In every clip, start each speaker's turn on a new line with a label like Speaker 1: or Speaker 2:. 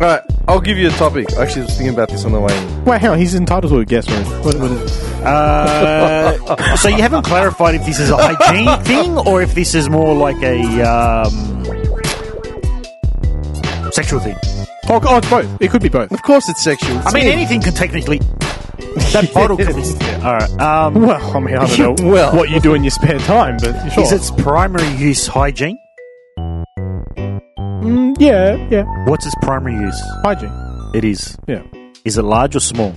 Speaker 1: Right, I'll give you a topic. I actually was thinking about this on the way in.
Speaker 2: Wait, hang on. He's entitled to a guess, man. What, what is
Speaker 3: Uh, so you haven't clarified if this is a hygiene thing or if this is more like a um, sexual thing.
Speaker 2: oh, oh, it's both. It could be both.
Speaker 1: Of course it's sexual.
Speaker 3: I mean, anything can technically. That bottle could be. All right. Um,
Speaker 2: Well, I mean, I don't know
Speaker 1: Well.
Speaker 2: what you do in your spare time, but sure.
Speaker 3: Is its primary use hygiene?
Speaker 2: Mm, yeah, yeah.
Speaker 3: What's its primary use?
Speaker 2: Hygiene.
Speaker 3: It is.
Speaker 2: Yeah.
Speaker 3: Is it large or small?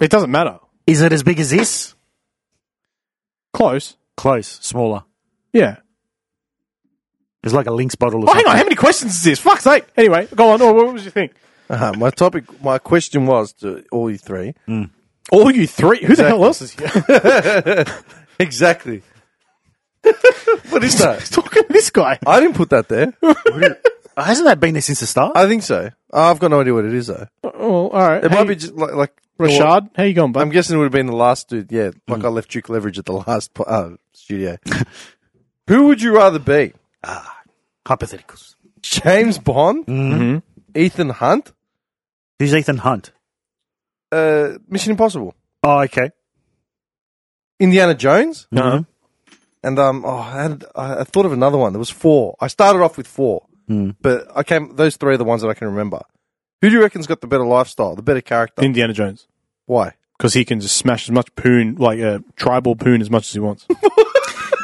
Speaker 2: It doesn't matter.
Speaker 3: Is it as big as this?
Speaker 2: Close.
Speaker 3: Close. Smaller.
Speaker 2: Yeah.
Speaker 3: It's like a Lynx bottle. Or
Speaker 2: Oh, hang
Speaker 3: something.
Speaker 2: on. How many questions is this? Fuck's sake. Anyway, go on. Oh, what was your thing?
Speaker 1: uh my topic, my question was to all you three.
Speaker 2: Mm. All you three. Who the hell else is here?
Speaker 1: Exactly. what is that?
Speaker 2: Talking to this guy.
Speaker 1: I didn't put that there.
Speaker 3: Hasn't that been there since the start?
Speaker 2: Uh,
Speaker 1: I think so. I've got no idea what it is though.
Speaker 2: Oh, all right.
Speaker 1: It
Speaker 2: Hey,
Speaker 1: might be just like, like
Speaker 2: Rashad. Mm. How you going, bud?
Speaker 1: I'm guessing it would have been the last dude. Yeah, like I left Duke Leverage at the last po- uh, studio. Who would you rather be?
Speaker 3: Hypotheticals.
Speaker 1: James Bond,
Speaker 2: Mm. Mm-hmm.
Speaker 1: Ethan Hunt,
Speaker 3: Who's Ethan Hunt?
Speaker 1: uh, Mission Impossible,
Speaker 3: Oh, okay.
Speaker 1: Indiana Jones,
Speaker 2: Uh-huh.
Speaker 3: No.
Speaker 1: and um, oh, I, had, I I thought of another one. There was four. I started off with four, but I came. Those three are the ones that I can remember. Who do you reckon's got the better lifestyle, the better character?
Speaker 2: Indiana Jones.
Speaker 1: Why?
Speaker 2: Because he can just smash as much poon, like a tribal poon, as much as he wants.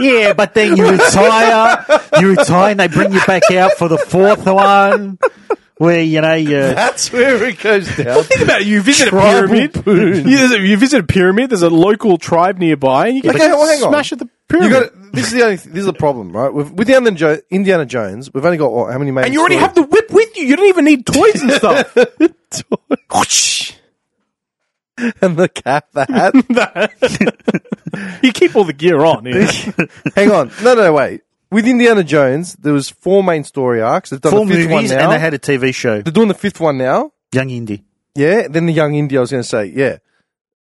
Speaker 3: Yeah, but then you retire. you retire, and they bring you back out for the fourth one, where you know you.
Speaker 1: That's where it goes down.
Speaker 2: Think about it. You visit
Speaker 1: Tribal
Speaker 2: a pyramid.
Speaker 1: poon.
Speaker 2: Yeah, there's a- you visit a pyramid. There's a local tribe nearby, and you can
Speaker 1: Okay,
Speaker 2: just
Speaker 1: well, hang on.
Speaker 2: smash at the
Speaker 1: You
Speaker 2: pyramid.
Speaker 1: got this is the only this is the problem, right? With, with Indiana, jo- Indiana Jones, we've only got what, how many?
Speaker 2: and you already have the whip with you. You don't even need toys and stuff.
Speaker 1: and the cap, the hat.
Speaker 2: you keep all the gear on. yeah.
Speaker 1: Hang on, no, no, wait. With Indiana Jones, there was four main story arcs. They've done
Speaker 3: Four
Speaker 1: the fifth one
Speaker 3: movies,
Speaker 1: now.
Speaker 3: and they had a TV show,
Speaker 1: They're doing the fifth one now.
Speaker 3: Young Indy.
Speaker 1: Yeah. Then the young India. I was going to say, yeah,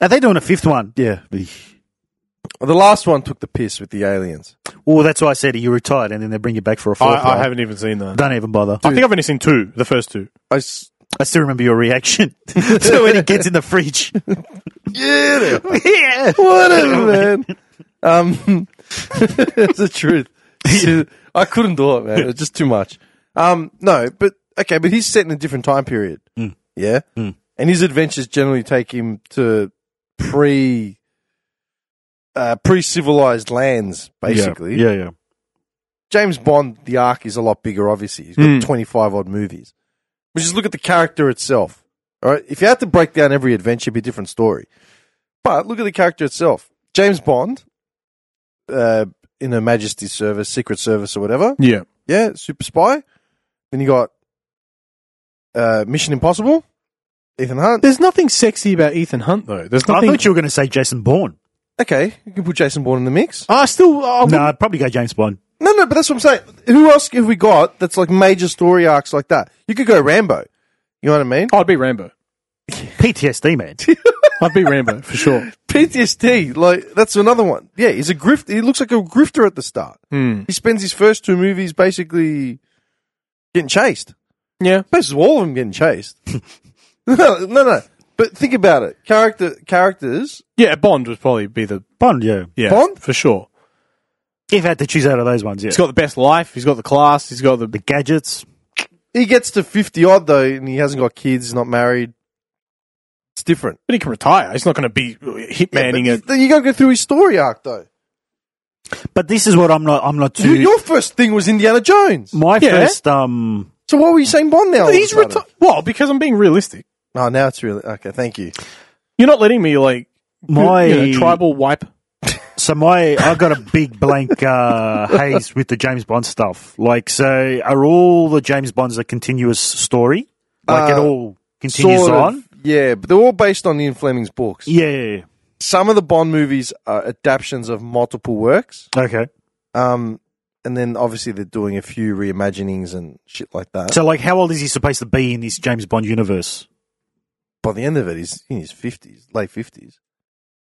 Speaker 3: Are they doing a fifth one?
Speaker 1: yeah. The last one took the piss with the aliens.
Speaker 3: Well, Oh, that's why I said you retired, and then they bring you back for a fourth
Speaker 2: I, I
Speaker 3: one.
Speaker 2: haven't even seen that.
Speaker 3: Don't even bother.
Speaker 2: I think I've only seen two, the first two.
Speaker 1: I s-
Speaker 3: I still remember your reaction to when it gets in the fridge.
Speaker 1: yeah,
Speaker 3: yeah.
Speaker 1: whatever, man. Um, it's the truth. I couldn't do it, man. It was just too much. Um, no, but okay, but he's set in a different time period.
Speaker 3: Mm.
Speaker 1: Yeah, and his adventures generally take him to pre uh, pre civilized lands, basically.
Speaker 3: Yeah, yeah.
Speaker 1: James Bond, the arc is a lot bigger, obviously. He's got 25 odd movies. But just look at the character itself. All right. If you had to break down every adventure, it'd be a different story. But look at the character itself. James Bond, uh, in Her Majesty's service, Secret Service, or whatever.
Speaker 2: Yeah.
Speaker 1: Yeah, Super Spy. Then you got uh, Mission Impossible, Ethan Hunt.
Speaker 2: There's nothing sexy about Ethan Hunt, though. There's
Speaker 3: I
Speaker 2: nothing.
Speaker 3: thought you were going to say Jason Bourne.
Speaker 1: Okay, you can put Jason Bourne in the mix.
Speaker 2: I still. I
Speaker 3: No,
Speaker 2: wouldn't-
Speaker 3: I'd probably go James Bond.
Speaker 1: No, no, but that's what I'm saying. Who else have we got that's like major story arcs like that? You could go Rambo. You know what I mean?
Speaker 2: I'd be Rambo.
Speaker 3: PTSD, man.
Speaker 2: I'd be Rambo for sure.
Speaker 1: PTSD, like that's another one. Yeah, he's a grift. He looks like a grifter at the start. He spends his first two movies basically getting chased.
Speaker 2: Yeah.
Speaker 1: Basically, all of them getting chased. no, no, no. But think about it. Character characters.
Speaker 2: Yeah, Bond would probably be the
Speaker 3: Bond, yeah.
Speaker 2: yeah
Speaker 1: Bond?
Speaker 2: for sure.
Speaker 3: If I had to choose out of those ones, yeah.
Speaker 2: He's got the best life. He's got the class. He's got the.
Speaker 3: the gadgets.
Speaker 1: He gets to fifty odd though, and he hasn't got kids. He's not married. It's different.
Speaker 2: But he can retire. He's not going to be uh, hitmanning
Speaker 1: Yeah,
Speaker 2: it.
Speaker 1: but You got to go through his story arc though.
Speaker 3: But this is what I'm not. I'm not too.
Speaker 1: Dude, your first thing was Indiana Jones.
Speaker 3: my
Speaker 2: Yeah.
Speaker 3: first. Um,
Speaker 1: So why were you saying Bond now? all of a
Speaker 2: He's
Speaker 1: sudden?
Speaker 2: retired. Well, because I'm being realistic.
Speaker 1: Oh, now it's really okay. Thank you.
Speaker 2: You're not letting me like
Speaker 3: My-
Speaker 2: you know, tribal wipe.
Speaker 3: so my I got a big blank uh, haze with the James Bond stuff. Like, so are all the James Bonds a continuous story? Like it
Speaker 1: Uh,
Speaker 3: all continues
Speaker 1: Sort of,
Speaker 3: on.
Speaker 1: Yeah, but they're all based on Ian Fleming's books.
Speaker 3: Yeah, yeah,
Speaker 1: Some of the Bond movies are adaptations of multiple works.
Speaker 3: yeah. Okay.
Speaker 1: Um, and then obviously they're doing a few reimaginings and shit like that.
Speaker 3: So, like, how old is he supposed to be in this James Bond universe?
Speaker 1: By the end of it, he's in his 50s, late 50s.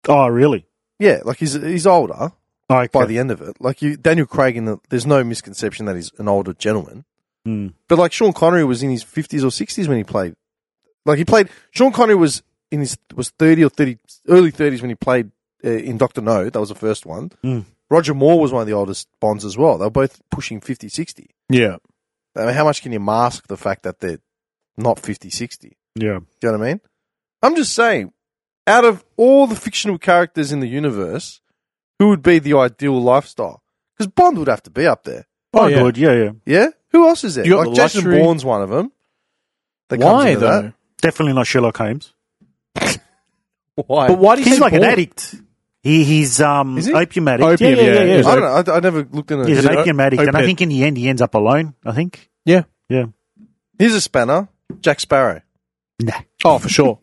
Speaker 3: Oh, really?
Speaker 1: Yeah, like he's he's older
Speaker 3: Okay.
Speaker 1: by the end of it. Like you, Daniel Craig, in the, there's no misconception that he's an older gentleman. But like Sean Connery was in his fifties or sixties when he played. Like he played Sean Connery was in his was thirty or thirty early thirties when he played uh, in Doctor No. That was the first one. Roger Moore was one of the oldest Bonds as well. They were both pushing 50, 60.
Speaker 2: Yeah.
Speaker 1: I mean, how much can you mask the fact that they're not 50, 60?
Speaker 3: Yeah.
Speaker 1: Do you know what I mean? I'm just saying, out of all the fictional characters in the universe, who would be the ideal lifestyle? Because Bond would have to be up there.
Speaker 3: Oh,
Speaker 2: Oh, yeah.
Speaker 3: good. Yeah, yeah.
Speaker 1: Yeah? Who else is there?
Speaker 2: You got
Speaker 1: like
Speaker 2: the
Speaker 1: Jason
Speaker 2: luxury-
Speaker 1: Bourne's one of them. That comes
Speaker 2: Why
Speaker 1: into
Speaker 2: though?
Speaker 1: that.
Speaker 3: Definitely not Sherlock Holmes.
Speaker 1: Why?
Speaker 2: But why do you
Speaker 3: He's
Speaker 2: say
Speaker 3: like an
Speaker 2: Bourne?
Speaker 3: addict. He, he's um,
Speaker 1: Is he?
Speaker 3: opium addict.
Speaker 2: Opium,
Speaker 3: yeah, yeah, yeah.
Speaker 2: yeah,
Speaker 3: yeah.
Speaker 2: yeah.
Speaker 1: I don't know. I, I never looked into
Speaker 3: He's
Speaker 1: it.
Speaker 3: an
Speaker 2: it
Speaker 3: opium addict, and I
Speaker 2: opium?
Speaker 3: think in the end he ends up alone. I think.
Speaker 2: Yeah.
Speaker 3: Yeah.
Speaker 1: Here's a spanner Jack Sparrow.
Speaker 3: Nah.
Speaker 2: Oh, for sure.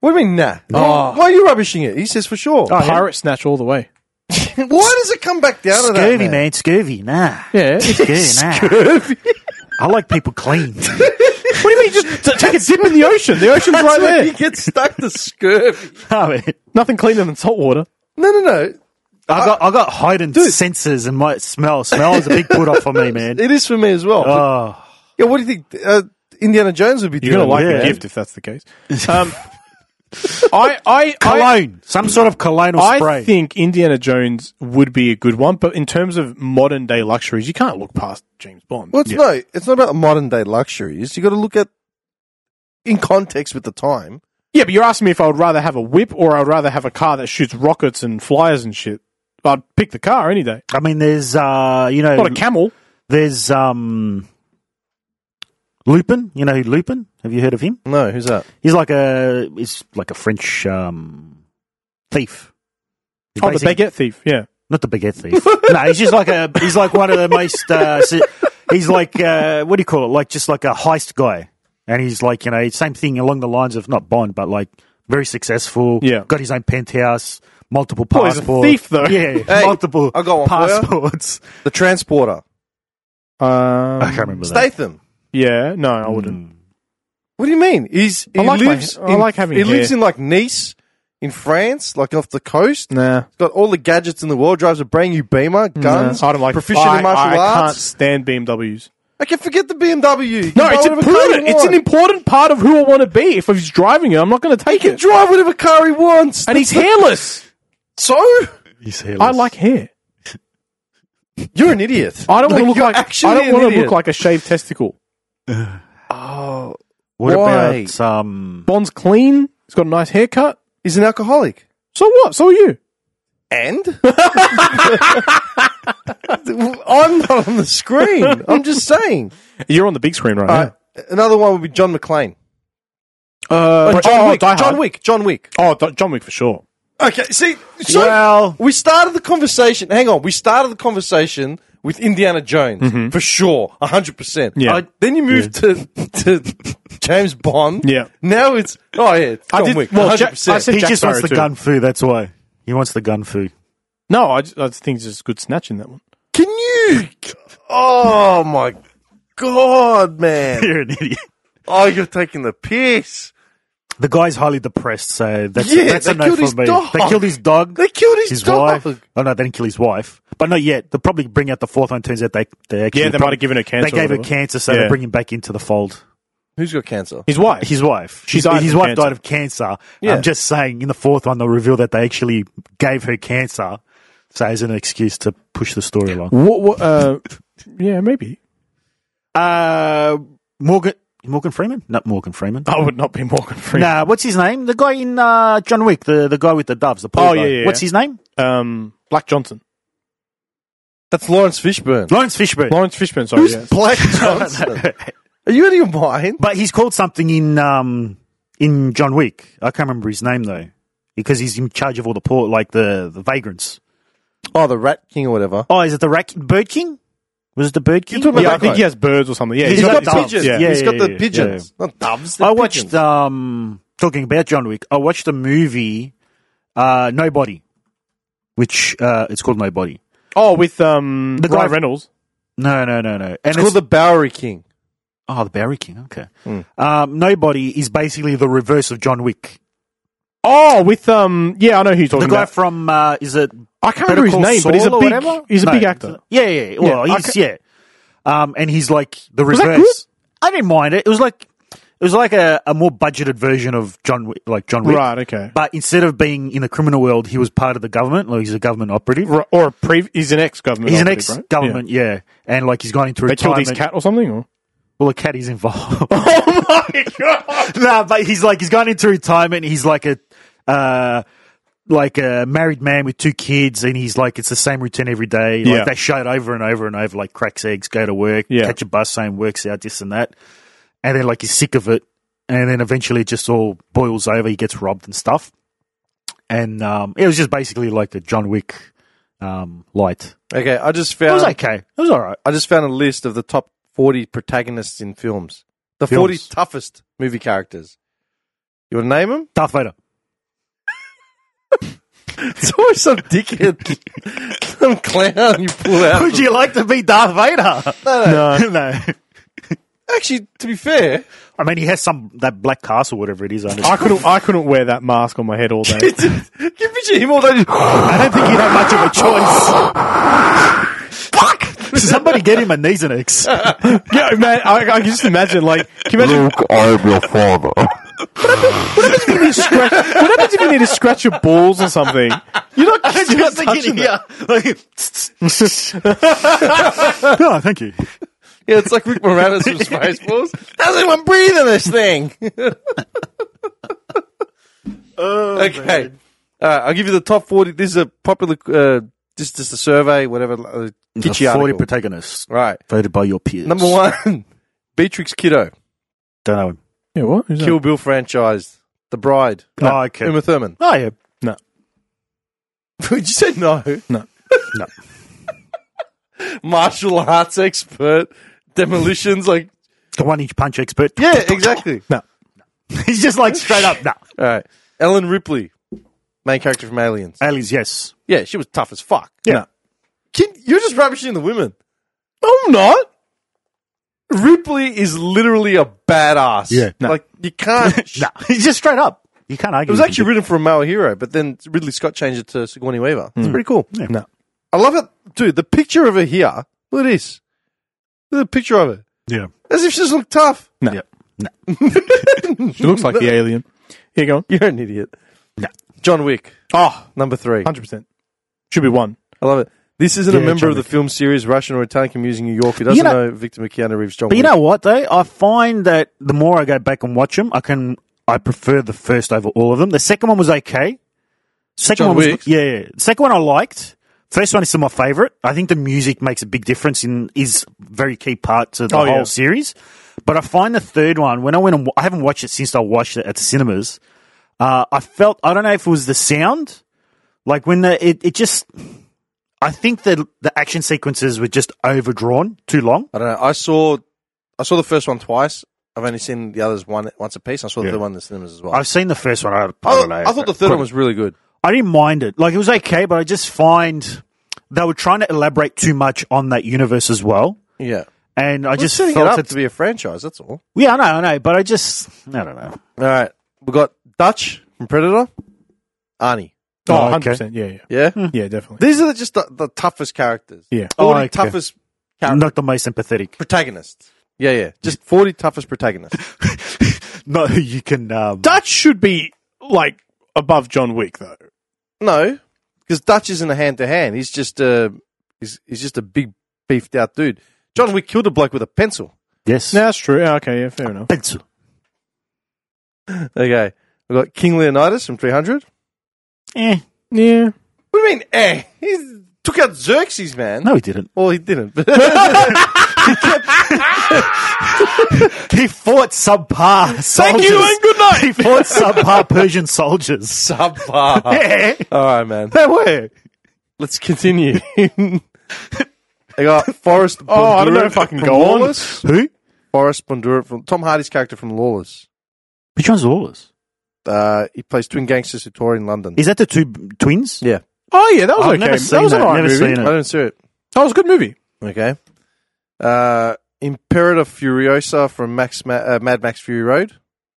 Speaker 1: What do you mean, nah?
Speaker 2: Oh.
Speaker 1: Why are you rubbishing it? He says for sure.
Speaker 3: Oh, yeah.
Speaker 2: Pirate snatch all the way.
Speaker 1: Why does it come back down to that?
Speaker 3: Scurvy, man. Scurvy. Nah.
Speaker 2: Yeah.
Speaker 3: Scurvy. Nah.
Speaker 1: Scurvy.
Speaker 3: I like people clean.
Speaker 2: what do you mean? Just t- take a dip in the ocean. The ocean's
Speaker 1: That's
Speaker 2: right
Speaker 1: when
Speaker 2: there.
Speaker 1: he gets stuck to scurvy.
Speaker 3: I, mean,
Speaker 2: Nothing cleaner than salt water.
Speaker 1: No, no, no.
Speaker 3: I got I got heightened senses and my smell. Smell is a big put off for me, man.
Speaker 1: It is for me as well.
Speaker 3: Oh,
Speaker 1: Yeah, what do you think uh, Indiana Jones would be
Speaker 2: Ah. You're
Speaker 1: doing?
Speaker 2: gonna like
Speaker 3: Yeah.
Speaker 2: the gift if that's the case. Um, I, I, I,
Speaker 3: cologne, some sort of cologne or
Speaker 2: I
Speaker 3: spray.
Speaker 2: think Indiana Jones would be a good one, but in terms of modern day luxuries, you can't look past James Bond.
Speaker 1: well, it's no, it's not about modern day luxuries. You got to look at in context with the time.
Speaker 2: Yeah, but you're asking me if I would rather have a whip or I'd rather have a car that shoots rockets and flyers and shit. I'd pick the car any day.
Speaker 3: I mean, there's uh, you know,
Speaker 2: Not a camel.
Speaker 3: there's um, Lupin. You know who Lupin? Have you heard of him?
Speaker 1: No, who's that?
Speaker 3: He's like a he's like a French um, thief. He's
Speaker 2: Oh, the
Speaker 3: basically-
Speaker 2: baguette thief. Yeah.
Speaker 3: Not the baguette thief. no, he's just like a he's like one of the most. Uh, si- he's like uh, what do you call it? Like just like a heist guy, and he's like you know same thing along the lines of not Bond, but like very successful.
Speaker 2: Yeah.
Speaker 3: got his own penthouse, multiple
Speaker 2: Well, he's a
Speaker 3: passports.
Speaker 2: thief, though.
Speaker 3: Yeah,
Speaker 1: Hey,
Speaker 3: multiple.
Speaker 1: I got one for you.
Speaker 3: passports.
Speaker 1: The transporter,
Speaker 2: Um,
Speaker 3: I can't remember that.
Speaker 1: Statham.
Speaker 2: Yeah. No, I wouldn't.
Speaker 1: What do you mean? He's he
Speaker 2: I like my-
Speaker 1: lives.
Speaker 2: I
Speaker 1: in-
Speaker 2: like having
Speaker 1: He lives
Speaker 2: hair.
Speaker 1: in like Nice, in France, like off the coast.
Speaker 2: Nah.
Speaker 1: He's got all the gadgets in the world. Drives a brand new Beamer, guns.
Speaker 2: Nah. I don't like
Speaker 1: proficient
Speaker 2: I,
Speaker 1: in martial
Speaker 2: I can't
Speaker 1: arts.
Speaker 2: stand BMWs.
Speaker 1: I can forget the BMW. You can
Speaker 2: No,
Speaker 1: buy
Speaker 2: it's
Speaker 1: whatever car
Speaker 2: important.
Speaker 1: you
Speaker 2: It's an
Speaker 1: want.
Speaker 2: important part of who I want to be. If he's driving it, I'm not going to take
Speaker 1: He can
Speaker 2: it.
Speaker 1: drive whatever car he wants.
Speaker 2: and he's hairless.
Speaker 1: so
Speaker 3: He's
Speaker 2: I like hair.
Speaker 1: you're an idiot.
Speaker 2: I don't want to look
Speaker 1: you're
Speaker 2: like
Speaker 1: actually
Speaker 2: I don't
Speaker 1: an
Speaker 2: want to
Speaker 1: idiot.
Speaker 2: look like a shaved testicle.
Speaker 1: Oh,
Speaker 3: What
Speaker 1: Why?
Speaker 3: about um?
Speaker 2: Bond's clean. He's got a nice haircut.
Speaker 1: he's an alcoholic.
Speaker 2: So what? So are you?
Speaker 1: And I'm not on the screen. I'm just saying.
Speaker 2: You're on the big screen right
Speaker 1: Uh, another one would be John McClane.
Speaker 2: now. Uh,
Speaker 1: John,
Speaker 2: oh,
Speaker 1: Wick,
Speaker 2: Die Hard.
Speaker 1: John Wick. John Wick.
Speaker 2: Oh, Di- John Wick for sure.
Speaker 1: Okay. See, so
Speaker 3: Well-
Speaker 1: we started the conversation. Hang on. We started the conversation with Indiana Jones for sure, hundred percent.
Speaker 2: Yeah.
Speaker 1: then you moved to to James Bond.
Speaker 2: Yeah.
Speaker 1: Now it's oh yeah, it's
Speaker 2: I
Speaker 1: John
Speaker 2: did-
Speaker 1: Wick.
Speaker 2: well,
Speaker 1: hundred
Speaker 2: Jack- I
Speaker 1: percent.
Speaker 2: said-
Speaker 3: He
Speaker 2: Jack
Speaker 3: just wants
Speaker 2: Sparrow
Speaker 3: the
Speaker 2: too.
Speaker 3: gun foo. That's why he wants the gun foo.
Speaker 2: No, I just, I just think it's just good snatching that one.
Speaker 1: Can you? Oh my god, man!
Speaker 3: You're an idiot.
Speaker 1: Oh, you're taking the piss.
Speaker 3: The guy's highly depressed, so that's
Speaker 1: Yeah,
Speaker 3: that's a
Speaker 1: they
Speaker 3: no
Speaker 1: killed his
Speaker 3: for me.
Speaker 1: dog.
Speaker 3: They killed his dog.
Speaker 1: They killed his,
Speaker 3: his
Speaker 1: dog.
Speaker 3: wife. Oh no, they didn't kill his wife, but not yet. They'll probably bring out the fourth one. Turns out they they actually
Speaker 2: Yeah, they might have given her
Speaker 3: they
Speaker 2: cancer. or
Speaker 3: gave her
Speaker 2: whatever.
Speaker 3: cancer, so they
Speaker 2: Yeah.
Speaker 3: bring him back into the fold.
Speaker 1: Who's got cancer?
Speaker 2: His wife.
Speaker 3: His wife,
Speaker 2: She
Speaker 3: his,
Speaker 2: died
Speaker 3: his
Speaker 2: from
Speaker 3: wife
Speaker 2: cancer.
Speaker 3: died of cancer.
Speaker 1: Yeah.
Speaker 3: I'm just saying, in the fourth one, they'll reveal that they actually gave her cancer, so as an excuse to push the story along.
Speaker 2: What, what, uh, yeah, maybe.
Speaker 3: Uh, Morgan Morgan Freeman, not Morgan Freeman.
Speaker 2: I would not be Morgan Freeman.
Speaker 3: Nah, what's his name? The guy in uh, John Wick, the, the guy with the doves, the poor
Speaker 2: Oh,
Speaker 3: guy.
Speaker 2: yeah, yeah,
Speaker 3: What's
Speaker 2: yeah.
Speaker 3: his name?
Speaker 2: Um, Black Johnson.
Speaker 1: That's Lawrence Fishburne.
Speaker 3: Lawrence Fishburne.
Speaker 2: Lawrence Fishburne. Sorry. yes.
Speaker 1: Black Johnson. Are you out of your mind?
Speaker 3: But he's called something in um in John Wick. I can't remember his name though, because he's in charge of all the poor, like the the vagrants.
Speaker 1: Oh, the Rat King or whatever.
Speaker 3: Oh, is it the Rack- Bird King? Was it the Bird King?
Speaker 1: talking about
Speaker 2: yeah, I
Speaker 1: that
Speaker 2: think
Speaker 1: guy.
Speaker 2: he has birds or something. Yeah,
Speaker 3: He's
Speaker 1: He's
Speaker 3: got
Speaker 1: got,
Speaker 3: doves.
Speaker 1: pigeons.
Speaker 2: Yeah.
Speaker 1: He's
Speaker 3: Yeah,
Speaker 1: got
Speaker 3: yeah,
Speaker 1: the
Speaker 3: yeah,
Speaker 1: pigeons. Not doves. they're
Speaker 3: I watched
Speaker 1: pigeons.
Speaker 3: um talking about John Wick. I watched a movie, uh, Nobody, which uh, it's called Nobody.
Speaker 2: Oh, with um,
Speaker 3: The
Speaker 2: Ryan
Speaker 3: guy-
Speaker 2: Reynolds.
Speaker 3: No, no, no, no. And it's,
Speaker 1: It's called the Bowery King.
Speaker 3: oh, the Barry King. Okay. Um, Nobody is basically the reverse of John Wick.
Speaker 2: Oh, with um, yeah, I know who you're
Speaker 3: The
Speaker 2: talking
Speaker 3: guy
Speaker 2: about.
Speaker 3: from uh, is it
Speaker 2: I can't
Speaker 3: Better
Speaker 2: remember his name,
Speaker 3: Call
Speaker 2: but he's a
Speaker 3: Saul or
Speaker 2: big,
Speaker 3: whatever?
Speaker 2: he's a
Speaker 3: No.
Speaker 2: big actor.
Speaker 3: Yeah, yeah. yeah. Well,
Speaker 2: Yeah, I
Speaker 3: he's yeah. Um, and he's like the reverse. I didn't mind it. It was like it was like a, a more budgeted version of John, Wick, like John Wick.
Speaker 2: Right, okay.
Speaker 3: But instead of being in the criminal world, he was part of the government. Like he's a government operative.
Speaker 2: Or, or a pre- he's an ex-government.
Speaker 3: He's an
Speaker 2: operative, right?
Speaker 3: ex-government, yeah. and like he's gone into
Speaker 2: They killed
Speaker 3: retirement.
Speaker 2: his cat or something? Or?
Speaker 3: Well, a cat is involved.
Speaker 2: Oh
Speaker 3: nah, but he's like he's gone into retirement. He's like a uh, like a married man with two kids, and he's like it's the same routine every day. Like
Speaker 2: Yeah.
Speaker 3: they show it over and over and over. Like cracks eggs, go to work,
Speaker 2: Yeah.
Speaker 3: catch a bus home, works out this and that, and then like he's sick of it, and then eventually it just all boils over. He gets robbed and stuff, and um, it was just basically like a John Wick um, light.
Speaker 1: Okay, I just
Speaker 3: It
Speaker 1: found
Speaker 3: was okay. It was all right.
Speaker 1: I just found a list of the top 40 protagonists in films. The
Speaker 3: Films.
Speaker 1: 40 toughest movie characters. You want to name them?
Speaker 3: Darth Vader.
Speaker 1: It's always some dickhead, some clown you pull out.
Speaker 3: Would you like to be Darth Vader?
Speaker 2: No.
Speaker 3: no.
Speaker 1: Actually, to be fair,
Speaker 3: I mean, he has some that black castle, whatever it is. Under.
Speaker 2: I couldn't. I couldn't wear that mask on my head all day.
Speaker 1: it's, you picture him all day.
Speaker 3: I don't think he'd have much of a choice. Fuck! Somebody get him a Nesonex.
Speaker 2: yeah, man. I, I can just imagine. Like, can you imagine?
Speaker 4: Luke, I am your father.
Speaker 2: Scratch, what happens if you need to scratch your balls or something? You're not. You're not touching that.
Speaker 3: no, thank you.
Speaker 1: Yeah, it's like Rick Moranis from Spaceballs. How's anyone breathe in this thing? okay. Oh, All right, I'll give you the top 40. This is a popular, uh, just, just a survey, whatever. Uh, kitschy
Speaker 3: Forty
Speaker 1: article.
Speaker 3: protagonists
Speaker 1: right.
Speaker 3: voted by your peers.
Speaker 1: Number one, Beatrix Kiddo,
Speaker 3: Don't know him.
Speaker 2: Yeah, what? Who's that?
Speaker 1: Kill Bill franchise, The Bride,
Speaker 3: Oh, okay.
Speaker 1: Uma Thurman.
Speaker 3: Oh yeah.
Speaker 1: Would you say no?
Speaker 2: No.
Speaker 3: No.
Speaker 1: Martial arts expert, demolitions, like
Speaker 3: The one inch punch expert.
Speaker 1: yeah, exactly.
Speaker 3: He's just like straight up. No.
Speaker 1: All right, Ellen Ripley, main character from Aliens.
Speaker 3: Aliens, yes.
Speaker 1: Yeah, she was tough as fuck.
Speaker 2: Yeah.
Speaker 1: Kid, you're just rubbishing the women.
Speaker 2: I'm not.
Speaker 1: Ripley is literally a badass.
Speaker 3: Yeah, no.
Speaker 1: like you can't.
Speaker 3: No. He's just straight up. You can't argue.
Speaker 1: It was actually written for a male hero, but then Ridley Scott changed it to Sigourney Weaver. It's pretty cool.
Speaker 3: Yeah.
Speaker 2: No.
Speaker 1: I love it, dude. The picture of her here. Look at this. Look at the picture of her.
Speaker 3: Yeah.
Speaker 1: As if she doesn't look tough.
Speaker 2: No.
Speaker 3: Yeah.
Speaker 2: She looks like the alien. Here, go on.
Speaker 1: You're an idiot.
Speaker 3: No.
Speaker 1: John Wick,
Speaker 2: Oh,
Speaker 1: number three.
Speaker 2: 100 percent. Should be one.
Speaker 1: I love it. This isn't a
Speaker 3: Yeah,
Speaker 1: member
Speaker 3: John
Speaker 1: of the
Speaker 3: Wick.
Speaker 1: film series Russian or Italian commuting New York who doesn't
Speaker 3: You know-
Speaker 1: know, Victor McKeanu Reeves John
Speaker 3: But you
Speaker 1: Wick.
Speaker 3: know what though? I find that the more I go back and watch them, I can I prefer the first over all of them. The second one was okay. Second
Speaker 1: John
Speaker 3: one was
Speaker 1: Wick.
Speaker 3: yeah, yeah. Second one I liked. First one is still my favorite. I think the music makes a big difference in is very key part to the
Speaker 2: Oh,
Speaker 3: whole
Speaker 2: yeah.
Speaker 3: series. But I find the third one when I went and wa- I haven't watched it since I watched it at the cinemas. Uh, I felt I don't know if it was the sound, like when the it, it just. I think that the action sequences were just overdrawn too long.
Speaker 1: I don't know. I saw I saw the first one twice. I've only seen the others one once a piece. I saw the
Speaker 3: Yeah.
Speaker 1: third one in the cinemas as well.
Speaker 3: I've seen the first one. I, I,
Speaker 1: I,
Speaker 3: don't know.
Speaker 1: I thought the third one was really good.
Speaker 3: I didn't mind it. Like it was okay, but I just find they were trying to elaborate too much on that universe as well.
Speaker 1: Yeah.
Speaker 3: And I
Speaker 1: Just
Speaker 3: just
Speaker 1: setting it
Speaker 3: felt
Speaker 1: up
Speaker 3: it.
Speaker 1: to be a franchise, that's all.
Speaker 3: yeah, I know, I know, but I just I don't know.
Speaker 1: All right. We got Dutch from Predator, Arnie.
Speaker 2: Oh, Hmm.
Speaker 3: Oh,
Speaker 2: 100
Speaker 3: okay.
Speaker 2: percent. Yeah, yeah,
Speaker 1: Yeah?
Speaker 2: yeah, definitely.
Speaker 1: These are just the, the toughest characters.
Speaker 2: Yeah.
Speaker 1: 40
Speaker 3: Hmm. Oh, okay.
Speaker 1: toughest characters.
Speaker 3: Not the most empathetic.
Speaker 1: protagonists. Yeah, yeah. Just 40 toughest protagonists.
Speaker 3: No, you can. Um,
Speaker 2: Dutch should be like above John Wick though.
Speaker 1: No, because Dutch isn't a hand to hand. He's just a he's, he's just a big beefed out dude. John Wick killed a bloke with a pencil.
Speaker 3: yes.
Speaker 2: No, that's true. Yeah, Okay, yeah, fair enough.
Speaker 3: Pencil.
Speaker 1: Okay, we got King Leonidas from Three Hundred.
Speaker 3: Eh.
Speaker 2: Yeah.
Speaker 1: What do you mean? Eh, he took out Xerxes, man.
Speaker 3: No, he didn't.
Speaker 1: Well, he didn't. But
Speaker 3: He fought subpar. Thank
Speaker 1: you and
Speaker 3: good night. He fought subpar Persian soldiers.
Speaker 1: subpar.
Speaker 3: Yeah.
Speaker 1: All right, man.
Speaker 3: They were.
Speaker 1: Let's continue. I got Forrest.
Speaker 2: Oh, I don't know if I can go on.
Speaker 3: Who?
Speaker 1: Forrest Bondurant from Tom Hardy's character from Lawless.
Speaker 3: Which one's Lawless?
Speaker 1: Uh, he plays twin gangsters who tour in London.
Speaker 3: Is that the two b- twins?
Speaker 1: yeah,
Speaker 2: Oh yeah, that was
Speaker 3: I've
Speaker 2: okay.
Speaker 3: never seen
Speaker 2: that was an
Speaker 3: that,
Speaker 2: alright
Speaker 3: never
Speaker 2: movie.
Speaker 3: seen
Speaker 1: I
Speaker 3: it. Oh,
Speaker 1: don't see it.
Speaker 2: That was a good movie.
Speaker 1: Okay. Uh, Imperator Furiosa from Max Ma- uh, Mad Max Fury Road.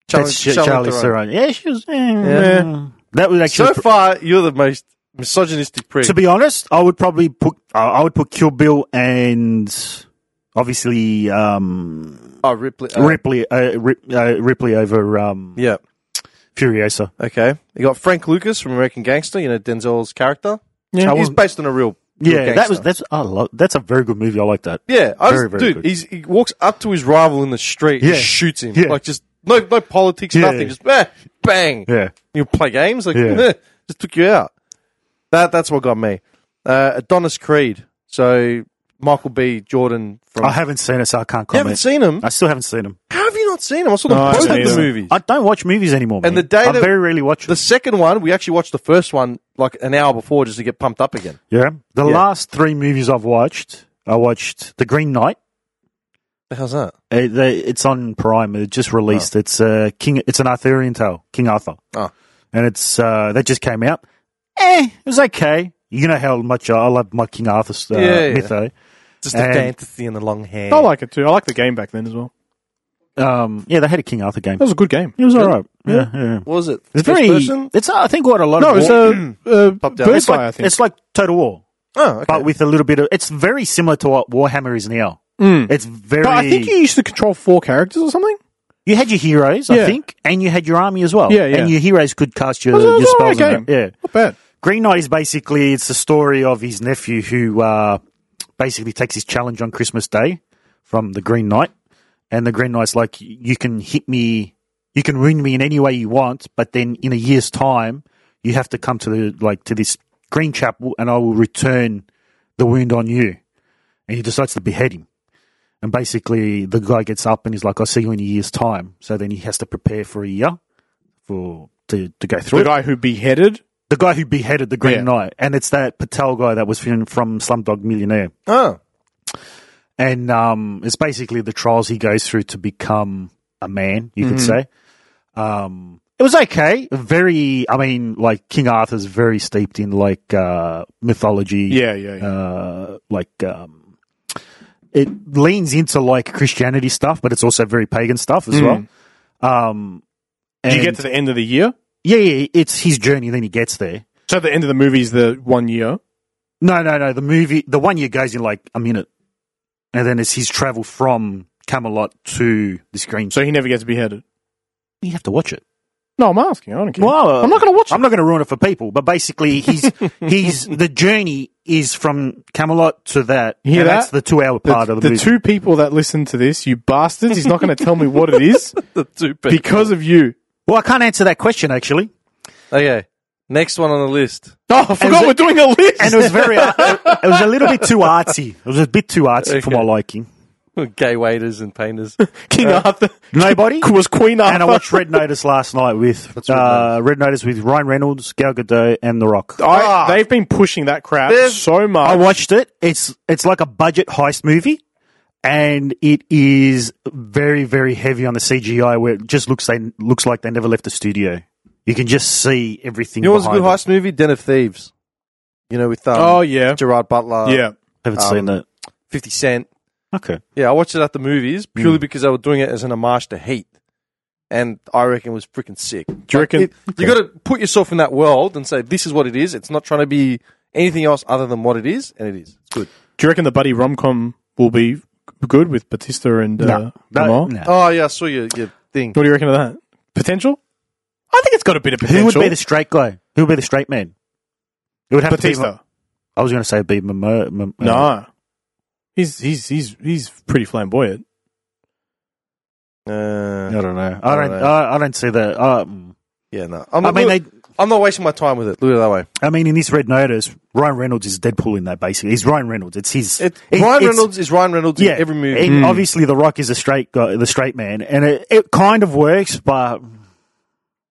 Speaker 3: That's Sh- Charlie
Speaker 1: Theron.
Speaker 3: Theron. Yeah, she was. eh,
Speaker 1: Yeah.
Speaker 3: That was actually.
Speaker 1: So far, you're the most misogynistic prick.
Speaker 3: to be honest, I would probably put. Uh, I would put Kill Bill and obviously um,
Speaker 1: Oh, Ripley. uh,
Speaker 3: Ripley uh, Rip, uh, Ripley over um,
Speaker 1: Yeah.
Speaker 3: Furiosa.
Speaker 1: Okay. You got Frank Lucas from American Gangster, you know, Denzel's character.
Speaker 2: Yeah.
Speaker 1: He's based on a real. real
Speaker 3: Yeah, that was
Speaker 1: gangster.
Speaker 3: that's I love that's a very good movie. I like that.
Speaker 1: Yeah, I
Speaker 3: Very,
Speaker 1: just-
Speaker 3: very
Speaker 1: dude,
Speaker 3: good.
Speaker 1: he's, he walks up to his rival in the street
Speaker 3: Yeah.
Speaker 1: and shoots him.
Speaker 3: Yeah.
Speaker 1: Like, just no no politics,
Speaker 3: Yeah.
Speaker 1: nothing. Just bah, bang.
Speaker 3: Yeah.
Speaker 1: You play games? Like,
Speaker 3: Yeah.
Speaker 1: just took you out. That That's what got me. Uh, Adonis Creed. So, Michael B. Jordan from.
Speaker 3: I haven't seen it, so I can't
Speaker 1: you
Speaker 3: comment.
Speaker 1: haven't seen him?
Speaker 3: I still haven't seen him.
Speaker 1: How have you not seen him? I saw them
Speaker 2: No, I
Speaker 1: both
Speaker 2: haven't
Speaker 1: of the
Speaker 2: either.
Speaker 1: movies.
Speaker 3: I don't watch movies anymore.
Speaker 1: And
Speaker 3: man.
Speaker 1: the day
Speaker 3: I
Speaker 1: that-
Speaker 3: very rarely watch
Speaker 1: the
Speaker 3: them.
Speaker 1: second one, we actually watched the first one like an hour before just to get pumped up again.
Speaker 3: Yeah, the
Speaker 1: Yeah.
Speaker 3: last three movies I've watched, I watched The Green Knight.
Speaker 1: The hell's that?
Speaker 3: Uh, they- it's on Prime. It just
Speaker 2: Oh.
Speaker 3: released. It's uh, King. It's an Arthurian tale, King Arthur,
Speaker 1: Oh.
Speaker 3: and it's uh, that just came out. Eh, it was okay. You know how much I love my King Arthur uh,
Speaker 1: Yeah, yeah.
Speaker 3: mytho.
Speaker 1: Just
Speaker 3: And-
Speaker 1: the fantasy and the long hair.
Speaker 2: I like it too. I like the game back then as well.
Speaker 3: Um, yeah, they had a King Arthur game.
Speaker 2: That was a good game.
Speaker 3: It was all right. Yeah, yeah.
Speaker 1: What was it?
Speaker 3: It's
Speaker 1: First
Speaker 3: very.
Speaker 1: person?
Speaker 3: It's uh, I think what a lot
Speaker 2: No, uh,
Speaker 3: of
Speaker 2: it's
Speaker 3: war-
Speaker 2: a, a
Speaker 1: down.
Speaker 2: bird's
Speaker 1: It's
Speaker 2: eye, I think.
Speaker 3: it's like Total War,
Speaker 1: Oh, okay.
Speaker 3: but with a little bit of. It's very similar to what Warhammer is now. It's very.
Speaker 2: Mm. But I think you used to control four characters or something.
Speaker 3: You had your heroes, I
Speaker 2: Yeah.
Speaker 3: think, and you had your army as well.
Speaker 2: Yeah, Oh, yeah.
Speaker 3: And your heroes could cast your,
Speaker 2: It was- it
Speaker 3: your
Speaker 2: was an
Speaker 3: spells.
Speaker 2: alright
Speaker 3: and that. Yeah.
Speaker 2: Not bad.
Speaker 3: Green Knight is basically it's the story of his nephew who uh, basically takes his challenge on Christmas Day from the Green Knight, and the Green Knight's like, "You can hit me, you can wound me in any way you want, but then in a year's time, you have to come to the like to this Green Chapel, and I will return the wound on you." And he decides to behead him. And basically, the guy gets up and he's like, "I'll see you in a year's time." So then he has to prepare for a year for to, to go through.
Speaker 2: The
Speaker 3: it
Speaker 2: guy who beheaded.
Speaker 3: the guy who beheaded the Green
Speaker 2: Yeah.
Speaker 3: Knight, and it's that Patel guy that was from, from Slumdog Millionaire,
Speaker 1: oh,
Speaker 3: and um, it's basically the trials he goes through to become a man, you could
Speaker 2: Mm-hmm.
Speaker 3: say. Um, it was okay. Very, I mean, like King Arthur's very steeped in like uh, mythology,
Speaker 2: Yeah, yeah, yeah.
Speaker 3: uh, like um, it leans into like Christianity stuff, but it's also very pagan stuff as well. Um,
Speaker 2: Mm. Do you
Speaker 3: and-
Speaker 2: get to the end of the year?
Speaker 3: yeah, yeah, it's his journey. Then he gets there.
Speaker 2: So the end of the movie is the one year.
Speaker 3: No, no, no. The movie, the one year goes in like a minute, and then it's his travel from Camelot to the screen. So
Speaker 2: So he never gets beheaded.
Speaker 3: you have to watch it.
Speaker 2: No, I'm asking. I don't care.
Speaker 3: Well, uh,
Speaker 2: I'm not going to watch it.
Speaker 3: I'm not going to ruin it for people, but basically, he's he's the journey is from Camelot to that.
Speaker 2: You hear
Speaker 3: and
Speaker 2: that?
Speaker 3: That's the two-hour part
Speaker 2: the
Speaker 3: of the, movie.
Speaker 2: two people that listen to this, you bastards, he's not going to tell me what it is
Speaker 1: the two people.
Speaker 2: because of you.
Speaker 3: well, I can't answer that question actually,
Speaker 1: okay, next one on the list.
Speaker 2: Oh, I forgot
Speaker 3: it-
Speaker 2: we're doing a list.
Speaker 3: and it was very uh, it was a little bit too artsy. It was a bit too artsy for my
Speaker 1: Okay.
Speaker 3: liking.
Speaker 1: Gay waiters and painters.
Speaker 2: King Arthur
Speaker 3: Nobody.
Speaker 2: was Queen Arthur.
Speaker 3: And I watched Red Notice last night with
Speaker 1: Red
Speaker 3: uh, Red Notice with Ryan Reynolds, Gal Gadot, and The Rock.
Speaker 2: I- they've been pushing that crap
Speaker 1: There's-
Speaker 2: so much.
Speaker 3: I watched it. It's it's like a budget heist movie, and it is very very heavy on the CGI, where it just looks they looks like they never left the studio. You can just see everything.
Speaker 1: You know what's a
Speaker 3: behind
Speaker 1: good heist movie? Den of Thieves. You know, with um,
Speaker 2: oh yeah,
Speaker 1: Gerard Butler,
Speaker 2: yeah.
Speaker 3: it. Haven't
Speaker 1: Um,
Speaker 3: seen that.
Speaker 1: 50 Cent.
Speaker 3: Okay.
Speaker 1: Yeah, I watched it at the movies
Speaker 3: Mm.
Speaker 1: purely because they were doing it as an homage to Heat. And I reckon it was freaking sick.
Speaker 2: Do you reckon?
Speaker 1: It- You got to put yourself in that world and say, this is what it is. It's not trying to be anything else other than what it is, and it is. It's good.
Speaker 2: do you reckon the buddy rom com will be good with Batista and uh,
Speaker 3: No,
Speaker 2: Lamar?
Speaker 3: no.
Speaker 1: Oh, yeah, I saw your, your thing.
Speaker 2: What do you reckon of that potential? I think it's got a bit of potential.
Speaker 3: Who would be the straight guy? Who would be the straight man? It would have to be.
Speaker 2: Batista?
Speaker 3: I was going to say be Momo. Mom-
Speaker 2: No, he's he's he's he's pretty flamboyant.
Speaker 3: I
Speaker 1: Uh,
Speaker 3: don't know. I
Speaker 1: I
Speaker 3: don't.
Speaker 1: don't know.
Speaker 3: I, I don't see that. Um,
Speaker 1: yeah, no. I'm
Speaker 3: I
Speaker 1: not,
Speaker 3: mean, they.
Speaker 1: I'm not wasting my time with it. Look at it that way.
Speaker 3: I mean, in this Red Notice, Ryan Reynolds is Deadpool in that. Basically, he's Ryan Reynolds. It's his.
Speaker 1: It,
Speaker 3: it-
Speaker 1: Ryan
Speaker 3: it's-
Speaker 1: Reynolds is Ryan Reynolds in every movie.
Speaker 3: and Obviously, The Rock is a straight guy, the straight man, and it, it kind of works, but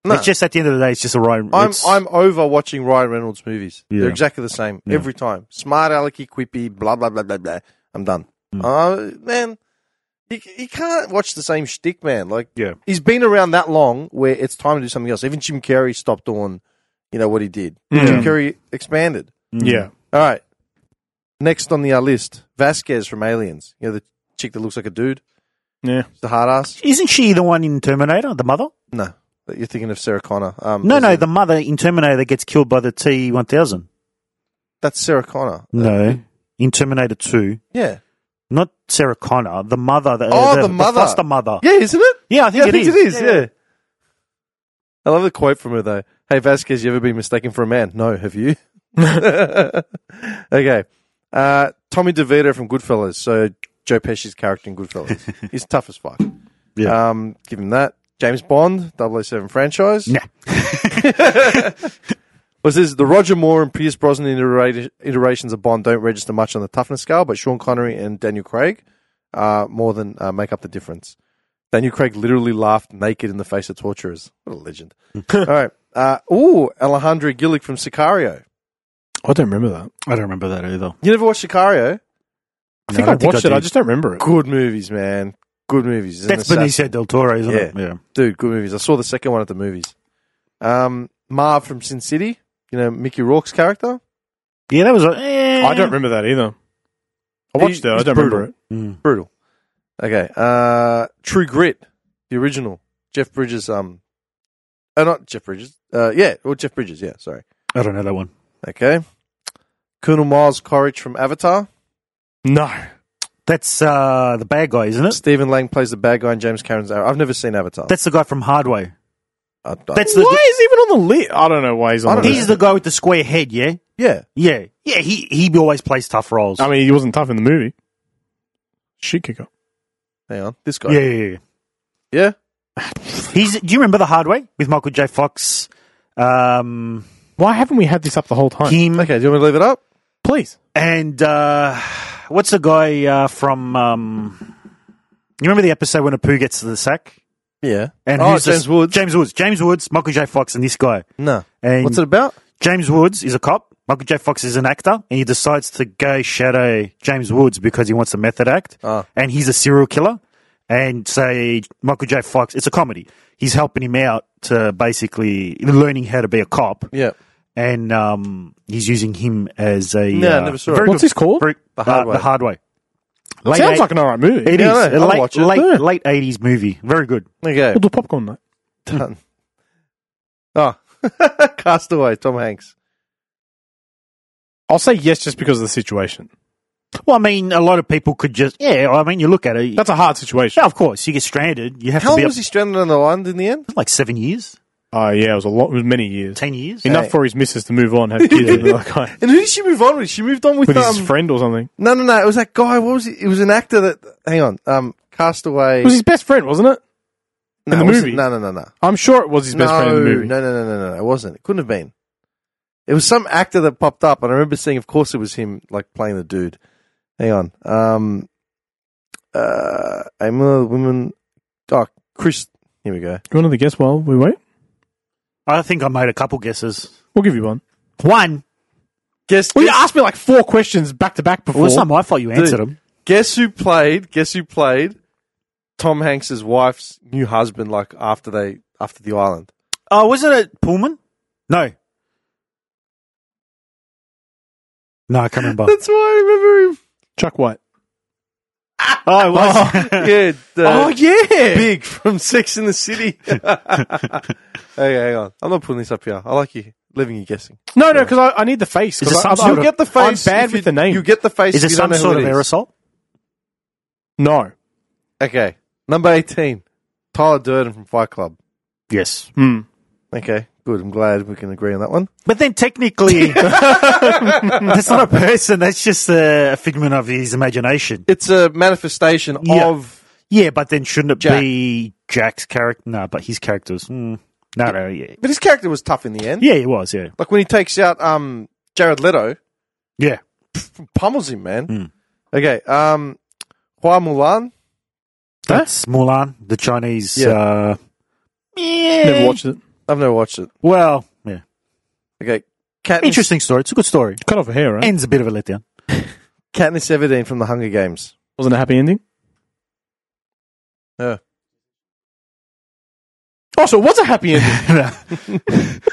Speaker 1: No.
Speaker 3: it's just at the end of the day, it's just a Ryan.
Speaker 1: I'm
Speaker 3: it's-
Speaker 1: I'm over watching Ryan Reynolds movies.
Speaker 3: Yeah.
Speaker 1: They're exactly the same every time. Smart alecky, quippy, blah blah blah blah blah. I'm done.
Speaker 3: Hmm.
Speaker 1: Uh, man, you, you can't watch the same shtick, man. Like,
Speaker 3: Yeah.
Speaker 1: he's been around that long where it's time to do something else. Even Jim Carrey stopped on, you know what he did. Jim Carrey expanded.
Speaker 2: Mm. Yeah,
Speaker 1: All right, next on the uh, list, Vasquez from Aliens. You know the chick that looks like a dude,
Speaker 2: yeah.
Speaker 1: the hard ass.
Speaker 3: Isn't she the one in Terminator, the mother?
Speaker 1: No, you're thinking of Sarah Connor. Um,
Speaker 3: No,
Speaker 1: as
Speaker 3: no,
Speaker 1: in-
Speaker 3: the mother in Terminator that gets killed by the T one thousand.
Speaker 1: that's Sarah Connor.
Speaker 3: No, in Terminator two.
Speaker 1: Yeah.
Speaker 3: not Sarah Connor, the mother. The,
Speaker 1: Oh,
Speaker 3: the,
Speaker 1: the mother.
Speaker 3: foster mother.
Speaker 1: Yeah, isn't it?
Speaker 3: Yeah, I think
Speaker 1: I
Speaker 3: it
Speaker 1: think
Speaker 3: is.
Speaker 1: it is. Yeah. I love the quote from her though. Hey Vasquez, you ever been mistaken for a man? No, have you? okay. Uh, Tommy DeVito from Goodfellas. So Joe Pesci's character in Goodfellas. He's tough as fuck.
Speaker 3: Yeah.
Speaker 1: Um, give him that. James Bond, 007 franchise.
Speaker 3: Nah.
Speaker 1: Was this the Roger Moore and Pierce Brosnan itera- iterations of Bond don't register much on the toughness scale, but Sean Connery and Daniel Craig uh, more than uh, make up the difference. Daniel Craig literally laughed naked in the face of torturers. What a legend. All right. Uh, ooh, Alejandra Gillick from Sicario.
Speaker 2: I don't remember that.
Speaker 3: I don't remember that either.
Speaker 1: You never watched Sicario?
Speaker 2: I think
Speaker 3: I
Speaker 2: I
Speaker 3: don't think
Speaker 2: watched
Speaker 3: I
Speaker 2: it. I
Speaker 3: did.
Speaker 2: just don't remember it.
Speaker 1: Good movies, man. Good movies. He's an
Speaker 3: That's
Speaker 1: assassin.
Speaker 3: Benicio del Toro, isn't it? Yeah.
Speaker 1: Dude, good movies. I saw the second one at the movies. Um, Marv from Sin City. You know, Mickey Rourke's character.
Speaker 3: Yeah, that was a. eh.
Speaker 2: I don't remember that either. I
Speaker 1: He-
Speaker 2: watched it. I
Speaker 1: he's
Speaker 2: don't
Speaker 1: brutal.
Speaker 2: remember it.
Speaker 3: Mm.
Speaker 1: Brutal. Okay. Uh, True Grit, the original. Jeff Bridges. Um, oh, not Jeff Bridges. Uh, yeah, or Jeff Bridges. Yeah, sorry.
Speaker 3: I don't know that one.
Speaker 1: Okay. Colonel Miles Corridge from Avatar.
Speaker 2: No.
Speaker 3: That's uh, the bad guy, isn't it?
Speaker 1: Stephen Lang plays the bad guy in James Cameron's. Avatar. I've never seen Avatar.
Speaker 3: That's the guy from Hardway.
Speaker 1: I- I-
Speaker 3: That's the.
Speaker 2: Why is he even on the list? I don't know why he's
Speaker 1: I
Speaker 2: on the
Speaker 1: don't
Speaker 2: list.
Speaker 3: He's the guy with the square head. Yeah,
Speaker 1: yeah.
Speaker 3: yeah, yeah. He he always plays tough roles.
Speaker 2: I mean, he wasn't tough in the movie. Shit kicker.
Speaker 1: Hang on. This guy.
Speaker 3: yeah, yeah, yeah.
Speaker 1: Yeah?
Speaker 3: He's. Do you remember the Hardway with Michael J. Fox? Um,
Speaker 2: Why haven't we had this up the whole time?
Speaker 3: him
Speaker 1: Okay. Do you want me to leave it up?
Speaker 2: Please.
Speaker 3: and uh, what's the guy uh, from? Um, you remember the episode when a poo gets to the sack?
Speaker 1: Yeah.
Speaker 3: And
Speaker 1: oh,
Speaker 3: who's
Speaker 1: James
Speaker 3: this-
Speaker 1: Woods.
Speaker 3: James Woods. James Woods. Michael J. Fox and this guy.
Speaker 1: no.
Speaker 3: And
Speaker 1: What's it about?
Speaker 3: James Woods is a cop. Michael J. Fox is an actor, and he decides to go shadow James Woods because he wants to method act.
Speaker 1: Ah.
Speaker 3: And he's a serial killer. And say Michael J. Fox, it's a comedy. He's helping him out to basically learning how to be a cop,
Speaker 1: Yeah.
Speaker 3: and um, he's using him as a
Speaker 1: No,
Speaker 3: uh,
Speaker 1: never saw it.
Speaker 3: very
Speaker 2: What's
Speaker 3: good-
Speaker 2: this called?
Speaker 3: very-
Speaker 1: The Hard
Speaker 3: uh,
Speaker 1: Way.
Speaker 3: The hard way. Late
Speaker 2: Sounds like an alright movie.
Speaker 3: it is
Speaker 1: Yeah, I know.
Speaker 3: a
Speaker 1: I'll
Speaker 3: late
Speaker 1: watch it.
Speaker 3: late
Speaker 2: Yeah.
Speaker 3: late eighties movie. Very good.
Speaker 1: Okay.
Speaker 2: We'll do popcorn night.
Speaker 1: Done. Oh. Castaway. Tom Hanks.
Speaker 2: I'll say yes just because of the situation.
Speaker 3: Well, I mean, a lot of people could just yeah. I mean, you look at it.
Speaker 2: That's a hard situation.
Speaker 3: yeah, of course, you get stranded. You have
Speaker 1: How
Speaker 3: to
Speaker 1: long
Speaker 3: be up
Speaker 1: was he stranded on the island in the end?
Speaker 3: like seven years,
Speaker 2: Oh, yeah, it was a lot, it was many years.
Speaker 3: ten years.
Speaker 2: Enough
Speaker 1: Hey.
Speaker 2: for his missus to move on, have kids with another guy.
Speaker 1: And who did she move on with? She moved on with,
Speaker 2: With
Speaker 1: um,
Speaker 2: his friend or something.
Speaker 1: no, no, no. It was that guy. What was he? It was an actor that. Hang on. Um, Castaway.
Speaker 2: It was his best friend, wasn't it?
Speaker 1: no,
Speaker 2: in the
Speaker 1: it wasn't-
Speaker 2: movie?
Speaker 1: No, no, no, no.
Speaker 2: I'm sure it was his best
Speaker 1: no,
Speaker 2: friend in the movie.
Speaker 1: no, no, no, no, no, no. It wasn't. It couldn't have been. It was some actor that popped up, and I remember seeing. Of course, it was him, like playing the dude. Hang on. Um, uh, I'm a woman. Oh, Chris. Here we go.
Speaker 2: You want to guess while we wait?
Speaker 3: I think I made a couple guesses.
Speaker 2: We'll give you one.
Speaker 3: One.
Speaker 1: Guess.
Speaker 2: Well, you
Speaker 1: guess-
Speaker 2: asked me like four questions back to back before.
Speaker 3: Well, it's not my fault you answered
Speaker 1: Dude.
Speaker 3: them.
Speaker 1: Guess who played? Guess who played? Tom Hanks's wife's new husband. Like after they after the island.
Speaker 3: Oh, was it at Pullman? No. No, I can't remember.
Speaker 1: That's why I remember him.
Speaker 2: Chuck White.
Speaker 3: oh, it was. Oh,
Speaker 1: Oh, Yeah. the-
Speaker 2: yeah.
Speaker 1: Big from Sex in the City. okay, hang on. I'm not putting this up here. I like you leaving you guessing.
Speaker 2: No, no, because I, I need the face. 'cause
Speaker 3: Is it
Speaker 2: I-
Speaker 3: some
Speaker 2: I'm-
Speaker 3: sort
Speaker 2: I'm-
Speaker 3: of-
Speaker 1: Get the face.
Speaker 2: I'm bad
Speaker 1: if you-
Speaker 2: with the name.
Speaker 1: You get the face.
Speaker 3: is it
Speaker 1: if you don't
Speaker 3: some
Speaker 1: know
Speaker 3: sort of
Speaker 1: who it is.
Speaker 3: aerosol?
Speaker 2: no.
Speaker 1: Okay, number eighteen, Tyler Durden from Fight Club.
Speaker 3: Yes.
Speaker 2: Hmm.
Speaker 1: Okay, good. I'm glad we can agree on that one.
Speaker 3: But then technically, that's not a person. That's just a figment of his imagination.
Speaker 1: It's a manifestation
Speaker 3: Yeah.
Speaker 1: of.
Speaker 3: Yeah, but then shouldn't it
Speaker 1: Jack.
Speaker 3: be Jack's character? No, but his characters. Mm. No, no, yeah.
Speaker 1: But his character was tough in the end.
Speaker 3: Yeah, he was, yeah.
Speaker 1: Like when he takes out um Jared Leto,
Speaker 3: Yeah.
Speaker 1: pummels him, man.
Speaker 3: Hmm.
Speaker 1: Okay, um, Hua Mulan.
Speaker 3: That's Mulan, the Chinese.
Speaker 1: Yeah.
Speaker 3: Uh, yeah.
Speaker 2: Never watched it.
Speaker 1: I've never watched it.
Speaker 3: Well, yeah.
Speaker 1: Okay, Katniss,
Speaker 3: Interesting story. It's a good story.
Speaker 2: Cut off a hair, right?
Speaker 3: Ends a bit of a letdown.
Speaker 1: Katniss Everdeen from the Hunger Games.
Speaker 2: Wasn't a happy ending.
Speaker 1: Yeah.
Speaker 2: Oh, so it was a happy ending.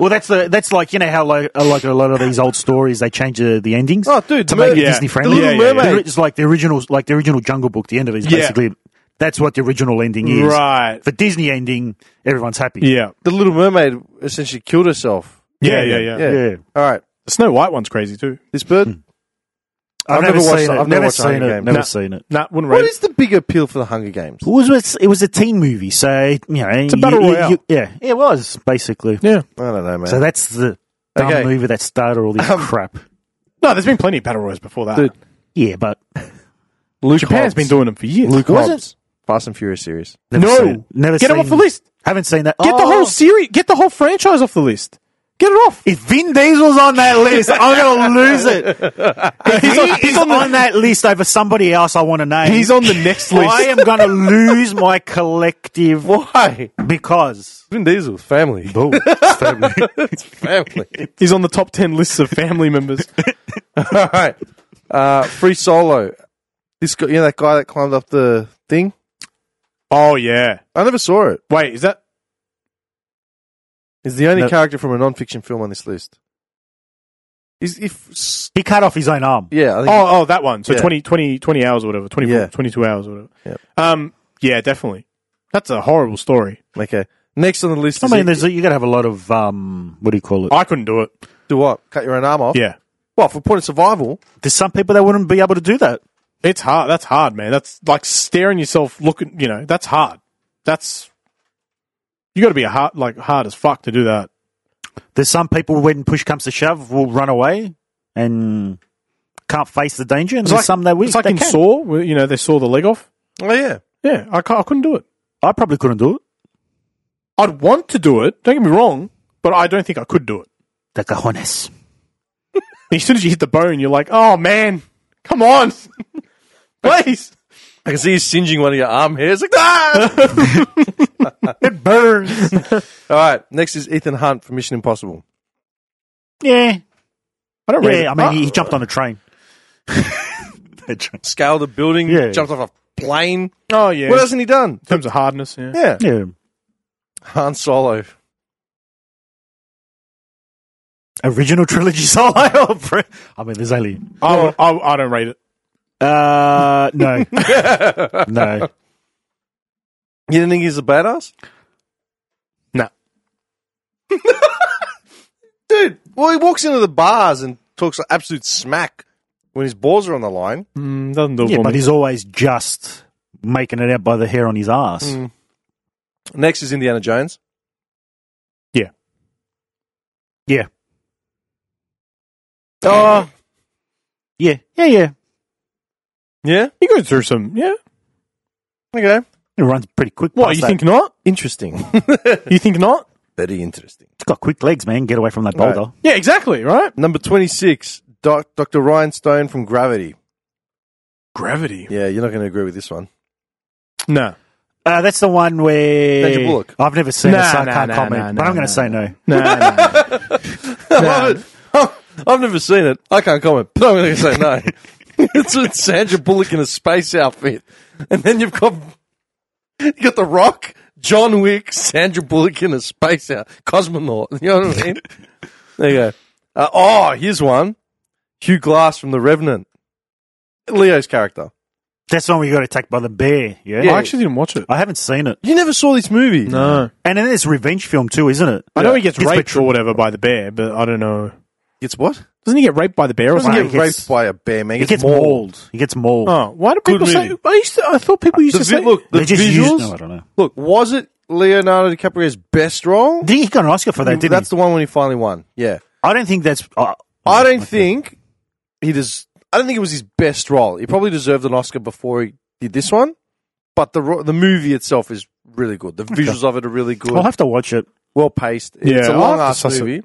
Speaker 3: well, that's the that's like you know how like, uh, like a lot of these old stories they change uh, the, the endings
Speaker 1: Oh, dude,
Speaker 3: to
Speaker 1: the
Speaker 3: make it
Speaker 1: mer-
Speaker 2: yeah.
Speaker 3: Disney
Speaker 1: The
Speaker 3: friendly.
Speaker 1: Little
Speaker 2: Yeah, yeah,
Speaker 1: Mermaid.
Speaker 3: It's like the original like the original Jungle Book. The end of it is
Speaker 2: Yeah.
Speaker 3: basically that's what the original ending is.
Speaker 2: right.
Speaker 3: The Disney ending, everyone's happy.
Speaker 2: Yeah.
Speaker 1: The Little Mermaid essentially killed herself.
Speaker 2: Yeah, yeah, yeah.
Speaker 1: Yeah.
Speaker 3: Yeah.
Speaker 1: All right.
Speaker 2: The Snow White one's crazy too.
Speaker 1: This bird. I've never
Speaker 3: seen
Speaker 1: watched
Speaker 3: it.
Speaker 1: that. I've never
Speaker 3: Hmm. never
Speaker 1: watched
Speaker 3: seen
Speaker 1: Hunger
Speaker 3: it.
Speaker 1: Games.
Speaker 3: Never
Speaker 1: No.
Speaker 3: seen it.
Speaker 2: Nah, wouldn't
Speaker 1: What
Speaker 2: rate
Speaker 1: is the big appeal for the Hunger Games?
Speaker 3: It was it was a teen movie, so you know, it's
Speaker 2: a battle royale.
Speaker 3: yeah, it was basically.
Speaker 2: it. Yeah.
Speaker 1: I don't know, man.
Speaker 3: So that's the dumb
Speaker 1: Okay.
Speaker 3: movie that started all this
Speaker 1: Um,
Speaker 3: crap.
Speaker 2: No, there's been plenty of battle royals before that.
Speaker 1: Dude,
Speaker 3: Yeah, but
Speaker 1: Luke
Speaker 2: Japan's
Speaker 1: Hobbs.
Speaker 2: been doing them for years.
Speaker 1: Luke
Speaker 3: Was
Speaker 1: Hobbs. Fast and Furious series.
Speaker 3: never
Speaker 2: No.
Speaker 3: seen it. never
Speaker 2: Get
Speaker 3: seen,
Speaker 2: him off the list.
Speaker 3: Haven't seen that.
Speaker 2: Get the
Speaker 3: Oh.
Speaker 2: whole series. Get the whole franchise off the list. Get it off.
Speaker 3: If Vin Diesel's on that list, I'm going to lose it. If he is on, that list over somebody else I want to name.
Speaker 2: He's on the next
Speaker 3: I
Speaker 2: list.
Speaker 3: am going to lose my collective
Speaker 1: Why?
Speaker 3: because.
Speaker 1: Vin Diesel, family. family.
Speaker 2: He's on the top ten lists of family members.
Speaker 1: All right. Uh, free solo. This guy, you know that guy that climbed up the thing?
Speaker 2: oh yeah.
Speaker 1: I never saw it.
Speaker 2: Wait, is that
Speaker 1: He's the only
Speaker 3: No.
Speaker 1: character from a non-fiction film on this list. Is if
Speaker 3: He cut off his own arm.
Speaker 1: yeah, I think
Speaker 2: Oh, oh, that one. So
Speaker 1: Yeah.
Speaker 2: twenty, twenty, twenty 20, 20 hours or whatever, 24,
Speaker 1: Yeah.
Speaker 2: 22 hours or whatever.
Speaker 1: Yep.
Speaker 2: Um, yeah, definitely. That's a horrible story.
Speaker 1: okay. Next on the list
Speaker 3: I
Speaker 1: is
Speaker 3: mean,
Speaker 1: it-
Speaker 3: there's you got to have a lot of um, what do you call it?
Speaker 2: I couldn't do it.
Speaker 1: do what? Cut your own arm off?
Speaker 2: Yeah.
Speaker 1: Well, for point of survival,
Speaker 3: There's some people that wouldn't be able to do that.
Speaker 2: It's hard. That's hard, man. That's like staring yourself looking, you know, that's hard. That's, you got to be a hard, like hard as fuck to do that.
Speaker 3: There's some people when push comes to shove will run away and can't face the danger. And there's
Speaker 2: like-
Speaker 3: some that will.
Speaker 2: It's like
Speaker 3: they
Speaker 2: in
Speaker 3: can.
Speaker 2: Saw, where, you know, they saw the leg off.
Speaker 1: oh yeah,
Speaker 2: Yeah, I, ca- I couldn't do it.
Speaker 3: I probably couldn't do it.
Speaker 2: I'd want to do it. Don't get me wrong, but I don't think I could do it.
Speaker 3: The cojones.
Speaker 2: As soon as you hit the bone, you're like, oh man, come on, please.
Speaker 1: I can see you singeing one of your arm hairs. Like, ah!
Speaker 2: It burns.
Speaker 1: All right. Next is Ethan Hunt from Mission Impossible.
Speaker 3: Yeah,
Speaker 2: I don't rate it.
Speaker 3: yeah. I mean, he,
Speaker 2: Ah.
Speaker 3: he jumped on a train. That train.
Speaker 1: Scaled a building,
Speaker 3: Yeah.
Speaker 1: jumped off a plane.
Speaker 2: Oh yeah.
Speaker 1: What hasn't he done?
Speaker 2: in terms of hardness, yeah.
Speaker 1: Yeah,
Speaker 3: Yeah.
Speaker 1: Han Solo.
Speaker 3: Original trilogy solo. I mean, there's only.
Speaker 2: I, would, I, I don't rate it.
Speaker 3: Uh, no, no.
Speaker 1: You didn't think he's a badass?
Speaker 2: No.
Speaker 1: Dude, well, he walks into the bars and talks like absolute smack when his balls are on the line.
Speaker 2: Mm, doesn't do it
Speaker 3: Yeah,
Speaker 2: for
Speaker 3: but
Speaker 2: me.
Speaker 3: he's always just making it out by the hair on his ass.
Speaker 2: Mm.
Speaker 1: Next is Indiana Jones.
Speaker 3: Yeah.
Speaker 1: Oh,
Speaker 3: Yeah. Yeah, yeah.
Speaker 1: yeah.
Speaker 2: He goes through some. Yeah.
Speaker 1: Okay.
Speaker 3: It runs pretty quick.
Speaker 2: What
Speaker 3: past
Speaker 2: you
Speaker 3: that.
Speaker 2: think not?
Speaker 1: Interesting.
Speaker 2: You think not?
Speaker 1: Very interesting.
Speaker 3: It's got quick legs, man. Get away from that
Speaker 1: Right.
Speaker 3: boulder.
Speaker 2: Yeah, exactly. Right.
Speaker 1: Number 26, Doc, Dr. Ryan Stone from Gravity.
Speaker 2: Gravity.
Speaker 1: Yeah, you're not going to agree with this one.
Speaker 2: No.
Speaker 3: Uh, that's the one where
Speaker 1: Sandra Bullock.
Speaker 3: I've never seen
Speaker 2: Nah,
Speaker 3: it, so I
Speaker 2: nah,
Speaker 3: can't
Speaker 2: nah,
Speaker 3: comment.
Speaker 2: nah,
Speaker 3: but
Speaker 2: nah,
Speaker 3: I'm going
Speaker 2: nah,
Speaker 3: to say no.
Speaker 2: No. no.
Speaker 1: I love it. I've never seen it. I can't comment, but I'm going to say no. it's with Sandra Bullock in a space outfit, and then you've got you got The Rock, John Wick, Sandra Bullock in a space out cosmonaut. You know what I mean? there you go. Uh, oh, here's one: Hugh Glass from The Revenant, Leo's character.
Speaker 3: That's the one we got attacked by the bear. Yeah.
Speaker 2: I actually didn't watch it.
Speaker 3: I haven't seen it.
Speaker 1: You never saw this movie?
Speaker 2: No.
Speaker 3: And then it's a revenge film too, isn't it?
Speaker 2: I know he gets
Speaker 3: Gets
Speaker 2: raped or whatever by the bear, but I don't know.
Speaker 1: It's what?
Speaker 2: Doesn't he get raped by the bear or
Speaker 1: Doesn't
Speaker 2: something?
Speaker 1: get raped by a bear, man.
Speaker 3: He gets mauled. He gets mauled.
Speaker 2: Oh, why do people say?
Speaker 1: movie.
Speaker 2: I used to. I thought people used
Speaker 1: The
Speaker 2: to
Speaker 1: vi-
Speaker 2: say.
Speaker 1: look, the
Speaker 3: they just
Speaker 1: visuals.
Speaker 3: used. No, I don't know.
Speaker 1: Look, was it Leonardo DiCaprio's best role?
Speaker 3: Did he got an Oscar for
Speaker 2: Mm,
Speaker 3: that? Didn't
Speaker 1: That's
Speaker 3: he?
Speaker 1: the one when he finally won. Yeah.
Speaker 3: I don't think that's. Uh,
Speaker 1: I don't think he does. I don't think it was his best role. He probably deserved an Oscar before he did this one. But the ro- the movie itself is really good. The visuals of it are really good.
Speaker 3: I'll have to watch it.
Speaker 1: well paced.
Speaker 2: Yeah,
Speaker 1: it's a
Speaker 2: I'll
Speaker 1: long
Speaker 2: have to
Speaker 1: ass
Speaker 2: suss it.
Speaker 1: movie.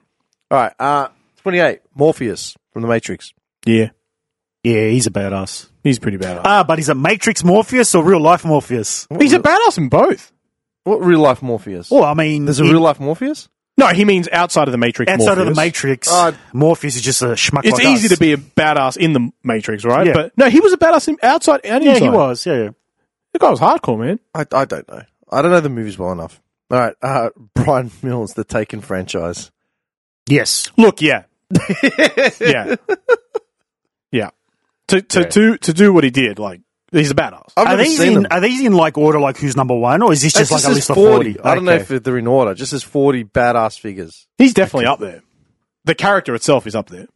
Speaker 1: All right. Uh, Twenty eight. Morpheus from The Matrix.
Speaker 2: Yeah,
Speaker 3: Yeah, he's a badass.
Speaker 2: he's pretty badass.
Speaker 3: Ah, but he's a Matrix Morpheus or real life Morpheus?
Speaker 2: he's a badass in both.
Speaker 1: What real life Morpheus?
Speaker 3: Well, I mean,
Speaker 1: There's a real life Morpheus.
Speaker 2: No, he means outside of the Matrix.
Speaker 3: outside of the
Speaker 2: Morpheus.
Speaker 3: Matrix,
Speaker 1: Uh,
Speaker 3: Morpheus is just a schmuck.
Speaker 2: It's
Speaker 3: like
Speaker 2: easy
Speaker 3: us.
Speaker 2: to be a badass in the Matrix, right?
Speaker 3: Yeah.
Speaker 2: But no, he was a badass in, outside and
Speaker 3: Yeah,
Speaker 2: inside.
Speaker 3: he was. Yeah, yeah.
Speaker 2: The guy was hardcore, man.
Speaker 1: I, I don't know. I don't know the movies well enough. All right. Uh, Brian Mills, the Taken franchise.
Speaker 3: yes.
Speaker 2: Look, yeah, yeah, yeah. To to to to do what he did, like he's a badass.
Speaker 1: I've
Speaker 3: Are
Speaker 1: never
Speaker 3: these
Speaker 1: seen
Speaker 3: in
Speaker 1: them.
Speaker 3: are these in like order like who's number one or is this just
Speaker 1: It
Speaker 3: like a
Speaker 1: says
Speaker 3: list of forty?
Speaker 1: I don't know
Speaker 3: Okay.
Speaker 1: if they're in order. It Just as forty badass figures.
Speaker 2: He's definitely up there. The character itself is up there.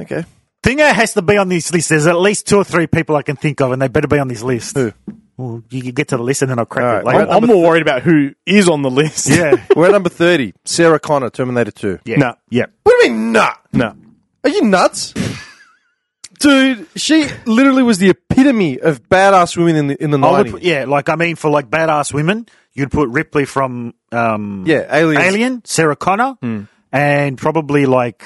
Speaker 1: Okay.
Speaker 3: Bingo has to be on this list. There's at least two or three people I can think of, and they better be on this list.
Speaker 1: Who?
Speaker 3: Well, you can get to the list, and then I'll crack
Speaker 1: All
Speaker 3: it
Speaker 1: right,
Speaker 3: later.
Speaker 2: I'm, I'm more worried about who is on the list.
Speaker 3: yeah,
Speaker 1: We're at number 30. Sarah Connor, Terminator 2.
Speaker 3: yeah,
Speaker 2: No.
Speaker 3: yeah.
Speaker 1: What do you mean, nah?
Speaker 2: No.
Speaker 1: Are you nuts? Dude, she literally was the epitome of badass women in the in the
Speaker 3: I would,
Speaker 1: 90s.
Speaker 3: put- yeah, like I mean, for like badass women, you'd put Ripley from um,
Speaker 1: yeah, Hmm. aliens.
Speaker 3: Alien, Sarah Connor, and probably like.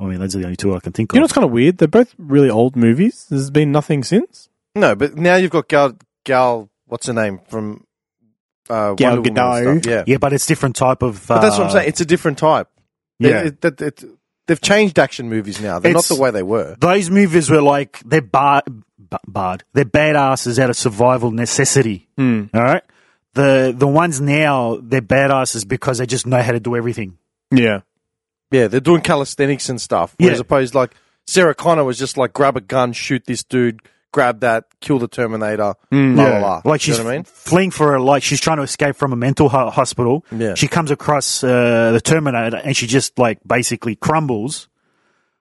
Speaker 3: I mean, those are the only two I can think
Speaker 2: You know
Speaker 3: of.
Speaker 2: what's kind of weird? They're both really old movies. There's been nothing since.
Speaker 1: No, but now you've got Gal Gal what's her name from uh
Speaker 2: Gal
Speaker 1: Wonder Woman and
Speaker 2: Gadot.
Speaker 1: stuff. Yeah.
Speaker 3: yeah, but it's different type of. uh,
Speaker 1: But that's what I'm saying. It's a different type.
Speaker 3: Yeah.
Speaker 1: It- it- that- it- they've changed action movies now. They're
Speaker 3: It's-
Speaker 1: not the way they were.
Speaker 3: Those movies were like they're bar, b- barred. They're badasses out of survival necessity.
Speaker 1: Hmm.
Speaker 3: All right. The the ones now they're badasses because they just know how to do everything.
Speaker 2: Yeah.
Speaker 1: Yeah, they're doing calisthenics and stuff.
Speaker 3: Yeah.
Speaker 1: Whereas opposed like Sarah Connor was just like grab a gun, shoot this dude, grab that, kill the Terminator, la la la.
Speaker 3: Mm. Like
Speaker 1: You know
Speaker 3: she's
Speaker 1: what I mean?
Speaker 3: fleeing for her life. She's trying to escape from a mental ho- hospital.
Speaker 1: Yeah.
Speaker 3: She comes across uh, the Terminator and she just like basically crumbles.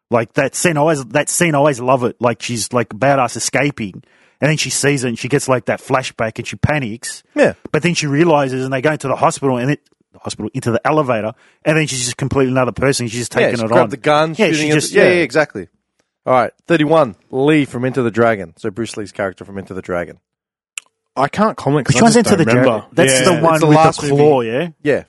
Speaker 3: Like that scene, I always that scene, I always love it. Like she's like badass escaping, and then she sees it and she gets like that flashback and she panics.
Speaker 1: Yeah.
Speaker 3: But then she realizes, and they go into the hospital, and it the hospital into the elevator, and then she's just completely another person. She's just taking
Speaker 1: yeah, she
Speaker 3: it
Speaker 1: grabbed
Speaker 3: on.
Speaker 1: the gun,
Speaker 3: yeah,
Speaker 1: shooting
Speaker 3: she
Speaker 1: it.
Speaker 3: just
Speaker 1: yeah, yeah, exactly. All right, 31, Lee from Enter the Dragon. So Bruce Lee's character from Enter the Dragon.
Speaker 2: I can't comment
Speaker 3: Which
Speaker 2: because I
Speaker 3: one's
Speaker 2: just
Speaker 3: into
Speaker 2: don't
Speaker 3: the
Speaker 2: remember.
Speaker 3: dragon? That's
Speaker 2: Yeah.
Speaker 3: the one
Speaker 1: the
Speaker 3: with
Speaker 1: last
Speaker 3: the claw, yeah,
Speaker 1: Yeah.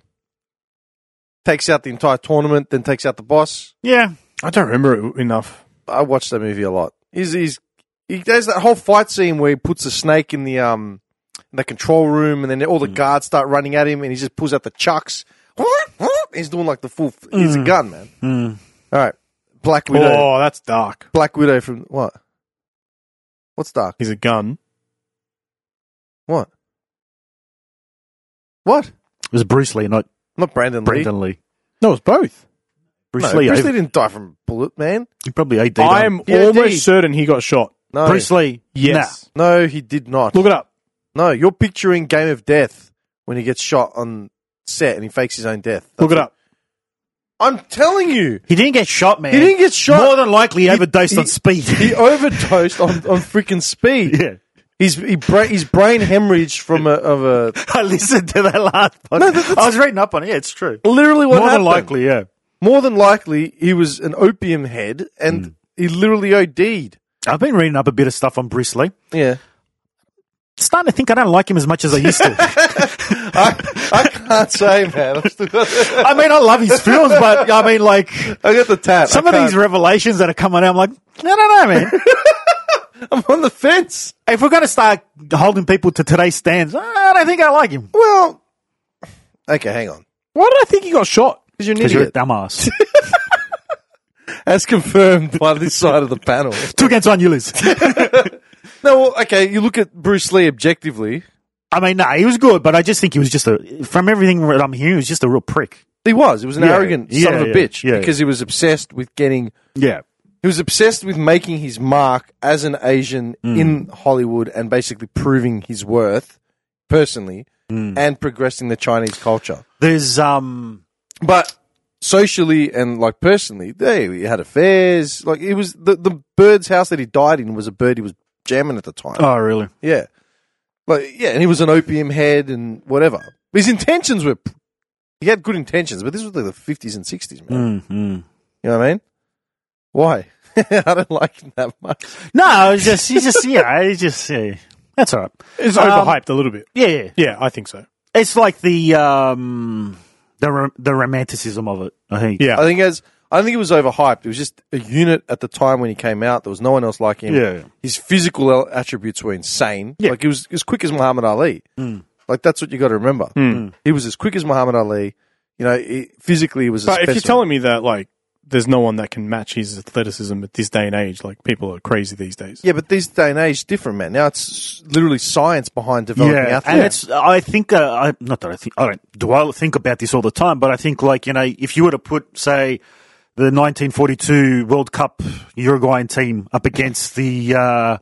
Speaker 1: Takes out the entire tournament, then takes out the boss.
Speaker 3: yeah.
Speaker 2: I don't remember it enough.
Speaker 1: I watched that movie a lot. He's, he's, he, there's that whole fight scene where he puts the snake in the, um, in the control room and then all the
Speaker 3: Mm.
Speaker 1: guards start running at him and he just pulls out the chucks. He's doing like the full, he's
Speaker 3: Mm.
Speaker 1: a gun, man.
Speaker 3: Hmm.
Speaker 1: All right. Black Widow.
Speaker 2: Oh, that's dark.
Speaker 1: Black Widow from what? What's dark?
Speaker 2: He's a gun.
Speaker 1: What? What?
Speaker 3: It was Bruce Lee, not
Speaker 1: Not Brandon, Lee.
Speaker 3: Brendan Lee.
Speaker 2: No, it's both.
Speaker 3: Bruce
Speaker 1: no,
Speaker 3: Lee,
Speaker 1: Bruce
Speaker 3: I-
Speaker 1: Lee didn't die from a bullet, man.
Speaker 3: he probably OD'd. on-
Speaker 2: I am
Speaker 1: Yeah,
Speaker 2: almost
Speaker 1: D.
Speaker 2: certain he got shot.
Speaker 1: No.
Speaker 3: Bruce Lee.
Speaker 2: Yes.
Speaker 1: No, he did not.
Speaker 2: Look it up.
Speaker 1: No, you're picturing Game of Death when he gets shot on set and he fakes his own death.
Speaker 2: Look it up.
Speaker 1: I'm telling you,
Speaker 3: He didn't get shot, man.
Speaker 1: he didn't get
Speaker 3: More
Speaker 1: shot.
Speaker 3: than likely, he overdosed
Speaker 1: he-
Speaker 3: on speed.
Speaker 1: he overdosed on, on freaking speed.
Speaker 3: yeah.
Speaker 1: His he bra- his brain hemorrhaged from a of
Speaker 3: I listened to that last podcast. I was reading up on it. Yeah, it's true.
Speaker 1: a literally what
Speaker 3: More than
Speaker 1: happened.
Speaker 3: likely, yeah.
Speaker 1: More than likely, he was an opium head and he literally OD'd.
Speaker 3: I've been reading up a bit of stuff on Bruce Lee.
Speaker 1: Yeah.
Speaker 3: Starting to think I don't like him as much as I used to.
Speaker 1: I, I can't say, man. I've still got,
Speaker 3: I mean, I love his films, but I mean, like,
Speaker 1: I got the tap.
Speaker 3: some
Speaker 1: I
Speaker 3: of these
Speaker 1: can't-
Speaker 3: revelations that are coming out, I'm like, I don't know, man.
Speaker 1: I'm on the fence.
Speaker 3: if we're going to start holding people to today's stands, I don't think I like him.
Speaker 1: Well, okay, hang on.
Speaker 2: Why did I think he got shot?
Speaker 1: Because you're an
Speaker 3: Because you're a
Speaker 1: idiot.
Speaker 3: dumbass.
Speaker 1: As confirmed by this side of the panel.
Speaker 3: Two against one, you lose.
Speaker 1: No, well, okay, you look at Bruce Lee objectively.
Speaker 3: I mean, nah, he was good, but I just think he was just a, from everything that I'm hearing, he was just a real prick.
Speaker 1: He was. He was an
Speaker 3: Yeah,
Speaker 1: arrogant son
Speaker 3: yeah,
Speaker 1: of a
Speaker 3: yeah,
Speaker 1: bitch
Speaker 3: yeah.
Speaker 1: because he was obsessed with getting.
Speaker 3: Yeah.
Speaker 1: He was obsessed with making his mark as an Asian
Speaker 3: Mm.
Speaker 1: in Hollywood and basically proving his worth personally
Speaker 3: Mm.
Speaker 1: and progressing the Chinese culture.
Speaker 3: There's, um,
Speaker 1: But socially and like personally, they he had affairs. Like it was the the bird's house that he died in was a bird he was jamming at the time.
Speaker 3: oh, really?
Speaker 1: Yeah. Like, yeah, and he was an opium head and whatever. His intentions were. He had good intentions, but this was like the 50s and 60s, man.
Speaker 3: Mm-hmm.
Speaker 1: You know what I mean? Why? I don't like him that much.
Speaker 3: No, it's just he's just yeah, he's just yeah. That's all right.
Speaker 2: It's
Speaker 3: Um,
Speaker 2: overhyped a little bit.
Speaker 3: Yeah, yeah.
Speaker 2: Yeah, I think so.
Speaker 3: It's like the um the rom- the romanticism of it. I think.
Speaker 2: Yeah.
Speaker 1: I think as I don't think it was overhyped. It was just a unit at the time when he came out. There was no one else like him.
Speaker 3: Yeah.
Speaker 1: His physical el- attributes were insane.
Speaker 3: Yeah. Mm.
Speaker 1: Like he was as quick as Muhammad Ali. Like that's what you got to remember. He was as quick as Muhammad Ali. You know, he, physically he was.
Speaker 2: But
Speaker 1: a
Speaker 2: if you're
Speaker 1: specimen.
Speaker 2: telling me that, like, there's no one that can match his athleticism at this day and age, like, people are crazy these days.
Speaker 1: Yeah, but this day and age, different man. Now it's literally science behind developing
Speaker 3: Yeah,
Speaker 1: athletes.
Speaker 3: and it's. I think. Uh, I not that I think. I don't. Do I think about this all the time? But I think, like you know, if you were to put, say, the 1942 World Cup Uruguayan team up against the uh,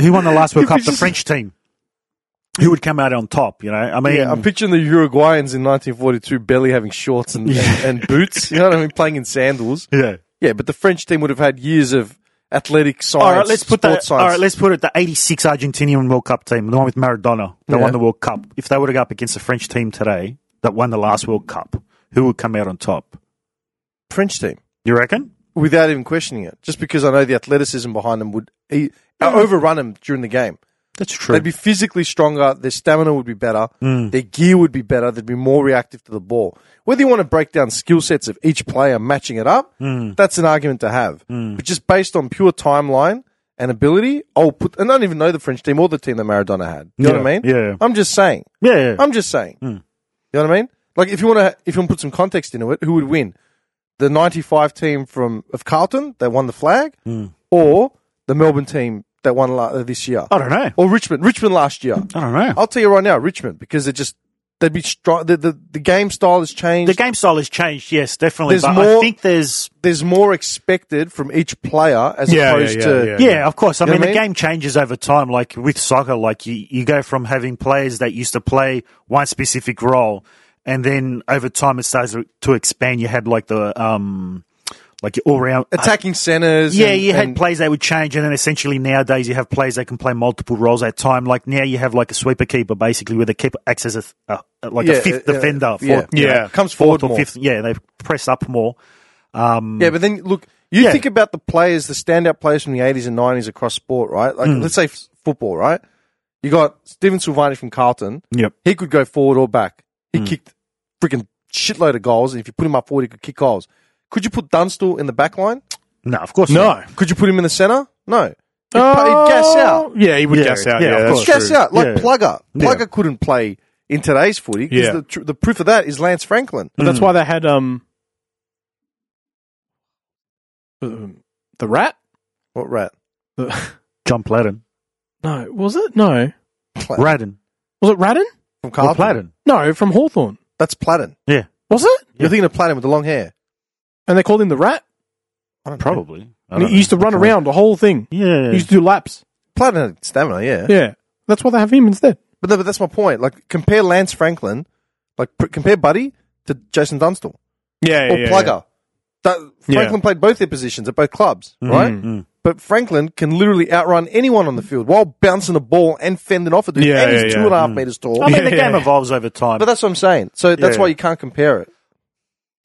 Speaker 3: who won the last World Cup, the French team, who would come out on top? You know, I mean,
Speaker 1: yeah, I'm picturing the Uruguayans in 1942 barely having shorts and, and, and boots. You know what I mean? Playing in sandals.
Speaker 3: yeah.
Speaker 1: Yeah, but the French team would have had years of athletic science.
Speaker 3: All right, let's put
Speaker 1: sports
Speaker 3: that.
Speaker 1: Science.
Speaker 3: All right, let's put it the '86 Argentinian World Cup team, the one with Maradona that
Speaker 1: Yeah.
Speaker 3: won the World Cup. If they were to go up against the French team today that won the last World Cup, who would come out on top?
Speaker 1: French team.
Speaker 3: You reckon?
Speaker 1: without even questioning it, just because I know the athleticism behind them would e- uh, overrun them during the game.
Speaker 3: That's true.
Speaker 1: They'd be physically stronger. Their stamina would be better.
Speaker 3: Mm.
Speaker 1: Their gear would be better. They'd be more reactive to the ball. Whether you want to break down skill sets of each player matching it up,
Speaker 3: Mm.
Speaker 1: that's an argument to have. But just based on pure timeline and ability, I'll put. And I don't even know the French team or the team that Maradona had. You know what I
Speaker 3: Yeah,
Speaker 1: mean?
Speaker 3: yeah.
Speaker 1: I'm just saying.
Speaker 3: yeah, yeah.
Speaker 1: I'm just saying.
Speaker 3: Hmm.
Speaker 1: You know what I mean? Like if you want to, if you want to put some context into it, who would win? The '95 team from of Carlton that won the flag,
Speaker 3: Hmm.
Speaker 1: or the Melbourne team that won la- uh, this year,
Speaker 3: I don't know.
Speaker 1: or Richmond? Richmond last year.
Speaker 3: I don't know.
Speaker 1: I'll tell you right now, Richmond, because they just they'd be strong. The, the the game style has changed.
Speaker 3: The game style has changed, yes, definitely.
Speaker 1: There's
Speaker 3: but I
Speaker 1: more-
Speaker 3: think there's
Speaker 1: There's more expected from each player as
Speaker 2: Yeah, yeah,
Speaker 1: opposed
Speaker 2: yeah,
Speaker 1: to
Speaker 2: yeah.
Speaker 3: yeah, of course. I
Speaker 1: You know
Speaker 3: mean,
Speaker 1: what
Speaker 3: the
Speaker 1: I mean?
Speaker 3: game changes over time. Like with soccer, like you, you go from having players that used to play one specific role, and then over time it starts to expand. You had like the um, like your all round.
Speaker 1: attacking centers.
Speaker 3: yeah,
Speaker 1: and-
Speaker 3: you had
Speaker 1: and-
Speaker 3: plays that would change, and then essentially nowadays you have players that can play multiple roles at a time. Like now you have like a sweeper keeper, basically, where the keeper acts as a th- uh, like
Speaker 1: Yeah,
Speaker 3: a fifth
Speaker 1: yeah,
Speaker 3: defender.
Speaker 1: yeah.
Speaker 3: fourth- you know,
Speaker 2: Yeah.
Speaker 1: comes forward
Speaker 3: fourth or
Speaker 1: more.
Speaker 3: fifth. Yeah, they press up more.
Speaker 1: Yeah, but then look, you
Speaker 3: Mm. Yeah.
Speaker 1: think about the players, the standout players from the eighties and nineties across sport, right? Like
Speaker 3: Mm.
Speaker 1: let's say f- football, right? You got Steven Silvani from Carlton.
Speaker 3: Yep. Mm.
Speaker 1: He could go forward or back. He kicked freaking shitload of goals, and if you put him up forward, he could kick goals. Could you put Dunstall in the back line?
Speaker 3: No, of course not.
Speaker 2: No. Oh,
Speaker 1: Could you put him in the centre? No. He'd, pu- he'd gas out.
Speaker 2: Yeah, he would
Speaker 3: Yeah,
Speaker 2: gas out.
Speaker 3: yeah,
Speaker 2: Yeah,
Speaker 3: of
Speaker 2: that's
Speaker 3: course.
Speaker 1: Gas
Speaker 2: true.
Speaker 1: out. Like
Speaker 3: Yeah.
Speaker 1: Plugger.
Speaker 3: Yeah.
Speaker 1: Plugger couldn't play in today's footy. 'cause
Speaker 2: Yeah.
Speaker 1: The, tr- the proof of that is Lance Franklin.
Speaker 3: Mm.
Speaker 2: But that's why they had um um, the rat.
Speaker 1: What rat?
Speaker 2: The-
Speaker 3: John Platten,
Speaker 2: no, was it? No,
Speaker 1: Platten.
Speaker 3: Radden,
Speaker 2: was it Radden?
Speaker 1: From
Speaker 3: or
Speaker 1: Carlton.
Speaker 3: Platten.
Speaker 2: No, from Hawthorn.
Speaker 1: That's Platten.
Speaker 2: Was it?
Speaker 1: You're thinking of Platten with the long hair.
Speaker 2: And they called him the rat.
Speaker 1: I don't know.
Speaker 3: Probably.
Speaker 2: And he used to run around the whole thing.
Speaker 3: Yeah.
Speaker 2: He used to do laps.
Speaker 1: Platin had stamina, yeah.
Speaker 2: Yeah, that's why they have him instead.
Speaker 1: But, no, but that's my point. Like, compare Lance Franklin, like, pr- compare Buddy to Jason Dunstall
Speaker 2: Yeah,
Speaker 1: or Plugger. That,
Speaker 2: Yeah. Mm-hmm,
Speaker 1: Franklin played both their positions at both clubs, right?
Speaker 3: mm.
Speaker 1: But Franklin can literally outrun anyone on the field while bouncing a ball and fending off a dude.
Speaker 2: Yeah,
Speaker 1: and he's
Speaker 2: yeah,
Speaker 1: two
Speaker 2: yeah.
Speaker 1: and a half meters tall.
Speaker 3: I mean, the
Speaker 2: Yeah.
Speaker 3: game evolves over time.
Speaker 1: But that's what I'm saying. So that's
Speaker 3: Yeah.
Speaker 1: why you can't compare it.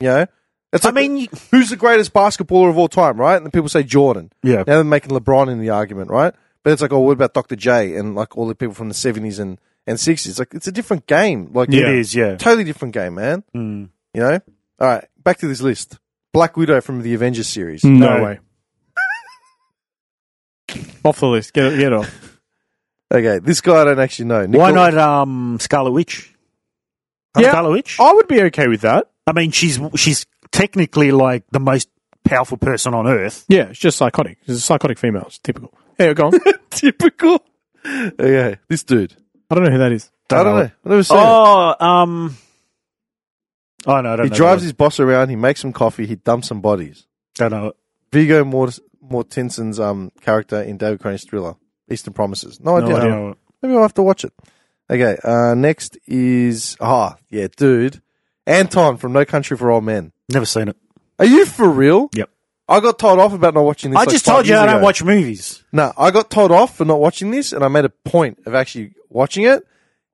Speaker 1: You know? It's
Speaker 3: I
Speaker 1: like,
Speaker 3: mean, you-
Speaker 1: who's the greatest basketballer of all time, right? And people say Jordan.
Speaker 3: yeah.
Speaker 1: Now they're making LeBron in the argument, right? But it's like, oh, what about Dr. J and like all the people from the seventies and and sixties? Like it's a different game. Like
Speaker 2: Yeah.
Speaker 3: It is, yeah.
Speaker 1: totally different game, man.
Speaker 3: Mm.
Speaker 1: You know? All right, back to this list. Black Widow from the Avengers series.
Speaker 2: No, way. off the list. Get it. Get it off.
Speaker 1: Okay, this guy I don't actually know. Nicole-
Speaker 3: Why not um, Scarlet Witch?
Speaker 2: Yeah.
Speaker 3: Scarlet Witch?
Speaker 2: I would be okay with that.
Speaker 3: I mean, she's she's technically like the most powerful person on earth.
Speaker 2: Yeah, it's just psychotic. It's a psychotic female. It's typical. Yeah, go on.
Speaker 1: Typical. Okay, this dude.
Speaker 2: I don't know who that is.
Speaker 1: I don't know. I've never seen him.
Speaker 3: Oh, um, oh no, I don't
Speaker 1: He
Speaker 3: know.
Speaker 1: drives his boss around. He makes some coffee. He dumps some bodies.
Speaker 3: don't know.
Speaker 1: Vigo Mort- Mortensen's um, character in David Crane's thriller Eastern Promises. No,
Speaker 2: No
Speaker 1: idea.
Speaker 2: idea.
Speaker 1: Maybe I'll have to watch it. Okay, uh, next is ah yeah, dude, Anton from No Country for Old Men.
Speaker 3: Never seen it.
Speaker 1: Are you for real?
Speaker 3: Yep.
Speaker 1: I got told off about not watching this.
Speaker 3: I just told you I don't watch movies.
Speaker 1: No, I got told off for not watching this, and I made a point of actually watching it.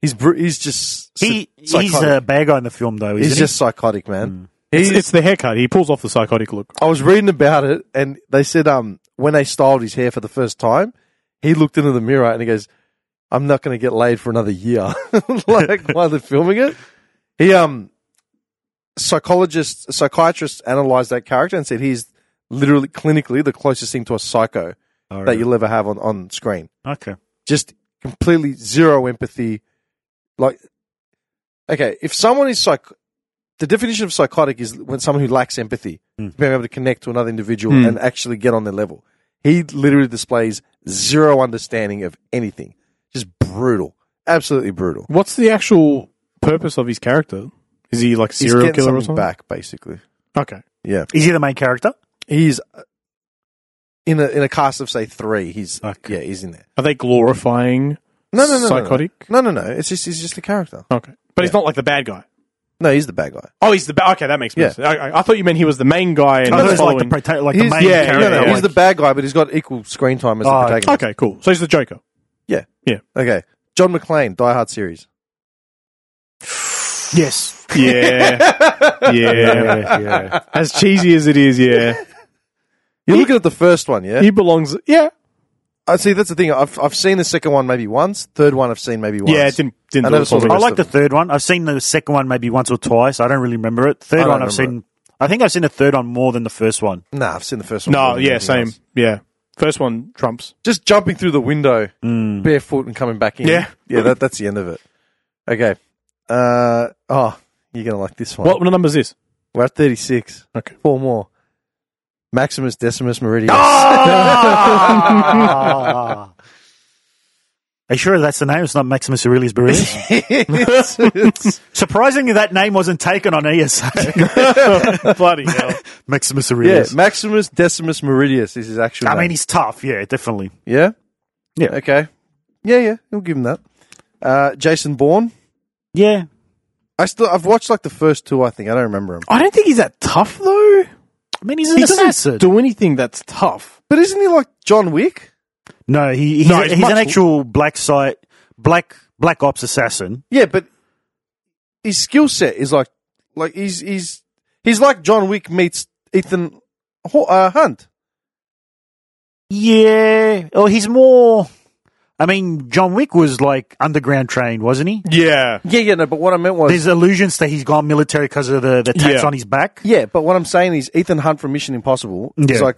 Speaker 1: He's br- he's just
Speaker 3: He
Speaker 1: psy-
Speaker 3: he's
Speaker 1: psychotic.
Speaker 3: the bad guy in the film though.
Speaker 1: he's
Speaker 3: Isn't
Speaker 1: just psychotic, man.
Speaker 2: It's, it's the haircut. He pulls off the psychotic look.
Speaker 1: I was reading about it, and they said um when they styled his hair for the first time, he looked into the mirror and he goes, "I'm not going to get laid for another year." like while they're filming it, he um psychologist psychiatrist analyzed that character and said he's literally clinically the closest thing to a psycho
Speaker 3: he? Oh,
Speaker 1: that
Speaker 3: really?
Speaker 1: you'll ever have on on screen.
Speaker 3: Okay.
Speaker 1: Just completely zero empathy. Like, okay, if someone is psych, the definition of psychotic is when someone who lacks empathy,
Speaker 2: Hmm.
Speaker 1: being able to connect to another individual
Speaker 2: Mm.
Speaker 1: and actually get on their level. He literally displays zero understanding of anything. Just brutal, absolutely brutal.
Speaker 2: What's the actual purpose of his character? Is he like a
Speaker 1: He's
Speaker 2: serial
Speaker 1: getting
Speaker 2: killer or
Speaker 1: something
Speaker 2: something?
Speaker 1: back, basically.
Speaker 2: Okay.
Speaker 1: Yeah,
Speaker 3: Is he the main character?
Speaker 1: he's uh, in a in a cast of say three. He's
Speaker 3: Okay.
Speaker 1: yeah, he's in there.
Speaker 2: Are they glorifying
Speaker 1: No, no, no, no,
Speaker 2: psychotic?
Speaker 1: No, no, no. It's just he's just a character.
Speaker 2: Okay. But he's not like the bad guy.
Speaker 1: No, he's the bad guy.
Speaker 2: Oh, he's the ba- okay. That makes
Speaker 1: Yeah.
Speaker 2: sense. I, I, I thought you meant he was the main guy and
Speaker 3: I thought
Speaker 2: he's
Speaker 3: it's like the,
Speaker 2: following.
Speaker 3: prota- like the
Speaker 1: He's-
Speaker 3: main
Speaker 2: yeah,
Speaker 1: No,
Speaker 3: character.
Speaker 1: no, he's
Speaker 3: like-
Speaker 1: the bad guy, but he's got equal screen time as the
Speaker 3: Oh, okay.
Speaker 1: protagonist.
Speaker 2: okay, cool. So he's the Joker.
Speaker 1: Okay. John McClane, Die Hard series.
Speaker 3: yes.
Speaker 2: Yeah, yeah.
Speaker 3: Yeah, yeah.
Speaker 2: As cheesy as it is, yeah,
Speaker 1: You're looking at the first one, yeah?
Speaker 2: he belongs. Yeah,
Speaker 1: I see. That's the thing. I've I've seen the second one maybe once. Third one I've seen maybe once.
Speaker 2: yeah. It didn't didn't.
Speaker 1: I
Speaker 2: do
Speaker 1: never
Speaker 2: it
Speaker 1: saw
Speaker 2: for me.
Speaker 1: the
Speaker 3: I
Speaker 1: rest
Speaker 3: like
Speaker 1: of
Speaker 3: the third one. I've seen the second one maybe once or twice. I don't really remember it.
Speaker 1: I
Speaker 3: Third
Speaker 1: don't
Speaker 3: one I've seen.
Speaker 1: remember
Speaker 3: I think I've seen the third one more than the first one.
Speaker 1: Nah, I've seen the first one. more
Speaker 2: No,
Speaker 1: than
Speaker 2: yeah,
Speaker 1: anything
Speaker 2: same.
Speaker 1: else.
Speaker 2: Yeah, first one trumps.
Speaker 1: Just jumping through the window barefoot and coming back in.
Speaker 2: Mm. Yeah.
Speaker 1: yeah. That, that's the end of it. Okay. Uh oh, you're gonna like this one.
Speaker 2: What number is this?
Speaker 1: We're at 36.
Speaker 2: Okay.
Speaker 1: Four more. Maximus Decimus Meridius.
Speaker 3: Ah! Are you sure that's the name? It's not Maximus Aurelius Boreas?
Speaker 1: It's- it's-
Speaker 3: Surprisingly, that name wasn't taken on ESA.
Speaker 2: Bloody hell!
Speaker 3: Maximus
Speaker 1: yeah,
Speaker 3: Aurelius.
Speaker 1: Maximus Decimus Meridius is his actual
Speaker 3: I
Speaker 1: name.
Speaker 3: mean, he's tough. Yeah, definitely.
Speaker 1: yeah?
Speaker 3: Yeah.
Speaker 1: Okay. Yeah, yeah. We'll give him that. Uh, Jason Bourne.
Speaker 3: Yeah.
Speaker 1: I still I've watched like the first two, I think. I don't remember him.
Speaker 2: I don't think he's that tough though.
Speaker 3: I mean, he's an
Speaker 2: He
Speaker 3: assassin.
Speaker 2: doesn't do anything that's tough.
Speaker 1: But isn't he like John Wick?
Speaker 3: no, he, he's,
Speaker 2: No,
Speaker 3: he's,
Speaker 2: he's
Speaker 3: an
Speaker 2: much-
Speaker 3: actual black site, black black ops assassin.
Speaker 1: Yeah, but his skill set is like like he's he's he's like John Wick meets Ethan Ho- uh, Hunt.
Speaker 3: Yeah. Oh, he's more. I mean, John Wick was like underground trained, wasn't he?
Speaker 2: Yeah,
Speaker 1: Yeah, yeah, no, but what I meant was
Speaker 3: There's allusions that he's gone military because of the, the tats
Speaker 2: Yeah.
Speaker 3: on his back.
Speaker 1: Yeah, but what I'm saying is Ethan Hunt from Mission Impossible is
Speaker 3: Yeah.
Speaker 1: like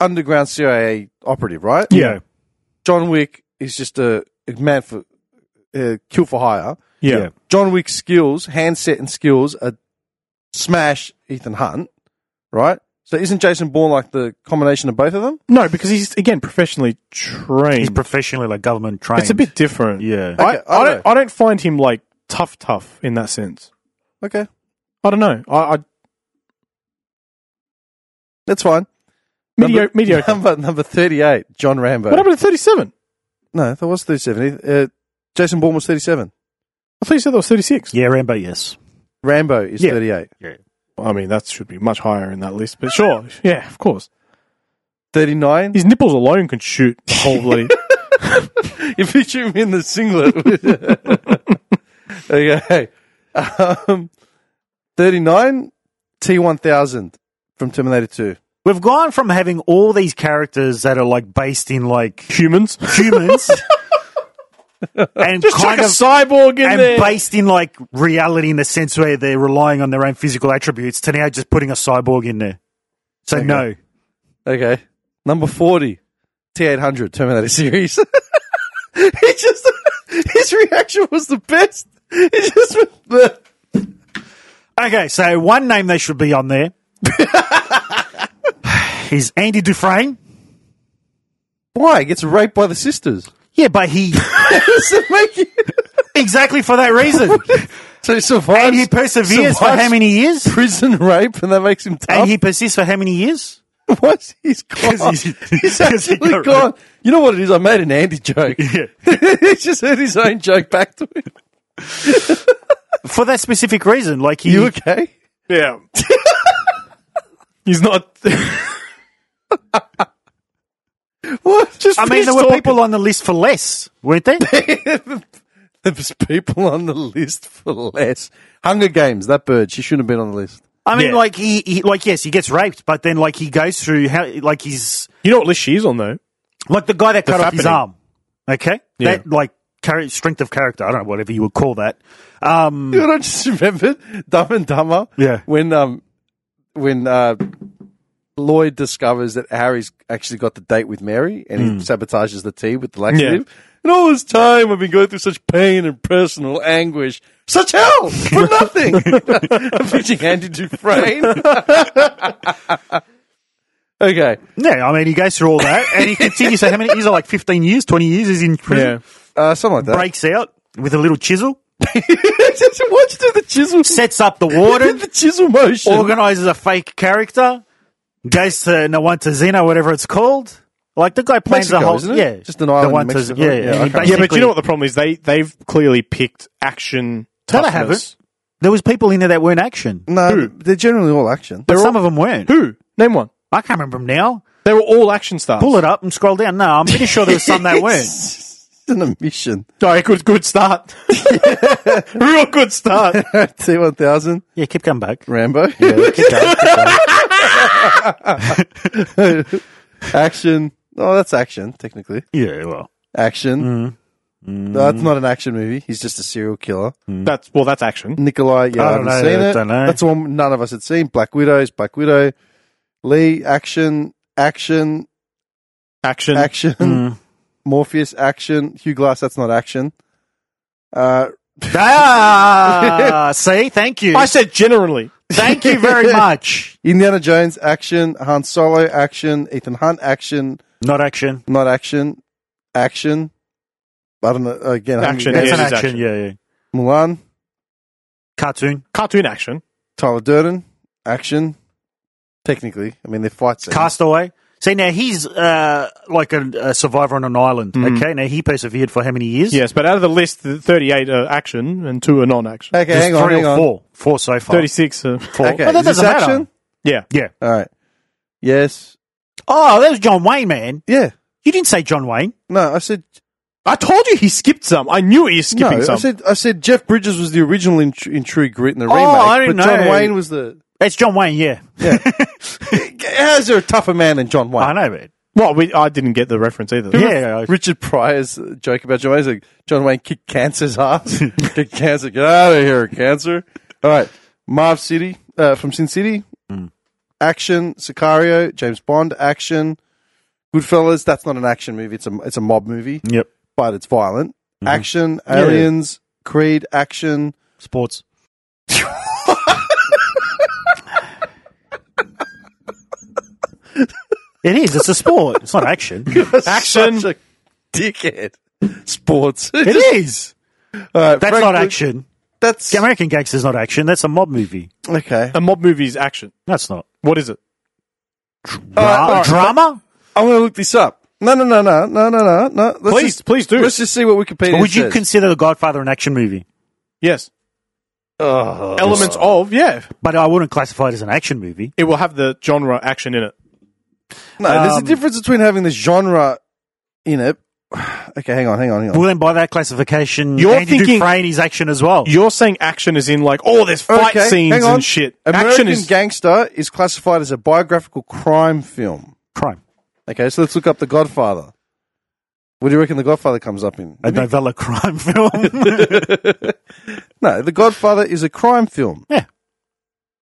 Speaker 1: underground CIA operative, right?
Speaker 2: yeah,
Speaker 1: John Wick is just a, a man for uh, kill for hire.
Speaker 2: yeah,
Speaker 3: Yeah.
Speaker 1: John Wick's skills, handset and skills, are smash Ethan Hunt, right? So isn't Jason Bourne like the combination of both of them?
Speaker 2: No, because he's again professionally
Speaker 3: He's
Speaker 2: trained.
Speaker 3: professionally like government trained.
Speaker 2: it's a bit different.
Speaker 3: Yeah.
Speaker 1: Okay,
Speaker 2: I,
Speaker 1: I
Speaker 2: I
Speaker 1: don't
Speaker 2: don't. I don't find him like tough, tough in that sense.
Speaker 1: Okay,
Speaker 2: I don't know. I, I
Speaker 1: that's fine.
Speaker 2: medio, mediocre.
Speaker 1: Number number thirty-eight, John Rambo.
Speaker 2: what happened to thirty-seven?
Speaker 1: no, that was thirty-seven. Uh, Jason Bourne was thirty-seven.
Speaker 2: I thought you said that was thirty-six.
Speaker 3: Yeah, Rambo, yes.
Speaker 1: Rambo is
Speaker 3: Yeah.
Speaker 1: thirty-eight.
Speaker 2: I mean, that should be much higher in that list. But sure, yeah, of course.
Speaker 1: Thirty-nine.
Speaker 2: His nipples alone can shoot the whole bloody.
Speaker 1: you picture him in the singlet. okay. Um, 39, T1000 from Terminator 2.
Speaker 3: We've gone from having all these characters that are like based in like
Speaker 2: humans.
Speaker 3: humans and
Speaker 2: Just chuck
Speaker 3: kind
Speaker 2: a
Speaker 3: of
Speaker 2: cyborg in
Speaker 3: and
Speaker 2: there.
Speaker 3: based in like reality in the sense where they're relying on their own physical attributes to now just putting a cyborg in there. So no.
Speaker 1: Okay. Number 40, T800 Terminator series. he just, his reaction was the best. He just went, "Bleh."
Speaker 3: Okay, so one name they should be on there is Andy Dufresne.
Speaker 1: why? He gets raped by the sisters.
Speaker 3: Yeah, but he
Speaker 1: Does it make you-
Speaker 3: exactly for that reason.
Speaker 1: so he survives.
Speaker 3: and he perseveres for
Speaker 1: survives
Speaker 3: how many years?
Speaker 1: Prison rape, and that makes him
Speaker 2: Oh.
Speaker 1: tough.
Speaker 3: And he persists for how many years?
Speaker 1: What's he's gone?
Speaker 3: he's-
Speaker 1: He's,
Speaker 3: 'cause he
Speaker 1: actually
Speaker 3: got
Speaker 1: gone. You know what it is? I made an Andy joke.
Speaker 3: Yeah.
Speaker 1: he's just heard his own joke back to me.
Speaker 3: For that specific reason. Like he
Speaker 1: You okay?
Speaker 2: yeah. he's not.
Speaker 1: What? Just
Speaker 3: I mean there
Speaker 1: finished
Speaker 3: were
Speaker 1: talking.
Speaker 3: people on the list for less, weren't there?
Speaker 1: There was people on the list for less. Hunger Games. That bird. She shouldn't have been on the list.
Speaker 3: I mean
Speaker 2: Yeah.
Speaker 3: like he, he like yes, he gets raped, but then like he goes through how like he's
Speaker 2: you know what list she's on though?
Speaker 3: Like the guy that cut off his
Speaker 2: fappening.
Speaker 3: arm. Okay?
Speaker 2: Yeah.
Speaker 3: That, like, char- strength of character. I don't know, whatever you would call that. Um,
Speaker 1: You know what I just remembered? Dumb and Dumber.
Speaker 3: Yeah.
Speaker 1: When um, when uh, Lloyd discovers that Harry's actually got the date with Mary and he sabotages the tea with the laxative. And all this time I've been going through such pain and personal anguish. Such hell for nothing. I'm pitching Andy Dufresne. okay.
Speaker 3: yeah, I mean, he goes through all that and he continues. So, how many years? Oh, Like 15 years, 20 years is in prison.
Speaker 1: Uh, something like that.
Speaker 3: Breaks out with a little chisel,
Speaker 1: Why'd you do the chisel?
Speaker 3: sets up the
Speaker 1: Did
Speaker 3: warden,
Speaker 1: the chisel motion.
Speaker 3: organizes a fake character, goes to Nahuantazina, whatever it's called. Like, the guy plans
Speaker 1: Mexico,
Speaker 3: a whole.
Speaker 1: isn't it?
Speaker 3: Yeah.
Speaker 1: Just an island in
Speaker 3: Nahuantaz-
Speaker 1: Mexico.
Speaker 3: Yeah,
Speaker 1: Yeah,
Speaker 3: and he
Speaker 1: okay.
Speaker 2: Yeah, but
Speaker 3: basically-
Speaker 2: you know what the problem is? They they've clearly picked action.
Speaker 3: No, they
Speaker 2: toughness.
Speaker 3: There was people in there that weren't action.
Speaker 1: No, Mm, they're generally all action.
Speaker 3: But some of them weren't.
Speaker 2: Who? Name one.
Speaker 3: I can't remember them now.
Speaker 2: They were all action stars.
Speaker 3: Pull it up and scroll down. No, I'm pretty sure there was some that weren't.
Speaker 1: It's an omission.
Speaker 2: Sorry, good, good start. Real good start.
Speaker 1: T one thousand
Speaker 3: Yeah, keep coming back.
Speaker 1: Rambo action. Oh, that's action technically.
Speaker 3: Yeah, well.
Speaker 1: Action.
Speaker 3: Mm-hmm.
Speaker 1: Mm. No, that's not an action movie. He's just a serial killer.
Speaker 2: That's well, that's action.
Speaker 1: Nikolai, yeah, I,
Speaker 3: I
Speaker 1: haven't
Speaker 3: don't know,
Speaker 1: seen
Speaker 3: I
Speaker 1: it.
Speaker 3: don't know.
Speaker 1: That's the one none of us had seen. Black Widow's Black Widow. Lee, action, action,
Speaker 2: Action.
Speaker 1: action.
Speaker 3: Mm.
Speaker 1: Morpheus, action. Hugh Glass, that's not action. Uh,
Speaker 3: Ah, see, thank you.
Speaker 2: I said generally.
Speaker 3: Thank you very much.
Speaker 1: Indiana Jones, action. Han Solo, action. Ethan Hunt, action.
Speaker 3: Not action.
Speaker 1: Not action. Action. I don't know. Again, I haven't-
Speaker 2: Action,
Speaker 3: That's
Speaker 2: yeah.
Speaker 3: an
Speaker 2: it is
Speaker 3: action.
Speaker 2: action.
Speaker 3: Yeah, yeah.
Speaker 1: Mulan,
Speaker 3: Cartoon.
Speaker 2: Cartoon action.
Speaker 1: Tyler Durden, action. Technically, I mean, they're fight scenes.
Speaker 3: Castaway. See, now he's uh, like a, a survivor on an island.
Speaker 1: Mm.
Speaker 3: Okay, now he persevered for how many years?
Speaker 2: Yes, but out of the list, the thirty-eight are action and two are non-action.
Speaker 1: Okay,
Speaker 3: Just
Speaker 1: hang on,
Speaker 3: three
Speaker 1: hang
Speaker 3: or
Speaker 1: on.
Speaker 3: four. Four so far.
Speaker 2: Thirty-six. Are,
Speaker 3: Four.
Speaker 1: Okay,
Speaker 3: Well, that
Speaker 1: is this
Speaker 3: doesn't matter.
Speaker 1: action?
Speaker 2: yeah.
Speaker 3: Yeah.
Speaker 1: All right. Yes.
Speaker 3: Oh, that was John Wayne, man.
Speaker 1: Yeah.
Speaker 3: You didn't say John Wayne.
Speaker 1: No, I said
Speaker 2: I told you he skipped some. I knew he was skipping
Speaker 1: no.
Speaker 2: some.
Speaker 1: I said I said Jeff Bridges was the original in, in True Grit in the remake,
Speaker 3: Oh, I didn't
Speaker 1: but John
Speaker 3: know.
Speaker 1: Wayne was the.
Speaker 3: It's John Wayne, yeah.
Speaker 1: How's there a tougher man than John Wayne?
Speaker 3: I know, man.
Speaker 2: well, we, I didn't get the reference either.
Speaker 3: Yeah. I-
Speaker 1: Richard Pryor's uh, joke about John Wayne is like John Wayne kicked cancer's ass. Kick cancer, get out of here, cancer. All right, Marv City uh, from Sin City, action Sicario, James Bond, action Goodfellas. That's not an action movie. It's a it's a mob movie,
Speaker 3: Yep.
Speaker 1: but it's violent. Action Aliens, Creed, action.
Speaker 3: Sports. it is. It's a sport. It's not action.
Speaker 2: Action.
Speaker 1: Such a dickhead. Sports. It
Speaker 3: It is. That's not action.
Speaker 1: That's
Speaker 3: The American Gangster's not action. That's a mob movie.
Speaker 1: okay.
Speaker 2: A mob movie is action.
Speaker 3: That's not.
Speaker 2: What is it?
Speaker 3: Dra- drama?
Speaker 1: I'm going to look this up. No, no, no, no, no, no, no, no. Let's
Speaker 2: Please,
Speaker 1: just,
Speaker 2: please do.
Speaker 1: Let's just see what Wikipedia
Speaker 3: Or would you
Speaker 1: says.
Speaker 3: consider The Godfather an action movie?
Speaker 2: Yes.
Speaker 1: Oh.
Speaker 2: Elements of yeah.
Speaker 3: But I wouldn't classify it as an action movie.
Speaker 2: It will have the genre action in it.
Speaker 1: No, there's a
Speaker 3: Um,
Speaker 1: difference between having this genre in it. Okay, hang on, hang on, hang on.
Speaker 3: Well, then by that classification,
Speaker 2: You're
Speaker 3: Andy
Speaker 2: thinking-
Speaker 3: Dufresne is action as well.
Speaker 2: You're saying action is in like oh, there's fight
Speaker 1: okay,
Speaker 2: scenes
Speaker 1: hang on.
Speaker 2: and shit.
Speaker 1: American
Speaker 2: action is
Speaker 1: Gangster is classified as a biographical crime film.
Speaker 3: Crime.
Speaker 1: Okay, so let's look up The Godfather. What do you reckon The Godfather comes up in?
Speaker 3: A novella crime film.
Speaker 1: No, The Godfather is a crime film.
Speaker 3: Yeah.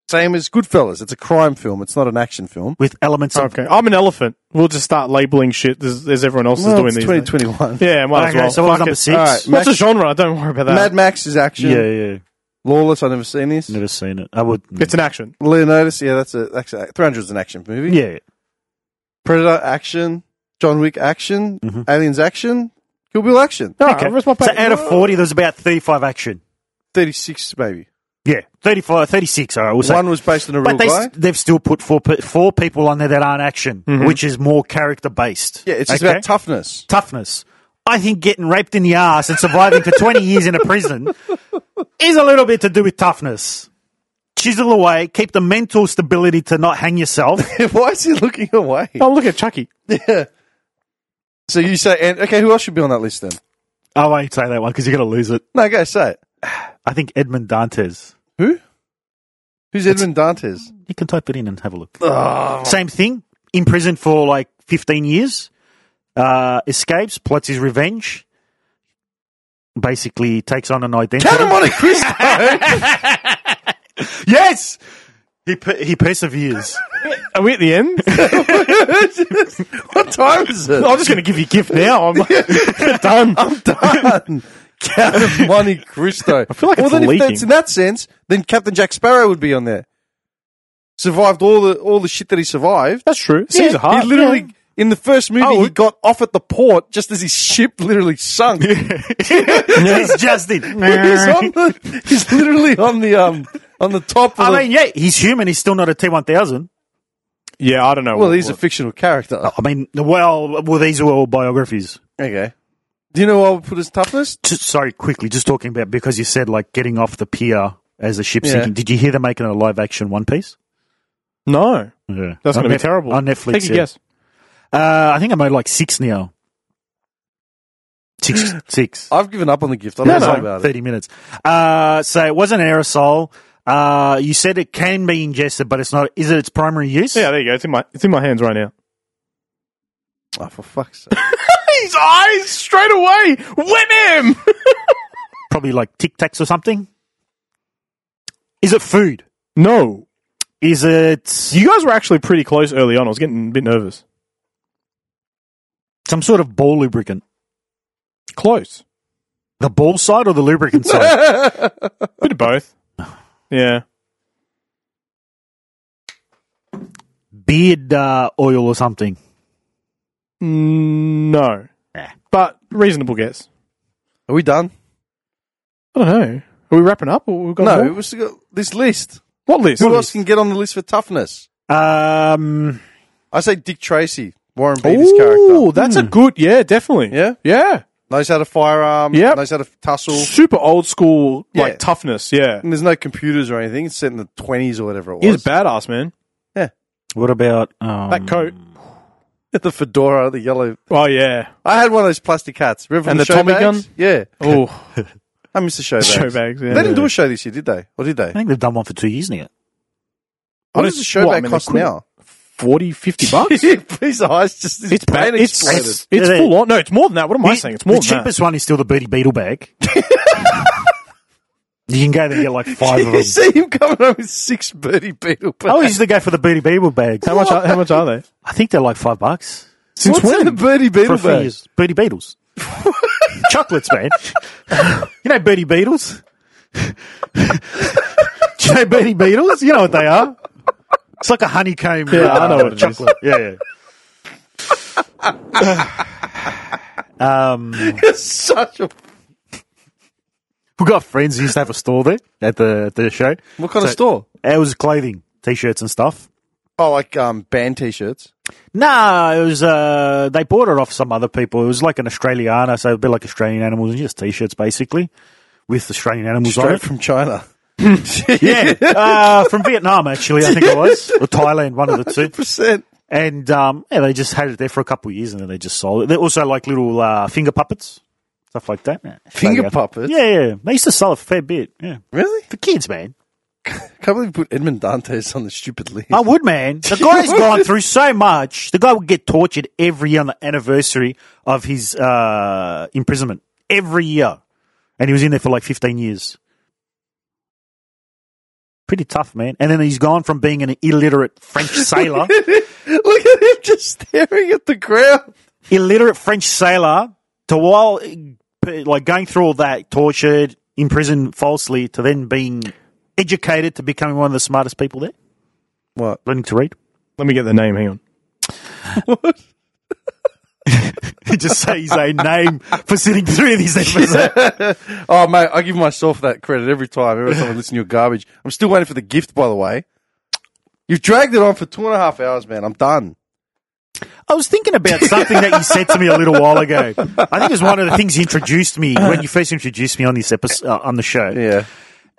Speaker 1: Same as Goodfellas. It's a crime film. It's not an action film.
Speaker 3: with elements of.
Speaker 2: okay. I'm an elephant. We'll just start labeling shit as, as everyone else
Speaker 1: Well,
Speaker 2: is
Speaker 1: it's
Speaker 2: doing these.
Speaker 1: 2021.
Speaker 2: days. Yeah, might as
Speaker 3: Okay,
Speaker 2: well.
Speaker 3: so what was
Speaker 2: Fuck
Speaker 3: number
Speaker 2: it.
Speaker 3: six?
Speaker 1: Alright,
Speaker 2: What's
Speaker 1: Max-
Speaker 2: a genre? Don't worry about that.
Speaker 1: Mad Max is action.
Speaker 3: Yeah, yeah.
Speaker 1: Lawless, I've never seen this.
Speaker 3: Never seen it. I would.
Speaker 2: It's an action.
Speaker 1: Leonidas, yeah, that's a, that's a 300 is an action movie.
Speaker 3: yeah.
Speaker 1: Predator, action. John Wick, action.
Speaker 3: Mm-hmm.
Speaker 1: Aliens, action. Kill Bill, action.
Speaker 2: Alright, where's my
Speaker 3: So
Speaker 2: paper?
Speaker 3: out of 40, there's about 35 action.
Speaker 1: 36, maybe.
Speaker 3: Yeah. 35, 36, all right, we'll say.
Speaker 1: One was based on a real
Speaker 3: but they,
Speaker 1: guy.
Speaker 3: s- they've still put four, pe- four people on there that aren't action,
Speaker 2: Mm-hmm.
Speaker 3: which is more character based.
Speaker 1: yeah, it's just about toughness.
Speaker 3: toughness. I think getting raped in the ass and surviving for 20 years in a prison is a little bit to do with toughness. Chisel away, keep the mental stability to not hang yourself.
Speaker 1: Why is he looking away?
Speaker 2: Oh, look at Chucky.
Speaker 1: So you say, and okay, who else should be on that list then?
Speaker 3: I won't say that one because you're going to lose it.
Speaker 1: No, go say it.
Speaker 3: I think Edmund Dantes.
Speaker 1: Who? Who's Edmund Dantes?
Speaker 3: You can type it in and have a look. Same thing. In prison for like 15 years. Uh, escapes, plots his revenge. Basically takes on an identity.
Speaker 1: Count of Monte Cristo!
Speaker 3: Yes! He, per- he perseveres.
Speaker 2: Are we at the end?
Speaker 1: what time is it?
Speaker 2: I'm just going to give you a gift now. I'm done.
Speaker 1: I'm done. Count of Monte Cristo. I
Speaker 2: feel like
Speaker 1: well,
Speaker 2: it's
Speaker 1: then
Speaker 2: leaking.
Speaker 1: if that's in that sense, then Captain Jack Sparrow would be on there. Survived all the all the shit that he survived.
Speaker 2: That's true. Caesar
Speaker 1: Yeah,
Speaker 2: Hart.
Speaker 1: He literally in the first movie
Speaker 2: Oh,
Speaker 1: he got off at the port just as his ship literally sunk.
Speaker 3: It's Justin.
Speaker 1: he's on the, he's literally on the um on the top of
Speaker 3: I
Speaker 1: the,
Speaker 3: mean, yeah, he's human. He's still not a T one thousand.
Speaker 2: Yeah, I don't know.
Speaker 1: Well,
Speaker 2: what-
Speaker 1: he's a
Speaker 2: what-
Speaker 1: fictional character.
Speaker 2: Oh.
Speaker 3: I mean, well, well, these are all biographies.
Speaker 1: Okay. Do you know what I would put as toughness?
Speaker 3: Just, sorry, quickly, just talking about because you said like getting off the pier as the ship's
Speaker 1: Yeah.
Speaker 3: sinking. Did you hear them making a live action One Piece?
Speaker 2: No,
Speaker 3: Yeah.
Speaker 2: That's
Speaker 3: On
Speaker 2: gonna be
Speaker 3: Nef-
Speaker 2: terrible.
Speaker 3: On Netflix.
Speaker 2: take a
Speaker 3: yeah.
Speaker 2: guess.
Speaker 3: Uh, I think I made like six now. Six. six.
Speaker 1: I've given up on the gift. I
Speaker 2: No,
Speaker 1: don't
Speaker 2: no.
Speaker 1: know
Speaker 3: Like
Speaker 1: about it.
Speaker 3: 30 minutes. Uh, so it wasn't aerosol. Uh, you said it can be ingested, but it's not. Is it its primary use?
Speaker 2: Yeah, there you go. It's in my it's in my hands right now.
Speaker 1: Oh, for fuck's sake.
Speaker 2: His eyes straight away. Whip him.
Speaker 3: Probably like Tic Tacs or something. Is it food?
Speaker 2: No,
Speaker 3: Is it
Speaker 2: you guys were actually pretty close early on. I was getting a bit nervous.
Speaker 3: some sort of ball lubricant?
Speaker 2: Close.
Speaker 3: The ball side or the lubricant side?
Speaker 2: Bit of both. Yeah.
Speaker 3: Beard uh, oil or something.
Speaker 2: Mm, No.
Speaker 3: Eh.
Speaker 2: But reasonable guess.
Speaker 1: Are we done?
Speaker 2: I don't know. Are we wrapping up? Or we've got
Speaker 1: No,
Speaker 2: more?
Speaker 1: we've still got this list.
Speaker 2: What list?
Speaker 1: Who else can get on the list for toughness?
Speaker 3: Um,
Speaker 1: I say Dick Tracy, Warren Beatty's
Speaker 2: Oh,
Speaker 1: character. Hmm.
Speaker 2: that's a good. Yeah, definitely.
Speaker 1: Yeah?
Speaker 2: Yeah.
Speaker 1: Knows how to firearm.
Speaker 2: Yep.
Speaker 1: Knows how to tussle.
Speaker 2: Super old school, like
Speaker 1: Yeah. Hmm.
Speaker 2: toughness. Yeah.
Speaker 1: And there's no computers or anything. It's set in the 20s or whatever it was.
Speaker 2: He's badass, man.
Speaker 3: what about um,
Speaker 2: That coat.
Speaker 1: the fedora, the yellow.
Speaker 2: Oh, yeah.
Speaker 1: I had one of those plastic hats. Remember
Speaker 2: And
Speaker 1: from
Speaker 2: the Tommy
Speaker 1: showbags?
Speaker 2: gun?
Speaker 1: Yeah.
Speaker 2: Oh,
Speaker 1: I miss the show bags.
Speaker 2: show bags. Yeah.
Speaker 1: They didn't do a show this year, did they? Or did they?
Speaker 3: I think they've done one for two years now.
Speaker 1: What
Speaker 2: I
Speaker 1: does
Speaker 2: don't-
Speaker 1: the show
Speaker 2: well, I
Speaker 1: bag
Speaker 2: mean,
Speaker 1: cost
Speaker 2: they couldn't-
Speaker 1: now?
Speaker 2: 40, 50 bucks?
Speaker 1: Please, eyes just his
Speaker 2: It's
Speaker 1: brain
Speaker 2: bad. It's,
Speaker 1: exploded.
Speaker 2: it's, it's
Speaker 3: Yeah, they-
Speaker 2: full on. No, it's more than that. What am I
Speaker 3: The-
Speaker 2: saying? It's more
Speaker 3: the
Speaker 2: than
Speaker 3: cheapest one is still the Beatty Beetle bag. you can go there and get like five of
Speaker 1: you
Speaker 3: them.
Speaker 1: see him coming up with six birdie beetle.
Speaker 2: Oh,
Speaker 3: I always used to go for the Beatty Beetle bags.
Speaker 2: that. How much, are, how much are they?
Speaker 3: I think they're like five bucks
Speaker 2: Since
Speaker 1: What's in
Speaker 2: when?
Speaker 1: a birdie
Speaker 3: for
Speaker 1: beetle
Speaker 3: a few
Speaker 1: bag?
Speaker 3: years. Beatty Beetles, chocolates, man. you know Beatty Beetles. Do you know Beatty Beetles? You know what they are. It's like a honeycomb.
Speaker 2: Yeah, I know
Speaker 3: uh,
Speaker 2: what it is.
Speaker 3: chocolate. Yeah. yeah. um.
Speaker 1: It's such a
Speaker 3: We got friends who used to have a store there at the at the show.
Speaker 1: what kind
Speaker 3: So-
Speaker 1: of store?
Speaker 3: It was clothing, t-shirts and stuff.
Speaker 1: Oh, like um, band t-shirts.
Speaker 3: Nah, it was uh they bought it off some other people. It was like an Australiana, so a bit like Australian animals and just t-shirts basically with Australian animals on
Speaker 1: Straight
Speaker 3: it.
Speaker 1: from China.
Speaker 3: Yeah, uh, from Vietnam actually, I think it was or Thailand, one of the two.
Speaker 1: percent.
Speaker 3: And um, yeah, they just had it there for a couple of years and then they just sold it. They also like little uh, finger puppets, stuff like that. Yeah.
Speaker 1: Finger puppets?
Speaker 3: Yeah, yeah. They used to sell it for a fair bit. Yeah,
Speaker 1: Really?
Speaker 3: for kids, man.
Speaker 1: Can't believe you put Edmond Dantes on the stupid list.
Speaker 3: I would, man. The guy's gone through so much. The guy would get tortured every year on the anniversary of his uh, imprisonment. Every year. And he was in there for like 15 years. Pretty tough, man. And then he's gone from being an illiterate French sailor,
Speaker 1: Look at him just staring at the ground.
Speaker 3: illiterate French sailor, to while uh, like going through all that, tortured, imprisoned falsely, to then being educated to becoming one of the smartest people there,
Speaker 1: What?
Speaker 3: learning to read.
Speaker 2: Let me get the name. Hang on.
Speaker 3: just say his own name for sitting through these episodes.
Speaker 1: Oh, mate, I give myself that credit every time. Every time I listen to your garbage. I'm still waiting for the gift, by the way. You've dragged it on for two and a half hours, man. I'm done.
Speaker 3: I was thinking about something that you said to me a little while ago. I think it was one of the things you introduced me when you first introduced me on this episode uh, on the show,
Speaker 1: Yeah.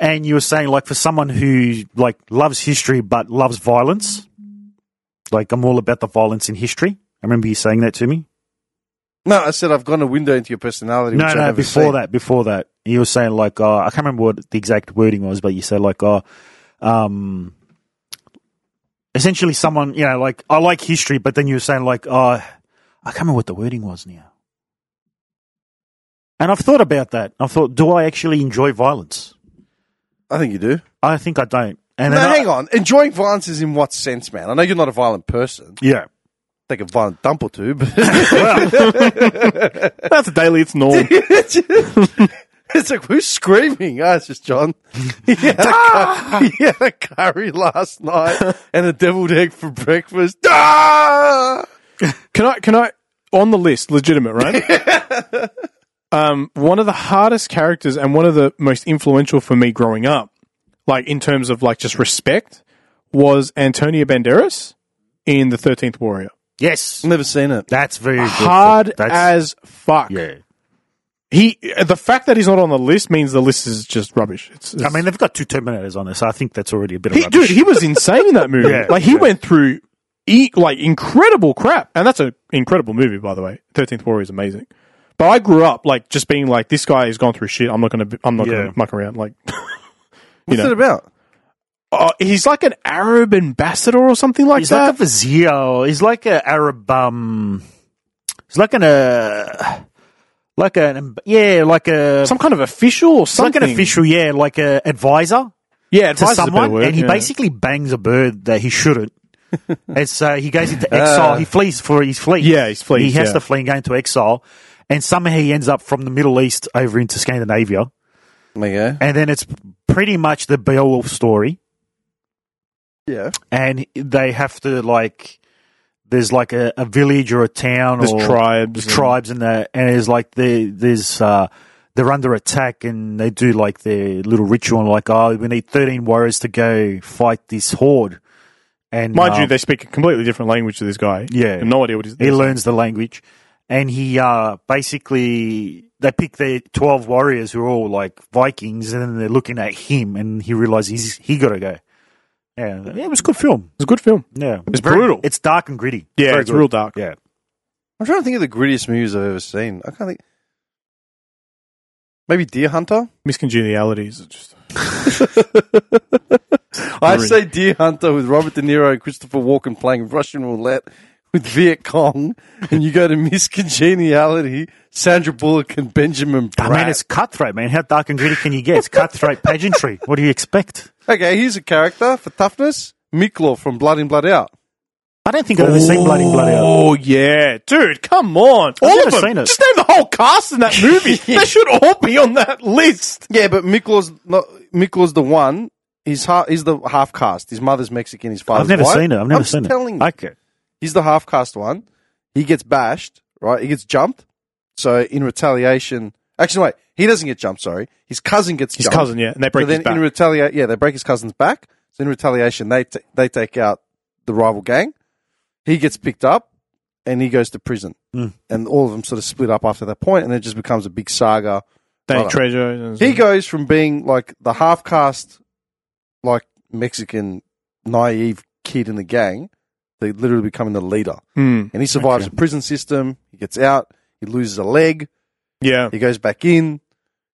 Speaker 3: and you were saying like for someone who like loves history but loves violence, like I'm all about the violence in history. I remember you saying that to me.
Speaker 1: No, I said I've gone a window into your personality.
Speaker 3: No,
Speaker 1: which
Speaker 3: no,
Speaker 1: I've
Speaker 3: before that, before that, you were saying like, uh, I can't remember what the exact wording was, but you said like, uh, um, essentially someone, you know, like I like history, but then you were saying like, uh, I can't remember what the wording was now. And I've thought about that. I thought, do I actually enjoy violence?
Speaker 1: I think you do.
Speaker 3: I think I don't. And
Speaker 1: No,
Speaker 3: then I-
Speaker 1: hang on. Enjoying violence is in what sense, man? I know you're not a violent person.
Speaker 3: Yeah.
Speaker 1: Take a violent dump or two, but
Speaker 2: That's a daily. It's normal.
Speaker 1: it's like who's screaming? Ah, it's just John. He had, a,
Speaker 3: Ah!
Speaker 1: cu- he had a curry last night and a deviled egg for breakfast. Ah!
Speaker 2: Can I? Can I? On the list, legitimate, right? um, one of the hardest characters and one of the most influential for me growing up, like in terms of like just respect, was Antonio Banderas in the Thirteenth Warrior.
Speaker 3: Yes.
Speaker 1: Never seen it.
Speaker 3: That's very good.
Speaker 2: Hard
Speaker 3: That's,
Speaker 2: as fuck.
Speaker 3: yeah.
Speaker 2: he the fact that he's not on the list means the list is just rubbish. It's, it's
Speaker 3: I mean, they've got two Terminators on there, so I think that's already a bit of
Speaker 2: he,
Speaker 3: rubbish.
Speaker 2: dude, he was insane in that movie.
Speaker 3: Yeah,
Speaker 2: like he went through e- like incredible crap, and that's an incredible movie, by the way. Thirteenth Warrior is amazing. But I grew up like just being like, this guy has gone through shit. I'm not gonna, be, I'm not
Speaker 3: Yeah.
Speaker 2: gonna muck around. Like,
Speaker 1: What's
Speaker 2: know.
Speaker 1: it about?
Speaker 2: uh, he's like an Arab ambassador or something like uh,
Speaker 3: he's
Speaker 2: that.
Speaker 3: like a vizier. or He's like an Arab. Um, he's like an uh, like an yeah, like a
Speaker 2: Some kind of official or
Speaker 3: like
Speaker 2: something.
Speaker 3: an official. Yeah, like a advisor
Speaker 2: yeah,
Speaker 3: to
Speaker 2: advisor's a better
Speaker 3: someone,
Speaker 2: word,
Speaker 3: and he
Speaker 2: yeah.
Speaker 3: basically bangs a bird that he shouldn't. and so he goes into exile. he flees for his fleet.
Speaker 2: Uh, Yeah, he's flees,
Speaker 3: He has
Speaker 2: yeah.
Speaker 3: to flee and go into exile, and somehow he ends up from the Middle East over into Scandinavia,
Speaker 1: Okay.
Speaker 3: and then it's pretty much the Beowulf story.
Speaker 1: Yeah.
Speaker 3: and they have to like there's like a, a village or a town
Speaker 2: There's
Speaker 3: or
Speaker 2: tribes
Speaker 3: there's
Speaker 2: and-
Speaker 3: tribes and the and it's like the there's uh they're under attack and they do like their little ritual and like oh we need 13 warriors to go fight this horde and
Speaker 2: Mind
Speaker 3: um,
Speaker 2: you, they speak a completely different language to this guy.
Speaker 3: Yeah.
Speaker 2: I have no idea what he's.
Speaker 3: he learns the language and he uh basically they pick their 12 warriors who are all like vikings and then they're looking at him and he realizes he's, he got to go yeah yeah it was a good film
Speaker 2: It's a good film.
Speaker 3: yeah
Speaker 2: It's brutal.
Speaker 3: it's dark and gritty
Speaker 2: yeah,
Speaker 3: Very
Speaker 2: it's
Speaker 3: good.
Speaker 2: real dark.
Speaker 3: Yeah.
Speaker 1: I'm trying to think of the grittiest movies I've ever seen. I can't think. Maybe Deer Hunter.
Speaker 2: Miscongenialities. are Just
Speaker 1: I
Speaker 2: Gritty.
Speaker 1: say Deer Hunter with Robert De Niro and Christopher Walken playing Russian roulette with Viet Cong, and you go to Miss Congeniality, Sandra Bullock and Benjamin Bratt.
Speaker 3: I mean, it's cutthroat, man. How dark and gritty can you get? It's cutthroat pageantry. What do you expect?
Speaker 1: okay, here's a character for toughness. Miklo from Blood in Blood Out.
Speaker 3: I don't think I've ever seen Bloody Bloody Out.
Speaker 2: Oh yeah, dude, come on!
Speaker 3: I've
Speaker 2: all
Speaker 3: never
Speaker 2: of them.
Speaker 3: seen it.
Speaker 2: Just name the whole cast in that movie. they should all be on that list.
Speaker 1: Yeah, but Miklo's not Miklo's the one. He's half, he's the half caste. His mother's Mexican. His
Speaker 2: Oh,
Speaker 1: father's
Speaker 3: I've never
Speaker 1: white.
Speaker 3: seen it. I've never
Speaker 1: I'm
Speaker 3: seen
Speaker 1: just telling
Speaker 3: it.
Speaker 1: you.
Speaker 3: Okay.
Speaker 1: He's the half caste one. He gets bashed, right? He gets jumped. So in retaliation, actually, wait, he doesn't get jumped. Sorry, his cousin gets
Speaker 2: His
Speaker 1: jumped.
Speaker 2: cousin, yeah, and they break
Speaker 1: so then
Speaker 2: his back.
Speaker 1: in retaliation, yeah, they break his cousin's back. So in retaliation, they t- they take out the rival gang. He gets picked up, and he goes to prison.
Speaker 2: Hmm.
Speaker 1: And all of them sort of split up after that point, and it just becomes a big saga.
Speaker 2: they
Speaker 1: Hold on.
Speaker 2: treasure. and-
Speaker 1: He goes from being like the half caste, like Mexican naive kid in the gang, to literally becoming the leader.
Speaker 2: Mm,
Speaker 1: And he survives the prison system. He gets out. He loses a leg.
Speaker 2: yeah,
Speaker 1: He goes back in.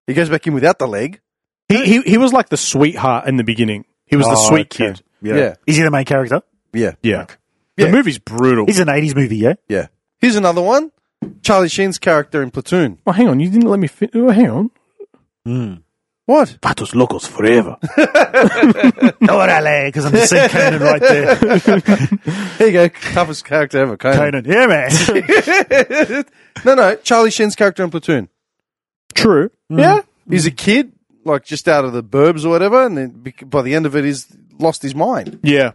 Speaker 1: He goes back in without the leg.
Speaker 2: he, he he was like the sweetheart in the beginning. He was the
Speaker 3: Oh,
Speaker 2: sweet
Speaker 3: okay.
Speaker 2: kid.
Speaker 1: Yeah. Yeah.
Speaker 3: Is he the main character?
Speaker 1: Yeah.
Speaker 2: Yeah.
Speaker 1: Yeah.
Speaker 2: the movie's brutal.
Speaker 3: He's an 80s movie, yeah?
Speaker 1: Here's another one. Charlie Sheen's character in Platoon.
Speaker 2: Oh, hang on, you didn't let me. Fin- oh, hang on.
Speaker 1: What?
Speaker 2: Patos locos forever.
Speaker 3: Orale, because I'm just seeing Conan right there.
Speaker 1: There you go. Toughest character ever. Conan.
Speaker 3: Conan. Yeah, man.
Speaker 1: no, no. Charlie Sheen's character in Platoon.
Speaker 2: True.
Speaker 3: Mm-hmm.
Speaker 2: Yeah.
Speaker 1: He's a kid, like just out of the burbs or whatever, and then bec- by the end of it, he's lost his mind.
Speaker 2: Yeah.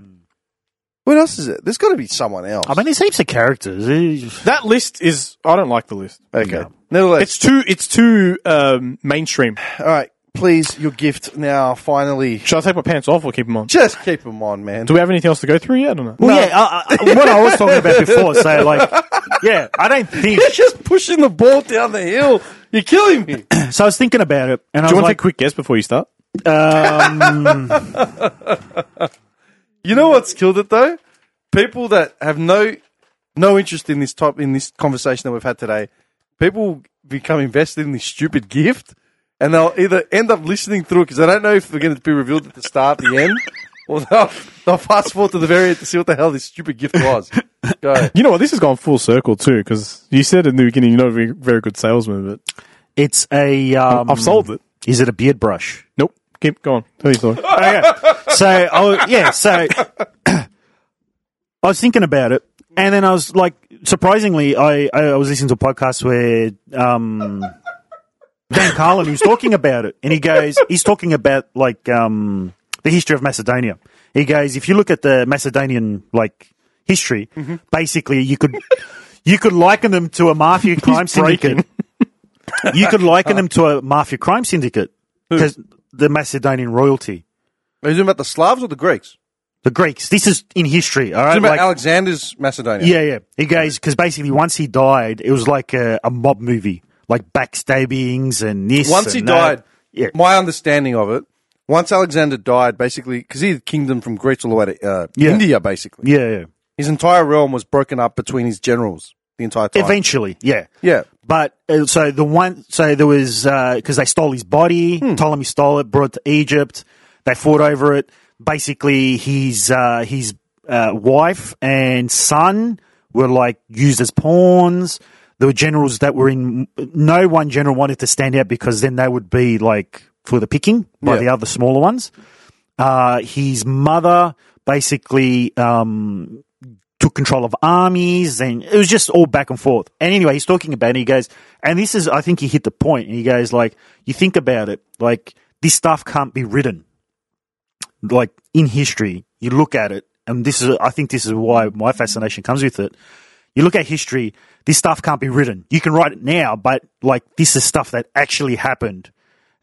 Speaker 1: What else is it? There's got to be someone else.
Speaker 3: I mean, there's heaps of characters. He's-
Speaker 2: That list is. I don't like the list.
Speaker 1: okay.
Speaker 3: No.
Speaker 1: Nevertheless,
Speaker 2: It's too. It's too um, mainstream.
Speaker 1: all right. Please, your gift now. Finally,
Speaker 2: Should I take my pants off or keep them on?
Speaker 1: just keep them on, man.
Speaker 2: Do we have anything else to go through yet? I don't know.
Speaker 3: Well, yeah, I, I, what I was talking about before, so like, yeah, I don't think.
Speaker 1: You're just pushing the ball down the hill. You're killing me.
Speaker 3: So I was thinking about it, and I
Speaker 2: Do you
Speaker 3: was
Speaker 2: want to
Speaker 3: like,
Speaker 2: take a quick guess before you start?
Speaker 1: You know what's killed it though? People that have no no interest in this top in this conversation that we've had today, people become invested in this stupid gift, and they'll either end up listening through because they don't know if they're going to be revealed at the start, the end, or they'll, they'll fast forward to the very end to see what the hell this stupid gift was. Go.
Speaker 2: You know what? This has gone full circle too, because you said in the beginning you're not a very, very good salesman, but
Speaker 3: it's a. Um,
Speaker 2: I've sold it.
Speaker 3: Is it a beard brush?
Speaker 2: Nope. Keep going. Tell your story.
Speaker 3: So, oh yeah, so I was thinking about it, and then I was like, surprisingly, I, I was listening to a podcast where um, Dan Carlin he was talking about it, and he goes, he's talking about like um, the history of Macedonia. He goes, if you look at the Macedonian like history, basically you could you could liken them to a mafia crime syndicate. you could liken them to a mafia crime syndicate because the Macedonian royalty.
Speaker 1: Are you talking about the Slavs or the Greeks?
Speaker 3: The Greeks. This is in history, all
Speaker 1: Talking about
Speaker 3: right? Like-
Speaker 1: Alexander's Macedonia.
Speaker 3: yeah, yeah. He goes because basically once he died, it was like a, a mob movie. like backstabbings and this.
Speaker 1: Once he
Speaker 3: and that.
Speaker 1: died,
Speaker 3: yeah,
Speaker 1: my understanding of it, once Alexander died, basically, because he had kingdom from Greece all the way to uh,
Speaker 3: Yeah.
Speaker 1: India, basically.
Speaker 3: yeah, yeah.
Speaker 1: His entire realm was broken up between his generals the entire time.
Speaker 3: Eventually, yeah.
Speaker 1: yeah.
Speaker 3: But uh, so the one, so there was because they stole his body.
Speaker 1: Hmm.
Speaker 3: Ptolemy stole it, brought it to Egypt. They fought over it. Basically, his uh, his uh, wife and son were like used as pawns. There were generals that were in. No one general wanted to stand out because then they would be like for the picking by
Speaker 1: Yeah.
Speaker 3: the other smaller ones. Uh, his mother basically um, took control of armies and it was just all back and forth. And anyway, he's talking about it. he goes, and this is, I think he hit the point and he goes like, you think about it, like this stuff can't be written. Like in history, you look at it and this is, I think this is why my fascination comes with it. You look at history, this stuff can't be written. You can write it now, but like this is stuff that actually happened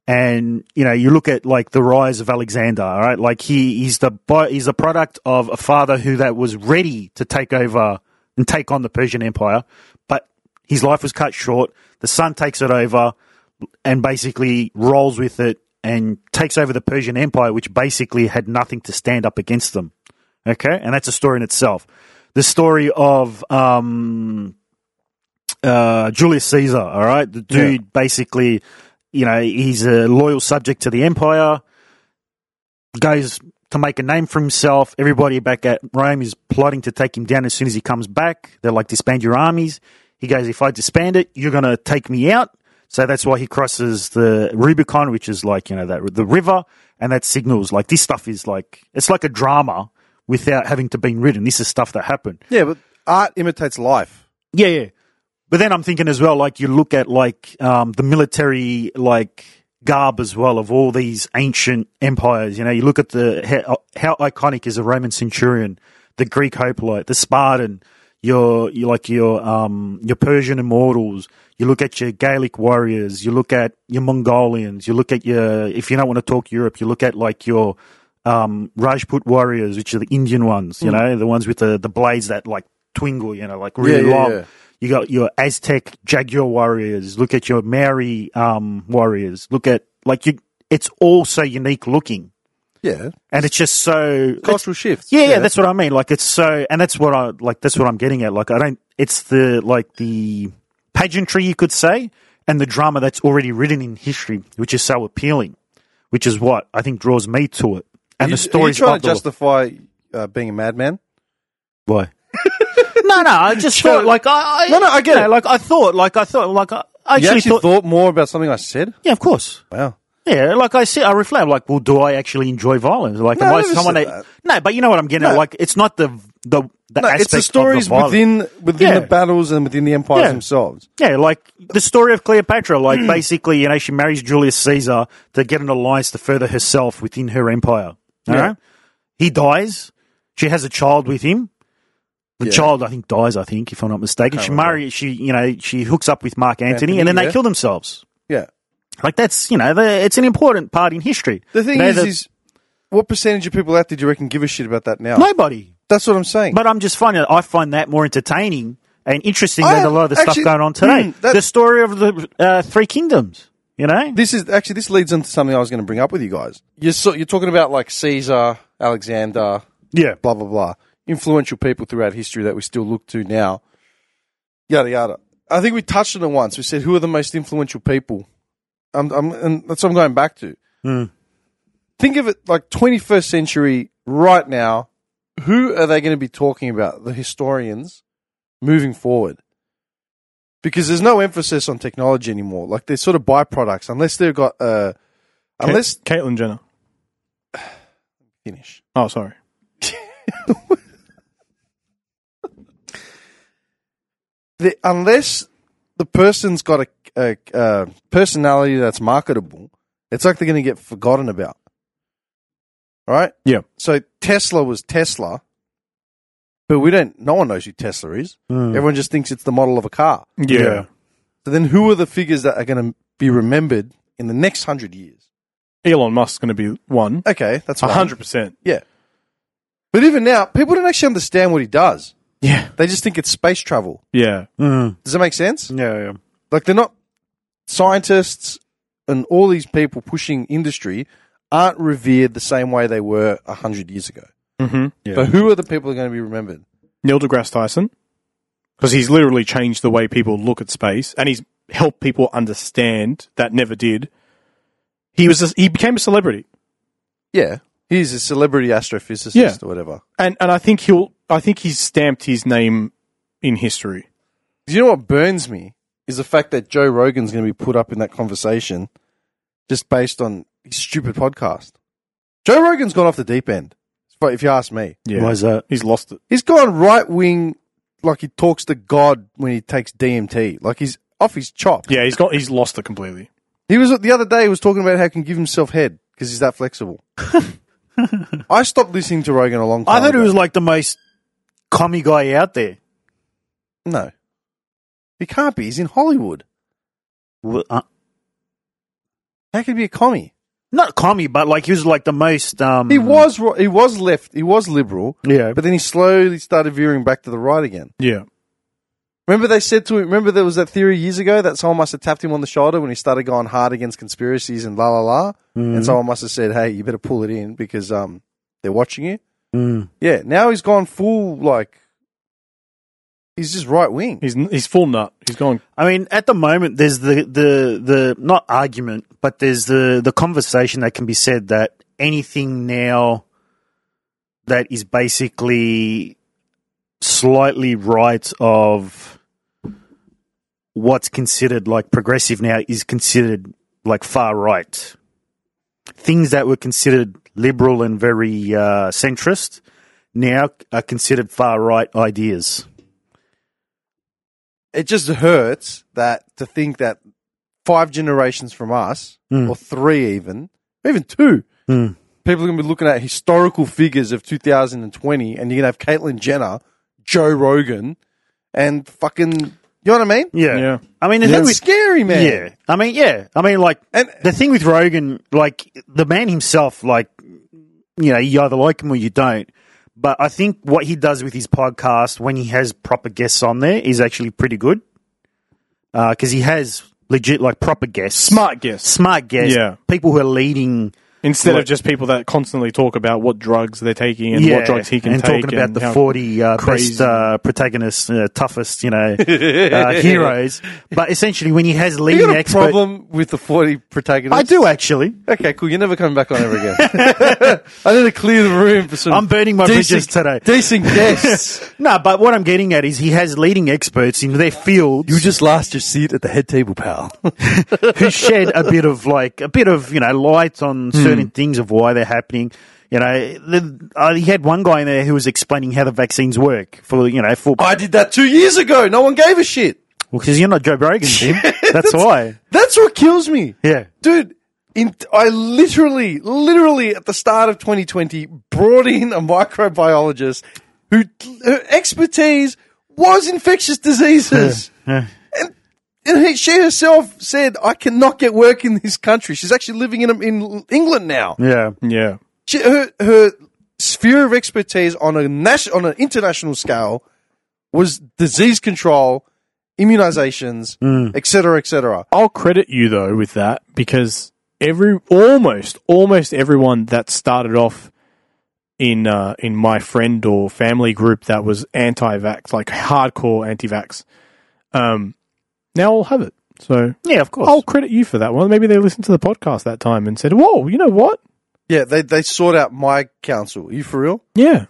Speaker 3: and you know you look at like the rise of Alexander, all right? Like he he's the bo- he's the product of a father who that was ready to take over and take on the Persian Empire, but his life was cut short. The son takes it over and basically rolls with it and takes over the Persian Empire, which basically had nothing to stand up against them. Okay, and that's a story in itself. The story of um, uh, Julius Caesar. All right, the dude basically, you know, he's a loyal subject to the empire. Goes to make a name for himself. Everybody back at Rome is plotting to take him down as soon as he comes back. They're like, disband your armies. He goes, if I disband it, you're going to take me out. So that's why he crosses the Rubicon, which is like you know that the river, and that signals like this stuff is like it's like a drama without having to be written. This is stuff that happened.
Speaker 1: Yeah, but art imitates life.
Speaker 3: Yeah, yeah. But then I'm thinking as well, like you look at like um, the military like garb as well of all these ancient empires. You know, you look at the how, how iconic is the Roman centurion, the Greek hoplite, the Spartan, your you like your um your Persian immortals. You look at your Gaelic warriors. You look at your Mongolians. You look at your if you don't want to talk Europe, you look at like your um, Rajput warriors, which are the Indian ones, you know, the ones with the, the blades that like twingle, you know, like really
Speaker 1: Hmm. yeah,
Speaker 3: long.
Speaker 1: yeah.
Speaker 3: You got your Aztec Jaguar warriors. Look at your Maori um, warriors. Look at like you. It's all so unique looking,
Speaker 1: Yeah.
Speaker 3: and it's just so
Speaker 1: Cultural shifts.
Speaker 3: yeah, yeah, that's what I mean. Like it's so, and that's what I like. That's what I'm getting at. Like I don't. It's the like the pageantry you could say, and the drama that's already written in history, which is so appealing, which is what I think draws me to it. And
Speaker 1: you,
Speaker 3: the story's
Speaker 1: Are you trying
Speaker 3: not
Speaker 1: to
Speaker 3: the-
Speaker 1: justify uh, being a madman?
Speaker 3: Why? no, no. I just thought, like, I, I
Speaker 1: No, no, I get
Speaker 3: you know,
Speaker 1: it.
Speaker 3: Like, I thought, like, I thought, like, I I
Speaker 1: You
Speaker 3: actually,
Speaker 1: actually,
Speaker 3: thought,
Speaker 1: thought, more about something I said?
Speaker 3: yeah, of course,
Speaker 1: Wow.
Speaker 3: yeah. Like, I see, I reflect, like, well, do I actually enjoy violence? Like,
Speaker 1: No,
Speaker 3: am
Speaker 1: I
Speaker 3: I
Speaker 1: never
Speaker 3: someone
Speaker 1: said
Speaker 3: that, No, but you know what I'm getting at.
Speaker 1: No.
Speaker 3: Like, it's not the the the
Speaker 1: No,
Speaker 3: aspect
Speaker 1: it's the
Speaker 3: of
Speaker 1: stories
Speaker 3: the violence.
Speaker 1: within within
Speaker 3: Yeah.
Speaker 1: the battles and within the empires
Speaker 3: Yeah.
Speaker 1: themselves.
Speaker 3: Yeah, like the story of Cleopatra. Like, basically, you know, she marries Julius Caesar to get an alliance to further herself within her empire. All right,
Speaker 1: Yeah.
Speaker 3: he dies. She has a child with him. The
Speaker 1: Yeah.
Speaker 3: child, I think, dies. I think, if I'm not mistaken, she marries. She, you know, she hooks up with Mark Antony,
Speaker 1: Antony,
Speaker 3: and then they
Speaker 1: yeah.
Speaker 3: kill themselves.
Speaker 1: Yeah.
Speaker 3: Like that's, you know, the, it's an important part in history.
Speaker 1: The thing
Speaker 3: You know,
Speaker 1: is,
Speaker 3: the-
Speaker 1: is what percentage of people out there do you reckon give a shit about that now?
Speaker 3: nobody.
Speaker 1: That's what I'm saying.
Speaker 3: But I'm just finding that I find that more entertaining and interesting
Speaker 1: I
Speaker 3: than a
Speaker 1: have-
Speaker 3: lot of the
Speaker 1: actually,
Speaker 3: stuff going on today.
Speaker 1: mm, that-
Speaker 3: the story of the uh, Three Kingdoms. You know,
Speaker 1: this is actually this leads into something I was going to bring up with you guys. You're so, you're talking about like Caesar, Alexander,
Speaker 3: yeah.
Speaker 1: blah blah blah, influential people throughout history that we still look to now. Yada yada. I think we touched on it once. We said who are the most influential people. I'm, I'm, and that's what I'm going back to.
Speaker 3: Hmm.
Speaker 1: Think of it like 21st century right now. Who are they going to be talking about? The historians moving forward. Because there's no emphasis on technology anymore. Like they're sort of byproducts, unless they've got, uh,
Speaker 2: Ka-
Speaker 1: unless
Speaker 2: Caitlyn Jenner.
Speaker 1: finish.
Speaker 2: Oh, sorry.
Speaker 1: the, unless the person's got a, a, a personality that's marketable, it's like they're going to get forgotten about. Right?
Speaker 2: Yeah.
Speaker 1: So Tesla was Tesla, but we don't. No one knows who Tesla is. Everyone just thinks it's the model of a car.
Speaker 2: Yeah.
Speaker 3: Yeah.
Speaker 1: So then, who are the figures that are going to be remembered in the next hundred years?
Speaker 2: Elon Musk's going to be one.
Speaker 1: Okay, that's
Speaker 2: A
Speaker 1: one.
Speaker 2: hundred percent.
Speaker 1: Yeah. But even now, people don't actually understand what he does.
Speaker 2: Yeah.
Speaker 1: They just think it's space travel.
Speaker 2: Yeah.
Speaker 3: Mm.
Speaker 1: Does that make sense?
Speaker 3: Yeah, yeah.
Speaker 1: Like they're not scientists and all these people pushing industry aren't revered the same way they were a hundred years ago.
Speaker 2: Mm-hmm.
Speaker 1: But who are the people that are going to be remembered?
Speaker 2: Neil deGrasse Tyson, because he's literally changed the way people look at space, and he's helped people understand that never did. He was a, he became a celebrity,
Speaker 1: Yeah, he's a celebrity astrophysicist
Speaker 2: Yeah.
Speaker 1: or whatever.
Speaker 2: and and I think he'll I think he's stamped his name in history.
Speaker 1: Do you know what burns me is the fact that Joe Rogan's going to be put up in that conversation just based on his stupid podcast. Joe Rogan's gone off the deep end, if you ask me.
Speaker 2: Yeah,
Speaker 3: Why is that?
Speaker 2: he's lost it.
Speaker 1: He's gone right wing, like he talks to God when he takes DMT. Like he's off his chop.
Speaker 2: Yeah, he's got he's lost it completely.
Speaker 1: He was the other day. He was talking about how he can give himself head because he's that flexible. I stopped listening to Rogan a long time.
Speaker 3: I thought he
Speaker 1: ago.
Speaker 3: was like the most commie guy out there.
Speaker 1: no. He can't be. He's in Hollywood.
Speaker 3: Well, uh,
Speaker 1: How can he be a commie?
Speaker 3: Not commie, but like he was like the most. Um,
Speaker 1: He was. ro- He was left. He was liberal,
Speaker 3: Yeah.
Speaker 1: but then he slowly started veering back to the right again.
Speaker 2: Yeah,
Speaker 1: Remember they said to him. Remember there was that theory years ago that someone must have tapped him on the shoulder when he started going hard against conspiracies and la la la,
Speaker 3: Mm.
Speaker 1: and someone must have said, "Hey, you better pull it in because um they're watching you."
Speaker 3: Mm.
Speaker 1: Yeah. Now he's gone full like. He's just right wing.
Speaker 2: he's he's full nut. He's gone.
Speaker 3: I mean, at the moment, there's the, the, the not argument, but there's the, the conversation that can be said that anything now that is basically slightly right of what's considered like progressive now is considered like far right. Things that were considered liberal and very uh, centrist now are considered far right ideas.
Speaker 1: it just hurts that to think that five generations from us,
Speaker 3: Hmm.
Speaker 1: or three even, even two,
Speaker 3: Mm.
Speaker 1: people are going to be looking at historical figures of 2020, and you're going to have Caitlyn Jenner, Joe Rogan, and fucking, you know what I mean?
Speaker 3: Yeah.
Speaker 2: Yeah.
Speaker 3: I mean, the thing
Speaker 1: That's
Speaker 3: with-
Speaker 1: scary, man.
Speaker 3: Yeah, I mean, yeah, I mean, like
Speaker 1: And-
Speaker 3: the thing with Rogan, like the man himself, like you know, you either like him or you don't. But I think what he does with his podcast when he has proper guests on there is actually pretty good because he has legit like proper guests,
Speaker 2: Smart guess.
Speaker 3: smart guests,
Speaker 2: Yeah.
Speaker 3: people who are leading.
Speaker 2: Instead of just people that constantly talk about what drugs they're taking and
Speaker 3: yeah,
Speaker 2: what drugs he can
Speaker 3: and
Speaker 2: take,
Speaker 3: talking about
Speaker 2: and
Speaker 3: the
Speaker 2: how-
Speaker 3: forty uh, best
Speaker 2: crazy.
Speaker 3: uh, protagonists, uh, toughest, you know, uh, heroes. But essentially, when he has
Speaker 1: You
Speaker 3: leading
Speaker 1: got a
Speaker 3: expert,
Speaker 1: problem with the 40 protagonists?
Speaker 3: I do actually.
Speaker 1: Okay, cool. You're never coming back on ever again. I need to clear the room for some.
Speaker 3: I'm burning my bridges
Speaker 1: decent,
Speaker 3: today.
Speaker 1: Decent guests.
Speaker 3: No, but what I'm getting at is he has leading experts in their fields
Speaker 1: you just lost your seat at the head table, pal.
Speaker 3: who shed a bit of like a bit of you know light
Speaker 1: Hmm.
Speaker 3: on certain things of why they're happening. You know, the, uh, he had one guy in there who was explaining how the vaccines work for you know for
Speaker 1: I did that two years ago. No one gave a shit.
Speaker 3: because you're not Joe Rogan, Tim. That's why.
Speaker 1: That's what kills me.
Speaker 3: Yeah.
Speaker 1: Dude, in, I literally, literally at the start of 2020 brought in a microbiologist who, her expertise was infectious diseases.
Speaker 3: yeah.
Speaker 1: And, and he, she herself said, I cannot get work in this country. She's actually living in, in England now.
Speaker 3: Yeah,
Speaker 2: Yeah,
Speaker 1: She, her, her sphere of expertise on a national, on an international scale was disease control, immunizations,
Speaker 3: Mm.
Speaker 1: et cetera, et cetera.
Speaker 2: I'll credit you though with that because every almost almost everyone that started off in uh, in my friend or family group that was anti-vax, like hardcore anti-vax, um, now all have it. So
Speaker 3: yeah, of course.
Speaker 1: Oh,
Speaker 2: I'll credit you for that one. Maybe they listened to the podcast that time and said, "Whoa, you know what?
Speaker 1: Yeah, they they sort out my counsel. you for real?
Speaker 2: Yeah,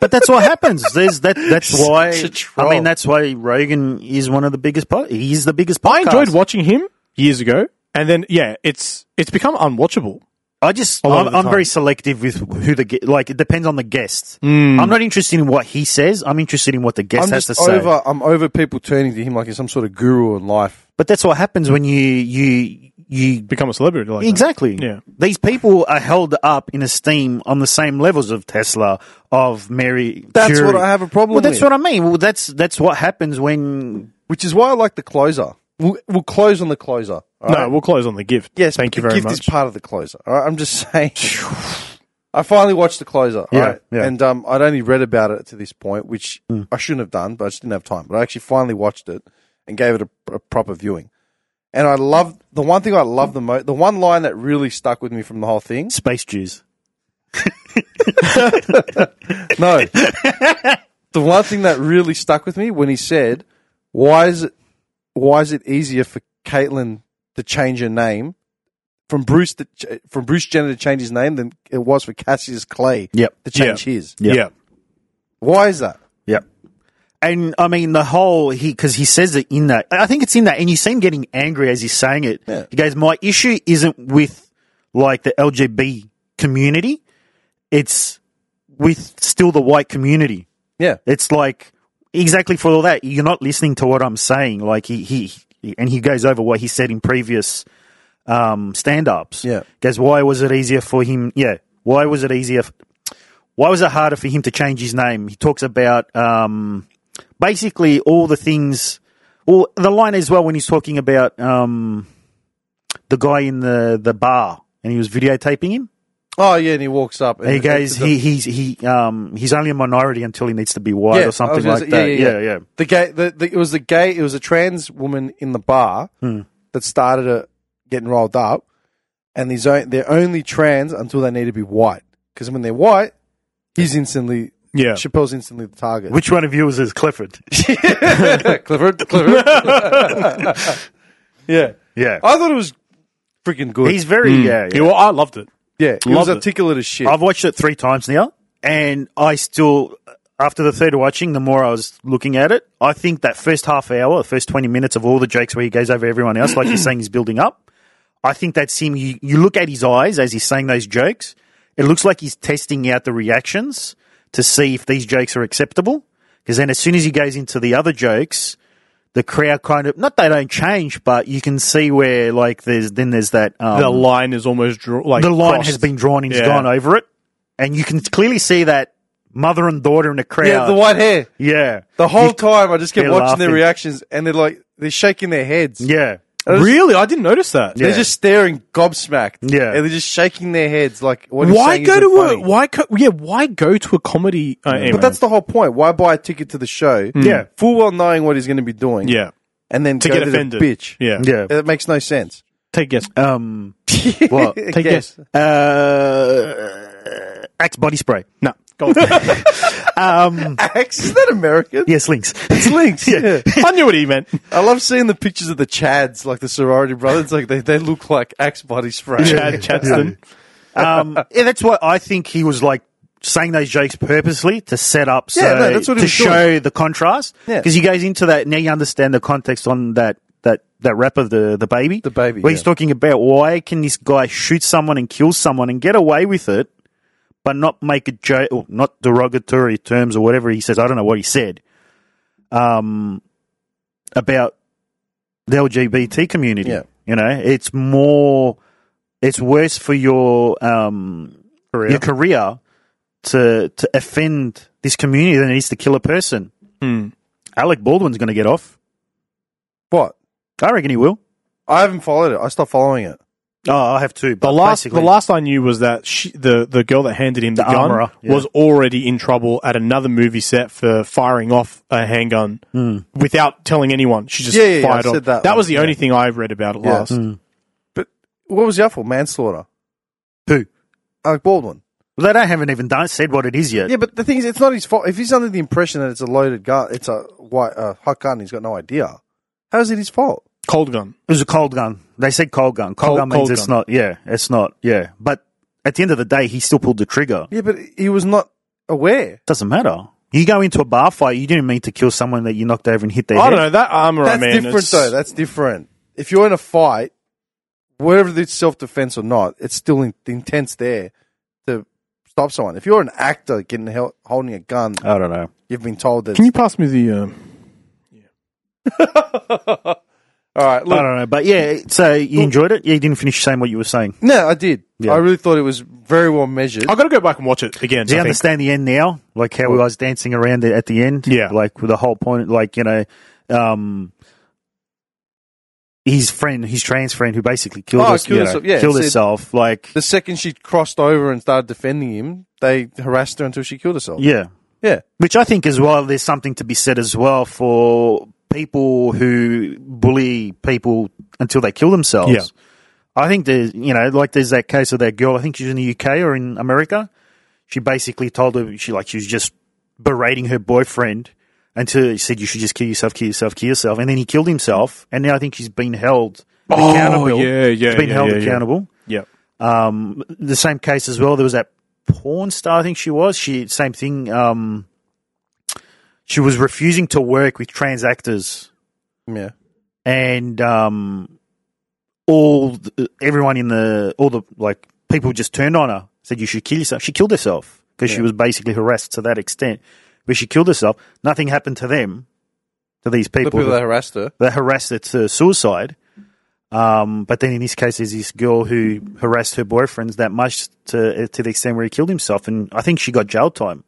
Speaker 3: But that's what happens. There's that. That's why.
Speaker 1: a troll.
Speaker 3: I mean, that's why Rogan is one of the biggest. Po- he's the biggest. Podcast.
Speaker 2: I enjoyed watching him years ago, and then yeah, it's it's become unwatchable.
Speaker 3: I just
Speaker 2: lot
Speaker 3: I'm,
Speaker 2: of the
Speaker 3: I'm
Speaker 2: time.
Speaker 3: very selective with who the ge- like. It depends on the guest. I'm not interested in what he says. I'm interested in what the guest
Speaker 1: Hmm. I'm
Speaker 3: has
Speaker 1: just
Speaker 3: to say.
Speaker 1: over. I'm over people turning to him like he's some sort of guru in life.
Speaker 3: But that's what happens when you you you
Speaker 2: Become a celebrity, like that.
Speaker 3: exactly.
Speaker 2: Yeah.
Speaker 3: These people are held up in esteem on the same levels of Tesla of Mary.
Speaker 1: That's
Speaker 3: Curie.
Speaker 1: what I have a problem
Speaker 3: Well, that's
Speaker 1: with.
Speaker 3: what I mean. Well, that's that's what happens when.
Speaker 1: Which is why I like the closer. We'll, we'll close on the closer. all
Speaker 2: No,
Speaker 1: right?
Speaker 2: we'll close on the gift.
Speaker 1: yes,
Speaker 2: thank
Speaker 1: but
Speaker 2: you
Speaker 1: the
Speaker 2: very
Speaker 1: gift
Speaker 2: much.
Speaker 1: is part of the closer. All right, I'm just saying. I finally watched the closer. all
Speaker 3: Yeah,
Speaker 1: right?
Speaker 3: yeah.
Speaker 1: and um, I'd only read about it to this point, which I shouldn't have done, but I just didn't have time. But I actually finally watched it and gave it a, a proper viewing. And I love the one thing I love the most. The one line that really stuck with me from the whole thing.
Speaker 3: Space Jews.
Speaker 1: No, the one thing that really stuck with me when he said, "Why is it? Why is it easier for Caitlyn to change her name from Bruce to, ch- from Bruce Jenner to change his name than it was for Cassius Clay
Speaker 3: Yep.
Speaker 1: to change his?
Speaker 3: Yeah.
Speaker 2: Yeah.
Speaker 1: Why is that?
Speaker 3: Yep. And I mean the whole he because he says it in that. I think it's in that, and you see him getting angry as he's saying it.
Speaker 1: Yeah.
Speaker 3: He goes, "My issue isn't with like the LGB community; it's with still the white community."
Speaker 1: Yeah,
Speaker 3: It's like exactly for all that. You're not listening to what I'm saying. Like he he, he and he goes over what he said in previous um, stand-ups.
Speaker 1: Yeah.
Speaker 3: goes why was it easier for him? Yeah, why was it easier? f- Why was it harder for him to change his name? He talks about um, basically all the things. Well, the line as well when he's talking about um, the guy in the the bar and he was videotaping him.
Speaker 1: Oh yeah, and he walks up. And
Speaker 3: He goes,
Speaker 1: the,
Speaker 3: he, he's he um he's only a minority until he needs to be white
Speaker 1: Yeah, I
Speaker 3: or
Speaker 1: was
Speaker 3: something
Speaker 1: gonna say-
Speaker 3: like that.
Speaker 1: yeah,
Speaker 3: Yeah
Speaker 1: yeah,
Speaker 3: yeah.
Speaker 1: yeah. the gay. The, the, it was the gay. It was a trans woman in the bar
Speaker 3: Hmm.
Speaker 1: that started uh getting rolled up, and these on- they're only trans until they need to be white. Because when they're white, he's instantly
Speaker 2: Yeah.
Speaker 1: Chappelle's instantly the target.
Speaker 3: Which one of you is this Clifford?
Speaker 1: Clifford, Clifford. yeah,
Speaker 3: Yeah,
Speaker 1: I thought it was freaking good.
Speaker 3: he's very yeah. yeah.
Speaker 2: Yeah, well, I loved it.
Speaker 1: yeah, it was
Speaker 2: loved it.
Speaker 1: articulate as shit.
Speaker 3: I've watched it three times now, and I still after the third watching, the more I was looking at it, I think that first half hour, the first twenty minutes of all the jokes where he goes over everyone else, like you're saying, he's building up. I think that's him. You, you look at his eyes as he's saying those jokes. It looks like he's testing out the reactions to see if these jokes are acceptable. Because then, as soon as he goes into the other jokes, the crowd kind of not they don't change, but you can see where like there's then there's that um,
Speaker 2: The line is almost draw, like
Speaker 3: the line
Speaker 2: crossed.
Speaker 3: has been drawn and he's
Speaker 2: Yeah.
Speaker 3: gone over it, and you can clearly see that mother and daughter in the crowd.
Speaker 1: yeah, the white hair.
Speaker 3: yeah,
Speaker 1: The whole time, I just kept
Speaker 3: they're
Speaker 1: watching their
Speaker 3: laughing.
Speaker 1: reactions, and they're like they're shaking their heads.
Speaker 3: yeah.
Speaker 2: Really, I didn't notice that.
Speaker 1: They're just staring gobsmacked.
Speaker 3: Yeah.
Speaker 1: And they're just shaking their heads like, what he's
Speaker 2: Why
Speaker 1: saying
Speaker 2: go
Speaker 1: isn't
Speaker 2: to a
Speaker 1: funny.
Speaker 2: why co- yeah why go to a comedy? Uh, anyway.
Speaker 1: But that's the whole point. Why buy a ticket to the show?
Speaker 3: Yeah.
Speaker 1: Full well knowing what he's going to be doing.
Speaker 2: yeah
Speaker 1: And then
Speaker 2: to
Speaker 1: go
Speaker 2: get
Speaker 1: to
Speaker 2: offended.
Speaker 1: the bitch.
Speaker 2: Yeah,
Speaker 3: yeah.
Speaker 1: That makes no sense.
Speaker 2: Take a guess.
Speaker 3: Um, what?
Speaker 1: I
Speaker 2: Take a
Speaker 1: guess.
Speaker 2: guess.
Speaker 3: Uh, Axe body spray.
Speaker 2: No, go on.
Speaker 3: Um,
Speaker 1: Axe, is that American?
Speaker 3: yes, links.
Speaker 1: It's links. yeah.
Speaker 2: I knew what he meant.
Speaker 1: I love seeing the pictures of the Chads, like the sorority brothers. Like they, they look like Axe body spray.
Speaker 2: Chad Chadston.
Speaker 3: Um, yeah, that's what I think he was like saying those jokes purposely to set up, so
Speaker 1: Yeah, no, that's what he
Speaker 3: to
Speaker 1: was
Speaker 3: show the contrast.
Speaker 1: Yeah.
Speaker 3: because he goes into that now. You understand the context on that that that rap of the the baby, the
Speaker 1: baby,
Speaker 3: where
Speaker 1: yeah.
Speaker 3: he's talking about why can this guy shoot someone and kill someone and get away with it, but not make a joke, or not derogatory terms or whatever he says. I don't know what he said. Um, about the LGBT community.
Speaker 1: Yeah.
Speaker 3: You know, it's more, it's worse for your um,
Speaker 2: Career.
Speaker 3: your career to to offend this community than it is to kill a person.
Speaker 2: Hmm.
Speaker 3: Alec Baldwin's going to get off.
Speaker 1: What?
Speaker 3: I reckon he will.
Speaker 1: I haven't followed it. I stopped following it.
Speaker 3: Oh, I have too. But
Speaker 2: The last,
Speaker 3: basically-
Speaker 2: the last I knew was that she, the the girl that handed him the,
Speaker 3: The
Speaker 2: gun
Speaker 3: armorer, yeah.
Speaker 2: was already in trouble at another movie set for firing off a handgun without telling anyone. She just
Speaker 1: Hmm. Yeah, yeah, yeah,
Speaker 2: fired
Speaker 1: I
Speaker 2: off.
Speaker 1: said that one.
Speaker 2: was the only thing I read about it
Speaker 1: Yeah. Hmm.
Speaker 2: last.
Speaker 1: But what was the other? Manslaughter.
Speaker 3: Who?
Speaker 1: Alec Baldwin.
Speaker 3: They don't haven't even done said what it is yet.
Speaker 1: Yeah, but the thing is, it's not his fault. If he's under the impression that it's a loaded gun, it's a white, uh, hot gun, he's got no idea. How is it his fault?
Speaker 2: Cold gun.
Speaker 3: It was a cold gun. They said cold gun.
Speaker 2: Cold-
Speaker 3: Cold, gun means
Speaker 2: cold
Speaker 3: it's
Speaker 2: gun.
Speaker 3: not. Yeah, it's not. Yeah, but at the end of the day, he still pulled the trigger.
Speaker 1: Yeah, but he was not aware.
Speaker 3: Doesn't matter. You go into a bar fight, you didn't mean to kill someone that you knocked over and hit their
Speaker 2: I
Speaker 3: head.
Speaker 2: don't know that armor.
Speaker 1: That's
Speaker 2: I mean,
Speaker 1: different,
Speaker 2: it's-
Speaker 1: though. That's different. If you're in a fight, whether it's self defense or not, it's still in- the intent's there to stop someone. If you're an actor getting held, holding a gun,
Speaker 3: I don't know.
Speaker 1: you've been told that.
Speaker 2: Can you pass me the? Um,
Speaker 1: All right,
Speaker 3: I
Speaker 1: look.
Speaker 3: don't know. But yeah, so you enjoyed it? Yeah, you didn't finish saying what you were saying.
Speaker 1: No, I did.
Speaker 3: Yeah.
Speaker 1: I really thought it was very well measured.
Speaker 2: I got to go back and watch it again.
Speaker 3: Do
Speaker 2: I
Speaker 3: you
Speaker 2: think.
Speaker 3: understand the end now? Like how we was dancing around it at the end?
Speaker 2: Yeah.
Speaker 3: Like with the whole point, like, you know, um, his friend, his trans friend who basically killed,
Speaker 1: Oh,
Speaker 3: us,
Speaker 1: killed
Speaker 3: you know,
Speaker 1: herself. Yeah,
Speaker 3: killed
Speaker 1: so-
Speaker 3: herself. Like,
Speaker 1: The second she crossed over and started defending him, they harassed her until she killed herself.
Speaker 3: yeah.
Speaker 1: Yeah.
Speaker 3: Which I think as well, there's something to be said as well for people who bully people until they kill themselves.
Speaker 2: Yeah.
Speaker 3: I think there's, you know, like there's that case of that girl. I think she's in the UK or in America. She basically told her she like she was just berating her boyfriend until he said you should just kill yourself, kill yourself, kill yourself, and then he killed himself. And now I think she's been held
Speaker 2: Oh,
Speaker 3: accountable.
Speaker 2: yeah, yeah,
Speaker 3: she's been
Speaker 2: yeah,
Speaker 3: held
Speaker 2: yeah, yeah.
Speaker 3: accountable.
Speaker 2: Yeah.
Speaker 3: Um, the same case as well. There was that porn star. I think she was. She same thing. Um, she was refusing to work with trans actors
Speaker 1: Yeah.
Speaker 3: and um, all the, everyone in the all the like people just turned on her, said you should kill yourself. She killed herself because she was basically harassed to that extent, but she killed herself. Nothing happened to them, to these
Speaker 1: The
Speaker 3: people,
Speaker 1: people that
Speaker 3: that,
Speaker 1: harassed her.
Speaker 3: that harassed her to suicide. Um, but then in this case, there's this girl who harassed her boyfriends that much to to the extent where he killed himself, and I think she got jail time.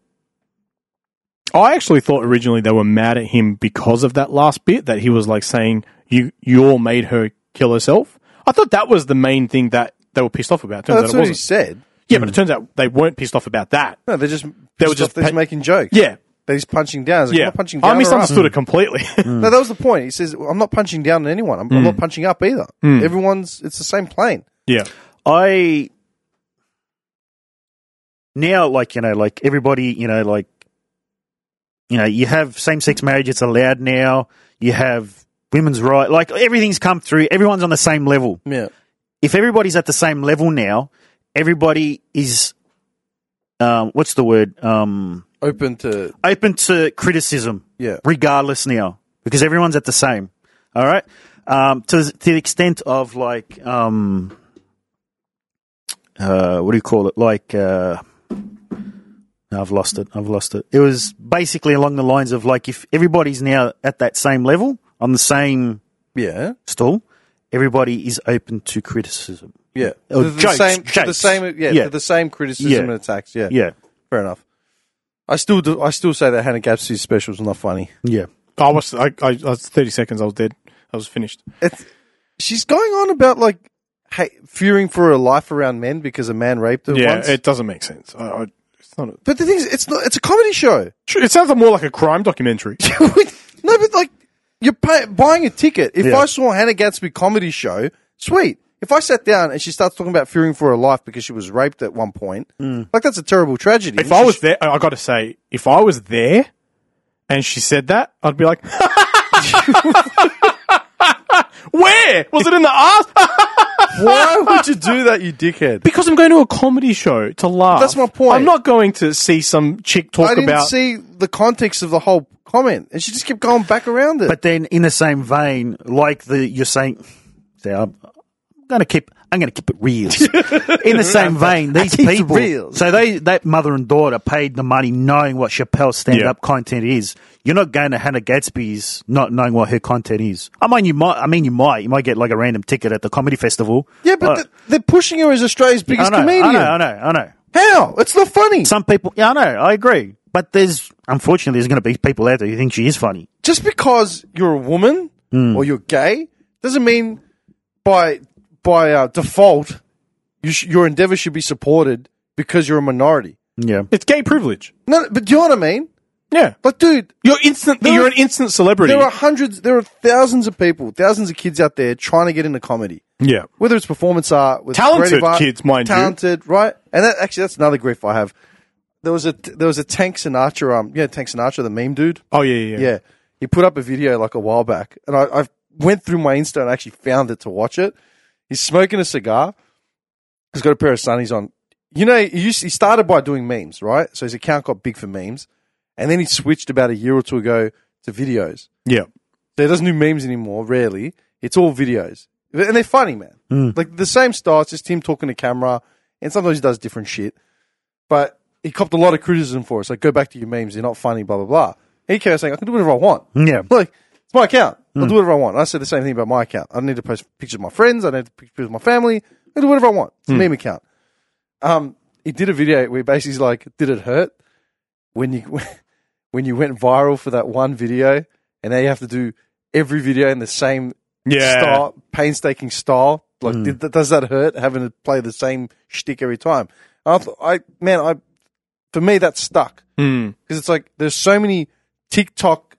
Speaker 2: I actually thought originally they were mad at him because of that last bit that he was like saying you you all made her kill herself. I thought that was the main thing that they were pissed off about. Turns
Speaker 1: that's
Speaker 2: out it
Speaker 1: what he
Speaker 2: wasn't.
Speaker 1: said.
Speaker 2: Yeah, but it turns out they weren't pissed off about that.
Speaker 1: No, they're just
Speaker 2: They were
Speaker 1: pissed off
Speaker 2: just
Speaker 1: that he's
Speaker 2: pa-
Speaker 1: making jokes.
Speaker 2: Yeah,
Speaker 1: That he's punching down. He's like,
Speaker 2: yeah.
Speaker 1: I'm not punching down.
Speaker 2: I
Speaker 1: or up.
Speaker 2: misunderstood it completely.
Speaker 1: No, that was the point. He says, I'm not punching down on anyone. I'm, I'm not punching up either. Everyone's, it's the same plane.
Speaker 2: yeah,
Speaker 3: I now like you know like everybody you know like you know you have same sex marriage it's allowed now you have women's right like everything's come through everyone's on the same level
Speaker 1: Yeah.
Speaker 3: if everybody's at the same level now everybody is um what's the word um
Speaker 1: Open to,
Speaker 3: open to criticism
Speaker 1: yeah.
Speaker 3: regardless now because everyone's at the same. All right, um, to to the extent of like, um, uh, what do you call it? Like, uh, no, I've lost it. I've lost it. It was basically along the lines of like, if everybody's now at that same level on the same
Speaker 1: Yeah.
Speaker 3: stool, everybody is open to criticism.
Speaker 1: Yeah.
Speaker 3: Oh,
Speaker 1: To the
Speaker 3: jokes,
Speaker 1: same, to the
Speaker 3: jokes.
Speaker 1: same, yeah,
Speaker 3: Yeah.
Speaker 1: to the same criticism
Speaker 3: Yeah.
Speaker 1: and attacks. Yeah.
Speaker 3: Yeah,
Speaker 1: Fair enough. I still do, I still say that Hannah Gadsby's special is not funny.
Speaker 3: yeah.
Speaker 2: I was I, I, I was thirty seconds. I was dead. I was finished.
Speaker 1: It's, she's going on about like, hey, fearing for her life around men because a man raped her
Speaker 2: Yeah,
Speaker 1: once.
Speaker 2: it doesn't make sense. I, I, it's not. A,
Speaker 1: but the thing is, it's not, it's a comedy show.
Speaker 2: it sounds more like a crime documentary.
Speaker 1: no, but like you're pay- buying a ticket. If
Speaker 3: Yeah.
Speaker 1: I saw Hannah Gadsby comedy show, sweet. If I sat down and she starts talking about fearing for her life because she was raped at one point,
Speaker 3: Mm.
Speaker 1: like that's a terrible tragedy.
Speaker 2: If I was there, I got to say, if I was there and she said that, I'd be like, where was it in the ass? Ah,
Speaker 1: why would you do that, you dickhead?
Speaker 2: because I'm going to a comedy show to laugh.
Speaker 1: That's my point.
Speaker 2: I'm not going to see some chick talk
Speaker 1: I didn't
Speaker 2: about.
Speaker 1: see the context of the whole comment, and she just kept going back around it.
Speaker 3: But then, in the same vein, like the you're saying, see, I'm, I'm gonna keep, I'm gonna keep it real. in the same vein, these
Speaker 1: keep it
Speaker 3: people,
Speaker 1: real.
Speaker 3: so they that mother and daughter paid the money, knowing what Chappelle's stand up
Speaker 2: Yeah.
Speaker 3: content is. You're not going to Hannah Gadsby's not knowing what her content is. I mean, you might. I mean, you might. You might get like a random ticket at the comedy festival. Uh,
Speaker 1: yeah, but th- they're pushing her as Australia's
Speaker 3: I
Speaker 1: biggest
Speaker 3: know,
Speaker 1: comedian.
Speaker 3: I know, I know, I know.
Speaker 1: How? It's not funny.
Speaker 3: Some people, yeah, I know, I agree. But there's unfortunately there's going to be people out there who think she is funny.
Speaker 1: just because you're a woman
Speaker 2: Hmm.
Speaker 1: or you're gay doesn't mean by by uh, default you sh- your endeavor should be supported because you're a minority.
Speaker 3: Yeah,
Speaker 2: it's gay privilege.
Speaker 1: No, but do you know what I mean?
Speaker 2: Yeah,
Speaker 1: Like, dude,
Speaker 2: you're instant.
Speaker 1: There
Speaker 2: you're
Speaker 1: are-
Speaker 2: an instant celebrity.
Speaker 1: there are hundreds, there are thousands of people, thousands of kids out there trying to get into comedy.
Speaker 2: yeah,
Speaker 1: Whether it's performance art, with
Speaker 2: Talented
Speaker 1: creative art,
Speaker 2: kids, mind you.
Speaker 1: talented, right? And that, actually, that's another grief I have. There was a there was a Tank Sinatra, um, yeah, Tank Sinatra, the meme dude.
Speaker 2: oh yeah, yeah, yeah.
Speaker 1: Yeah. He put up a video like a while back and I, I went through my Insta and actually found it to watch it. He's smoking a cigar. He's got a pair of sunnies on. You know, he, used, he started by doing memes, right? So his account got big for memes. And then he switched about a year or two ago to videos.
Speaker 2: yeah.
Speaker 1: So he doesn't do memes anymore, rarely. It's all videos. And they're funny, man. Like the same style, it's just him talking to camera and sometimes he does different shit. But he copped a lot of criticism for us. Like, go back to your memes, they're not funny, blah blah blah. He kept saying, I can do whatever I want.
Speaker 3: Yeah.
Speaker 1: Like, it's my account. I'll do whatever I want. I said the same thing about my account. I don't need to post pictures of my friends, I don't need to post pictures of my family. I do whatever I want. It's a meme account. Um he did a video where basically he's like, Did it hurt? When you when you went viral for that one video and now you have to do every video in the same
Speaker 2: Yeah.
Speaker 1: style, painstaking style. Like, did, th- does that hurt having to play the same shtick every time? I, th- I man, I for me that stuck because it's like there's so many TikTok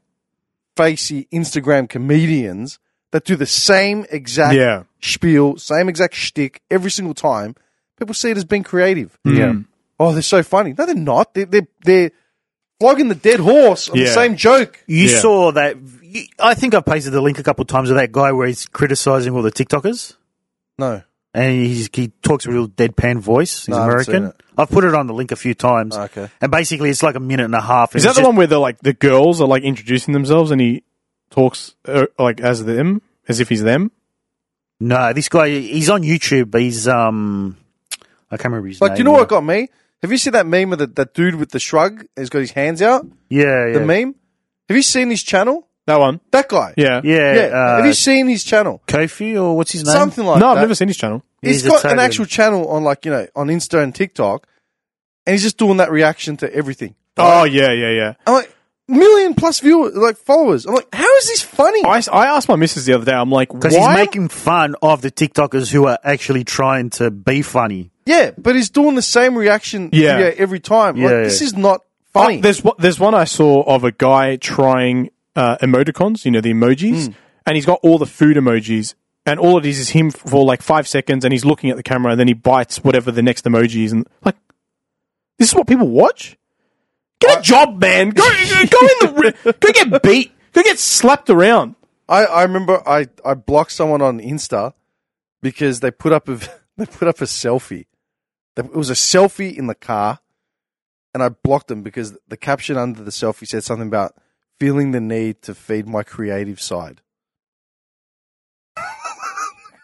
Speaker 1: facey Instagram comedians that do the same exact
Speaker 2: Yeah.
Speaker 1: spiel, same exact shtick every single time. People see it as being creative.
Speaker 2: Yeah.
Speaker 1: Oh, they're so funny. No, they're not. They're they're, they're flogging the dead horse on the
Speaker 2: Yeah.
Speaker 1: same joke.
Speaker 3: You
Speaker 2: Yeah.
Speaker 3: saw that. you- I think I posted the link a couple of times of that guy where he's criticizing all the TikTokers
Speaker 1: No.
Speaker 3: and he's, he talks with a real deadpan voice. He's
Speaker 1: No, I haven't seen
Speaker 3: American.
Speaker 1: it. Oh,
Speaker 3: I've put it on the link a few times.
Speaker 1: Okay.
Speaker 3: And basically, it's like a minute and a half.
Speaker 2: Is that the one where the like the girls are like introducing themselves and he talks uh, like as them, as if he's them?
Speaker 3: No, this guy. He's on YouTube. but He's um, I can't remember his
Speaker 1: Like,
Speaker 3: name.
Speaker 1: do you know
Speaker 3: now.
Speaker 1: what got me? Have you seen that meme of the, that dude with the shrug? He's got his hands out.
Speaker 3: Yeah, yeah.
Speaker 1: The meme. Have you seen his channel?
Speaker 2: That one.
Speaker 1: That guy.
Speaker 2: Yeah.
Speaker 3: yeah.
Speaker 1: Yeah.
Speaker 3: Uh,
Speaker 1: Have you seen his channel?
Speaker 3: Kofi or what's his name?
Speaker 1: Something like
Speaker 2: no,
Speaker 1: that.
Speaker 2: I've never seen his channel.
Speaker 1: he's
Speaker 3: He's
Speaker 1: got an
Speaker 3: Italian.
Speaker 1: actual channel on like you know on Insta and TikTok, and he's just doing that reaction to everything.
Speaker 2: Oh yeah, yeah, yeah.
Speaker 1: I'm like million plus viewers, like followers. I'm like, how is this funny?
Speaker 2: I, I asked my missus the other day. I'm like, why?
Speaker 3: Because he's making fun of the TikTokers who are actually trying to be funny.
Speaker 1: yeah, but he's doing the same reaction
Speaker 2: Yeah.
Speaker 1: video every time. like,
Speaker 3: Yeah, yeah.
Speaker 1: this is not funny.
Speaker 2: Oh, there's one- there's one I saw of a guy trying uh, emoticons, you know, the emojis, and he's got all the food emojis, and all it is is him for like five seconds, and he's looking at the camera, and then he bites whatever the next emoji is, and like, this is what people watch. Get a job, man. Go go in the ri- go get beat. Go get slapped around.
Speaker 1: I, I remember I, I blocked someone on Insta because they put up a they put up a selfie. It was a selfie in the car, and I blocked them because the caption under the selfie said something about feeling the need to feed my creative side.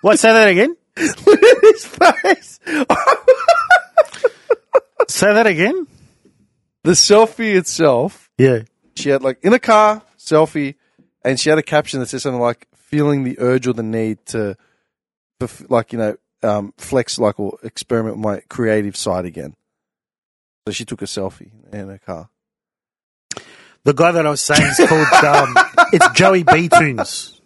Speaker 3: What? Say that again.
Speaker 1: Look at his face.
Speaker 3: Say that again.
Speaker 1: the selfie itself,
Speaker 3: Yeah.
Speaker 1: she had like in a car selfie, and she had a caption that said something like feeling the urge or the need to, perf- like you know, um, flex like or experiment with my creative side again. So she took a selfie in her car.
Speaker 3: The guy that I was saying is called um, it's Joey B Tunes.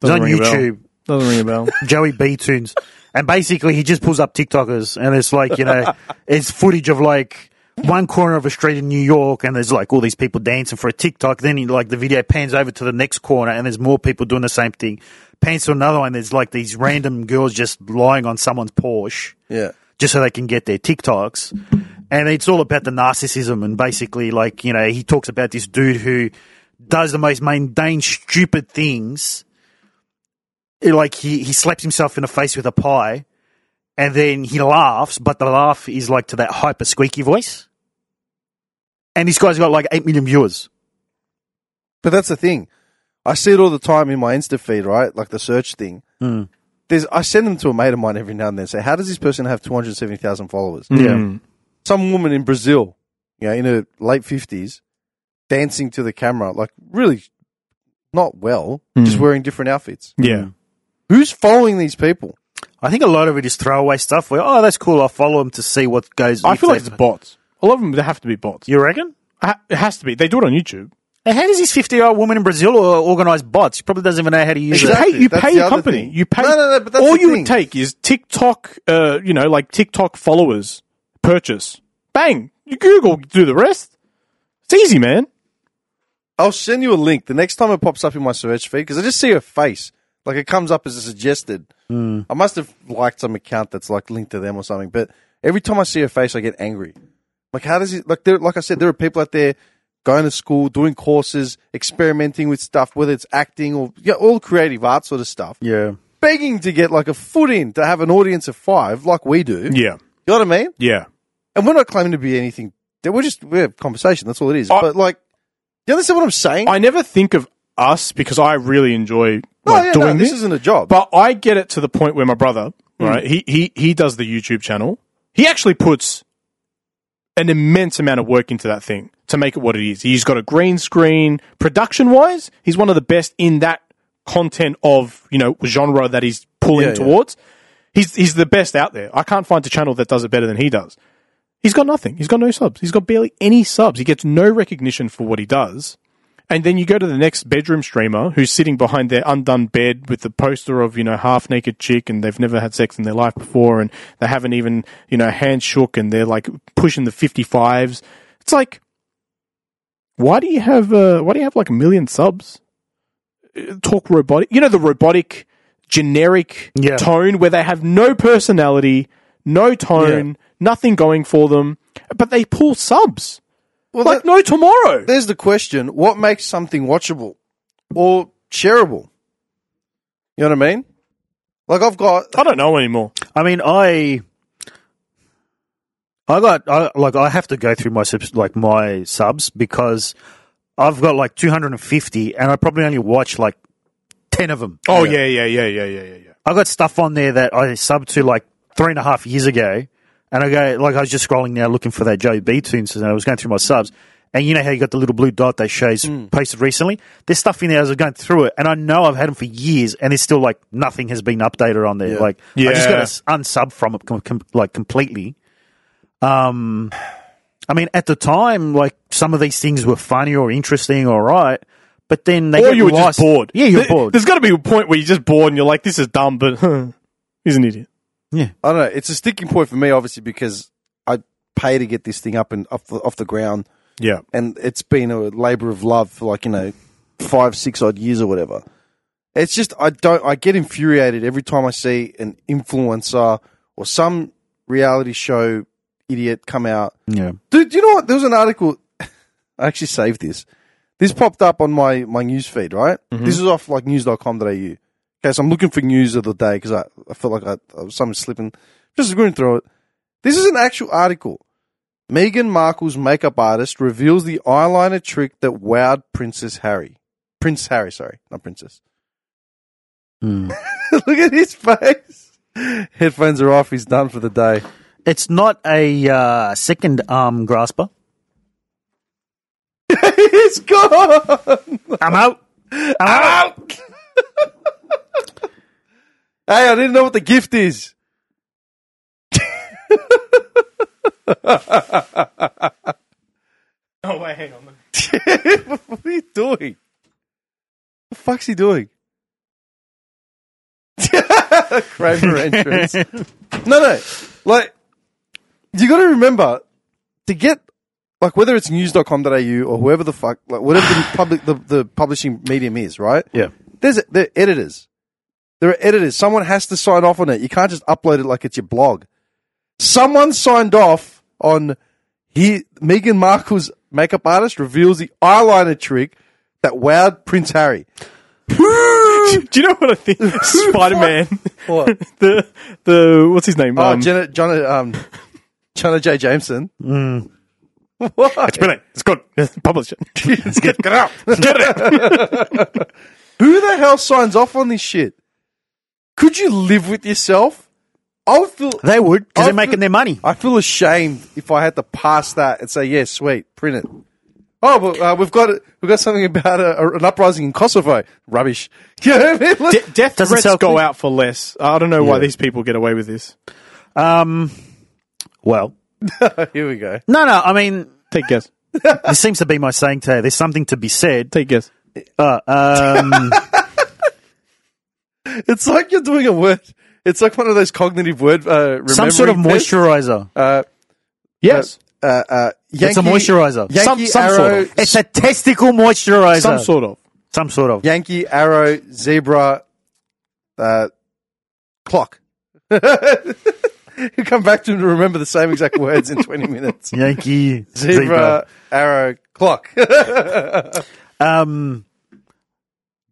Speaker 3: He's on
Speaker 2: Doesn't ring a bell.
Speaker 3: YouTube.
Speaker 2: Doesn't ring a bell.
Speaker 3: Joey B Tunes. And basically he just pulls up TikTokers and it's like, you know, it's footage of like one corner of a street in New York and there's like all these people dancing for a TikTok. Then he like the video pans over to the next corner and there's more people doing the same thing. Pans to another one, there's like these random girls just lying on someone's Porsche
Speaker 1: Yeah,
Speaker 3: just so they can get their TikToks. And it's all about the narcissism and basically like, you know, he talks about this dude who does the most mundane, stupid things. It- Like he, he slaps himself in the face with a pie and then he laughs, but the laugh is like to that hyper squeaky voice. And this guy's got like 8 million viewers.
Speaker 1: but that's the thing. I see it all the time in my Insta feed, right? Like the search thing. There's, I send them to a mate of mine every now and then. Say, how does this person have two hundred seventy thousand followers?
Speaker 2: Mm.
Speaker 1: some woman in Brazil, you know, in her late fifties, dancing to the camera, like really not well, just wearing different outfits.
Speaker 2: Yeah.
Speaker 1: Who's following these people?
Speaker 3: I think a lot of it is throwaway stuff where, oh, that's cool. I'll follow him to see what goes.
Speaker 2: I
Speaker 3: if
Speaker 2: feel like
Speaker 3: they-
Speaker 2: it's bots. A lot of them, they have to be bots.
Speaker 3: You reckon?
Speaker 2: Ha- It has to be. They do it on YouTube.
Speaker 3: And how does this 50 year old woman in Brazil or organize bots? She probably doesn't even know how to use
Speaker 1: Exactly.
Speaker 3: it.
Speaker 2: pay, you
Speaker 1: That's
Speaker 2: pay
Speaker 1: the
Speaker 2: a
Speaker 1: other
Speaker 2: company.
Speaker 1: thing.
Speaker 2: You pay.
Speaker 1: No, no, no, but that's
Speaker 2: all
Speaker 1: the
Speaker 2: you
Speaker 1: thing.
Speaker 2: would take is TikTok. Uh, you know, like TikTok followers purchase. Bang. You Google do the rest. It's easy, man.
Speaker 1: I'll send you a link the next time it pops up in my search feed because I just see her face. Like it comes up as a suggested. I must have liked some account that's like linked to them or something. But every time I see her face, I get angry. Like how does it? Like there, like I said, there are people out there going to school, doing courses, experimenting with stuff, whether it's acting or yeah, all creative art sort of stuff.
Speaker 3: Yeah.
Speaker 1: begging to get like a foot in to have an audience of five, like we do. You
Speaker 2: Yeah.
Speaker 1: know what I mean?
Speaker 2: Yeah.
Speaker 1: And we're not claiming to be anything. We're just we have conversation. That's all it is.
Speaker 2: I-
Speaker 1: but like, you understand what I'm saying? Oh,
Speaker 2: I never think of us because I really enjoy
Speaker 1: No,
Speaker 2: like,
Speaker 1: yeah,
Speaker 2: doing
Speaker 1: no,
Speaker 2: this.
Speaker 1: this isn't a job. Hmm.
Speaker 2: But I get it to the point where my brother, right? He he he does the YouTube channel. He actually puts an immense amount of work into that thing to make it what it is. He's got a green screen. Production wise, he's one of the best in that content of you know genre that he's pulling
Speaker 1: Yeah, yeah.
Speaker 2: towards. He's he's the best out there. I can't find a channel that does it better than he does. He's got nothing. He's got no subs. He's got barely any subs. He gets no recognition for what he does. And then you go to the next bedroom streamer who's sitting behind their undone bed with the poster of, you know, half naked chick and they've never had sex in their life before and they haven't even, you know, hand shook and they're like pushing the 55s. It's like, why do you have uh, why do you have like a million subs? Uh, Talk robotic, you know the robotic generic
Speaker 3: Yeah.
Speaker 2: tone where they have no personality, no tone, nothing going for them, but they pull subs
Speaker 1: Well,
Speaker 2: like
Speaker 1: that-
Speaker 2: no tomorrow.
Speaker 1: there's the question: What makes something watchable or shareable? You know what I mean? Like I've got
Speaker 2: I don't know anymore.
Speaker 3: I mean, I, I got I, like I have to go through my subs, like my subs because I've got like 250, and I probably only watch like ten of them.
Speaker 2: Oh yeah, yeah, yeah, yeah, yeah, yeah. yeah.
Speaker 3: I got stuff on there that I subbed to like three and a half years ago, and I go like I was just scrolling now looking for that Joe B tunes, and I was going through my subs, and you know how you got the little blue dot that shows posted recently. There's stuff in there as I was going through it, and I know I've had them for years, and it's still like nothing has been updated on there. Like I just
Speaker 2: Yeah.
Speaker 3: got to s- unsub from it com- com- like completely. Um, I mean, at the time, like some of these things were funny or interesting, all right. But then they
Speaker 2: Or
Speaker 3: get
Speaker 2: you were just
Speaker 3: lost.
Speaker 2: bored.
Speaker 3: Yeah, you're
Speaker 2: There-
Speaker 3: bored.
Speaker 2: There's got to be a point where you're just bored and you're like, "This is dumb," but huh, he's an idiot.
Speaker 1: I don't know. It's a sticking point for me, obviously, because I pay to get this thing up and off the, off the ground,
Speaker 2: Yeah,
Speaker 1: and it's been a labor of love for like you know five, six odd years or whatever. It's just I don't. I get infuriated every time I see an influencer or some reality show idiot come out.
Speaker 3: Yeah.
Speaker 1: Dude, you know what? There was an article. I actually saved this. This popped up on my my news feed, right? This is off like news.com.au. Okay, so I'm looking for news of the day because I, I felt like I, I was something slipping. Just going through it. This is an actual article. Meghan Markle's makeup artist reveals the eyeliner trick that wowed Princess Harry. Prince Harry, sorry, not Princess.
Speaker 3: Hmm.
Speaker 1: Look at his face. Headphones are off. He's done for the day.
Speaker 3: It's not a uh, second arm grasper.
Speaker 1: He's gone.
Speaker 3: I'm out. I'm out.
Speaker 1: Hey, I didn't know what the gift is.
Speaker 2: Oh wait, hang on.
Speaker 1: What are you doing? The fuck's he doing? Kramer entrance. no, no. Like, you got to remember to get, like, whether it's news.com.au or whoever the fuck, like, whatever the public, the, the publishing medium is, right?
Speaker 3: Yeah.
Speaker 1: There's, there are editors. There are editors. Someone has to sign off on it. You can't just upload it like it's your blog. Someone signed off on he Meghan Markle's makeup artist reveals the eyeliner trick that wowed Prince Harry.
Speaker 2: Do you know what I think? Spider Man.
Speaker 1: What?
Speaker 2: the the what's his name?
Speaker 1: Oh,
Speaker 2: Um,
Speaker 1: Jenna, John, um, John J. Jameson.
Speaker 3: Mm.
Speaker 1: What?
Speaker 2: brilliant. It's good. Publish it.
Speaker 1: Let's get, get out. Who the hell signs off on this shit? Could you live with yourself? I would feel
Speaker 3: They would because they're
Speaker 1: I've-
Speaker 3: making their money.
Speaker 1: I feel ashamed if I had to pass that and say, "Yeah, sweet, print it." Oh, but uh, we've got we've got something about a, a- an uprising in Kosovo. Rubbish. You know what I mean? Look-
Speaker 2: De- death
Speaker 3: Doesn't
Speaker 2: threats
Speaker 3: sell
Speaker 2: go
Speaker 3: quick.
Speaker 2: out for less. I don't know why these people get away with this.
Speaker 3: Um, well,
Speaker 1: Here we go.
Speaker 3: no, no. I mean,
Speaker 2: Take guess.
Speaker 3: this seems to be my saying today. There's something to be said.
Speaker 2: Take guess.
Speaker 3: Uh, um,
Speaker 1: It's like you're doing a word. It's like one of those cognitive word. Uh,
Speaker 3: some sort of
Speaker 1: remembering tests.
Speaker 3: moisturizer.
Speaker 1: Uh,
Speaker 2: Yes.
Speaker 1: uh, uh, Yankee,
Speaker 3: it's a moisturizer.
Speaker 1: Yankee
Speaker 2: Some- some
Speaker 1: arrow.
Speaker 2: sort of.
Speaker 3: it's a testicle moisturizer.
Speaker 2: Some sort of.
Speaker 3: Some sort of.
Speaker 1: Yankee arrow zebra. Uh, clock. you come back to him to remember the same exact words in twenty minutes.
Speaker 3: Yankee
Speaker 1: Zebra, arrow clock.
Speaker 3: Um,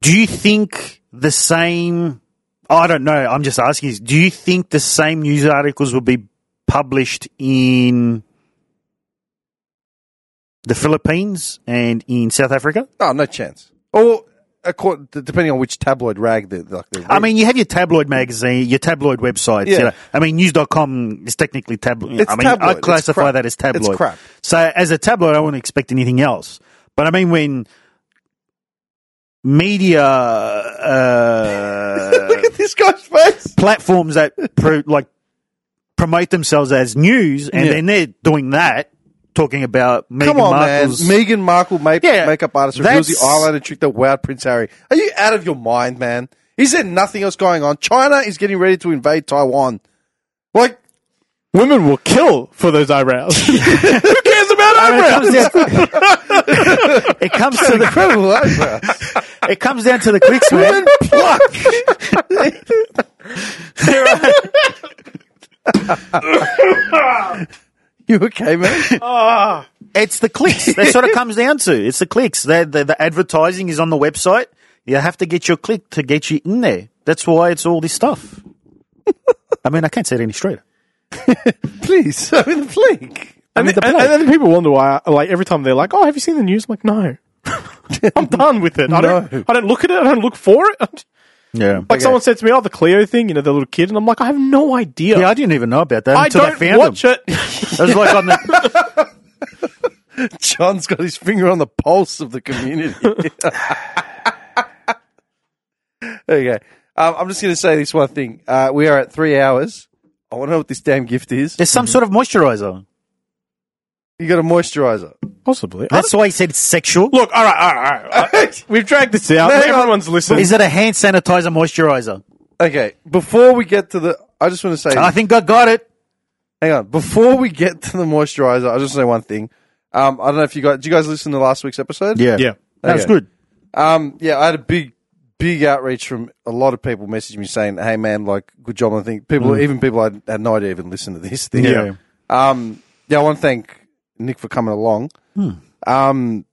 Speaker 3: do you think the same? oh, I don't know. I'm just asking. This, do you think the same news articles will be published in the Philippines and in South Africa?
Speaker 1: oh, no chance. Or according, depending on which tabloid rag they're, like, they're
Speaker 3: I mean, you have your tabloid magazine, your tabloid websites.
Speaker 1: Yeah.
Speaker 3: You know? I mean, news.com is technically tabloid.
Speaker 1: It's
Speaker 3: I mean,
Speaker 1: tabloid.
Speaker 3: I
Speaker 1: It's
Speaker 3: classify
Speaker 1: crap.
Speaker 3: that as tabloid.
Speaker 1: It's crap.
Speaker 3: So, as a tabloid, I wouldn't expect anything else. But I mean, when media uh,
Speaker 1: this guy's face.
Speaker 3: platforms that pro- like promote themselves as news, and
Speaker 2: Yeah.
Speaker 3: then they're doing that, talking about Meghan
Speaker 1: Come on,
Speaker 3: Markle's.
Speaker 1: man. Megan Markle make-
Speaker 3: Yeah,
Speaker 1: makeup artist reveals the
Speaker 3: that's-
Speaker 1: eyeliner trick that wowed Prince Harry. Are you out of your mind, man? Is there nothing else going on? China is getting ready to invade Taiwan. Like,
Speaker 2: Women will kill for those eyebrows. Who cares about
Speaker 3: When it
Speaker 2: eyebrows?
Speaker 3: comes down- it comes to the
Speaker 1: Incredible eyebrows.
Speaker 3: it comes down to the clicks, man.
Speaker 1: You okay, man?
Speaker 3: It's the clicks. That's what it comes down to. It's the clicks. The, the, the advertising is on the website. You have to get your click to get you in there. That's why it's all this stuff. I mean, I can't say it any straighter.
Speaker 1: Please, I'm in the flake.
Speaker 2: And, the, and, and then people wonder why, like, every time they're like, oh, have you seen the news? I'm like, no. I'm done with it. I,
Speaker 1: No.
Speaker 2: don't, I don't look at it. I don't look for it. Like,
Speaker 3: Yeah.
Speaker 2: someone said to me, oh, the Cleo thing, you know, the little kid. And I'm like, I have no idea.
Speaker 3: Yeah, I didn't even know about that
Speaker 2: I
Speaker 3: until I,
Speaker 2: don't
Speaker 3: found
Speaker 2: watch
Speaker 3: them.
Speaker 2: it.
Speaker 3: It was like on the,
Speaker 1: John's got his finger on the pulse of the community. there you go. Um, I'm just going to say this one thing. Uh, we are at three hours. I want to know what this damn gift is.
Speaker 3: there's some sort of moisturizer.
Speaker 1: You got a moisturizer.
Speaker 2: Possibly. I
Speaker 3: That's why he said it's sexual.
Speaker 2: Look, all right, all right, all right. I- We've dragged this out.
Speaker 1: Hang on.
Speaker 2: Everyone's listening.
Speaker 3: Is it a hand sanitizer moisturizer?
Speaker 1: Okay, before we get to the, I just want to say,
Speaker 3: I think I got it.
Speaker 1: hang on. Before we get to the moisturizer, I just want to say one thing. Um, I don't know if you guys, did you guys listen to last week's episode?
Speaker 2: yeah.
Speaker 3: That was
Speaker 1: Okay.
Speaker 3: good.
Speaker 1: Um, yeah, I had a big, big outreach from a lot of people messaging me saying, "Hey, man, like, good job." on the thing." people, even people I had no idea even listened to this thing.
Speaker 2: Mm. Yeah.
Speaker 1: Um, yeah, I want to thank Nick for coming along. Um,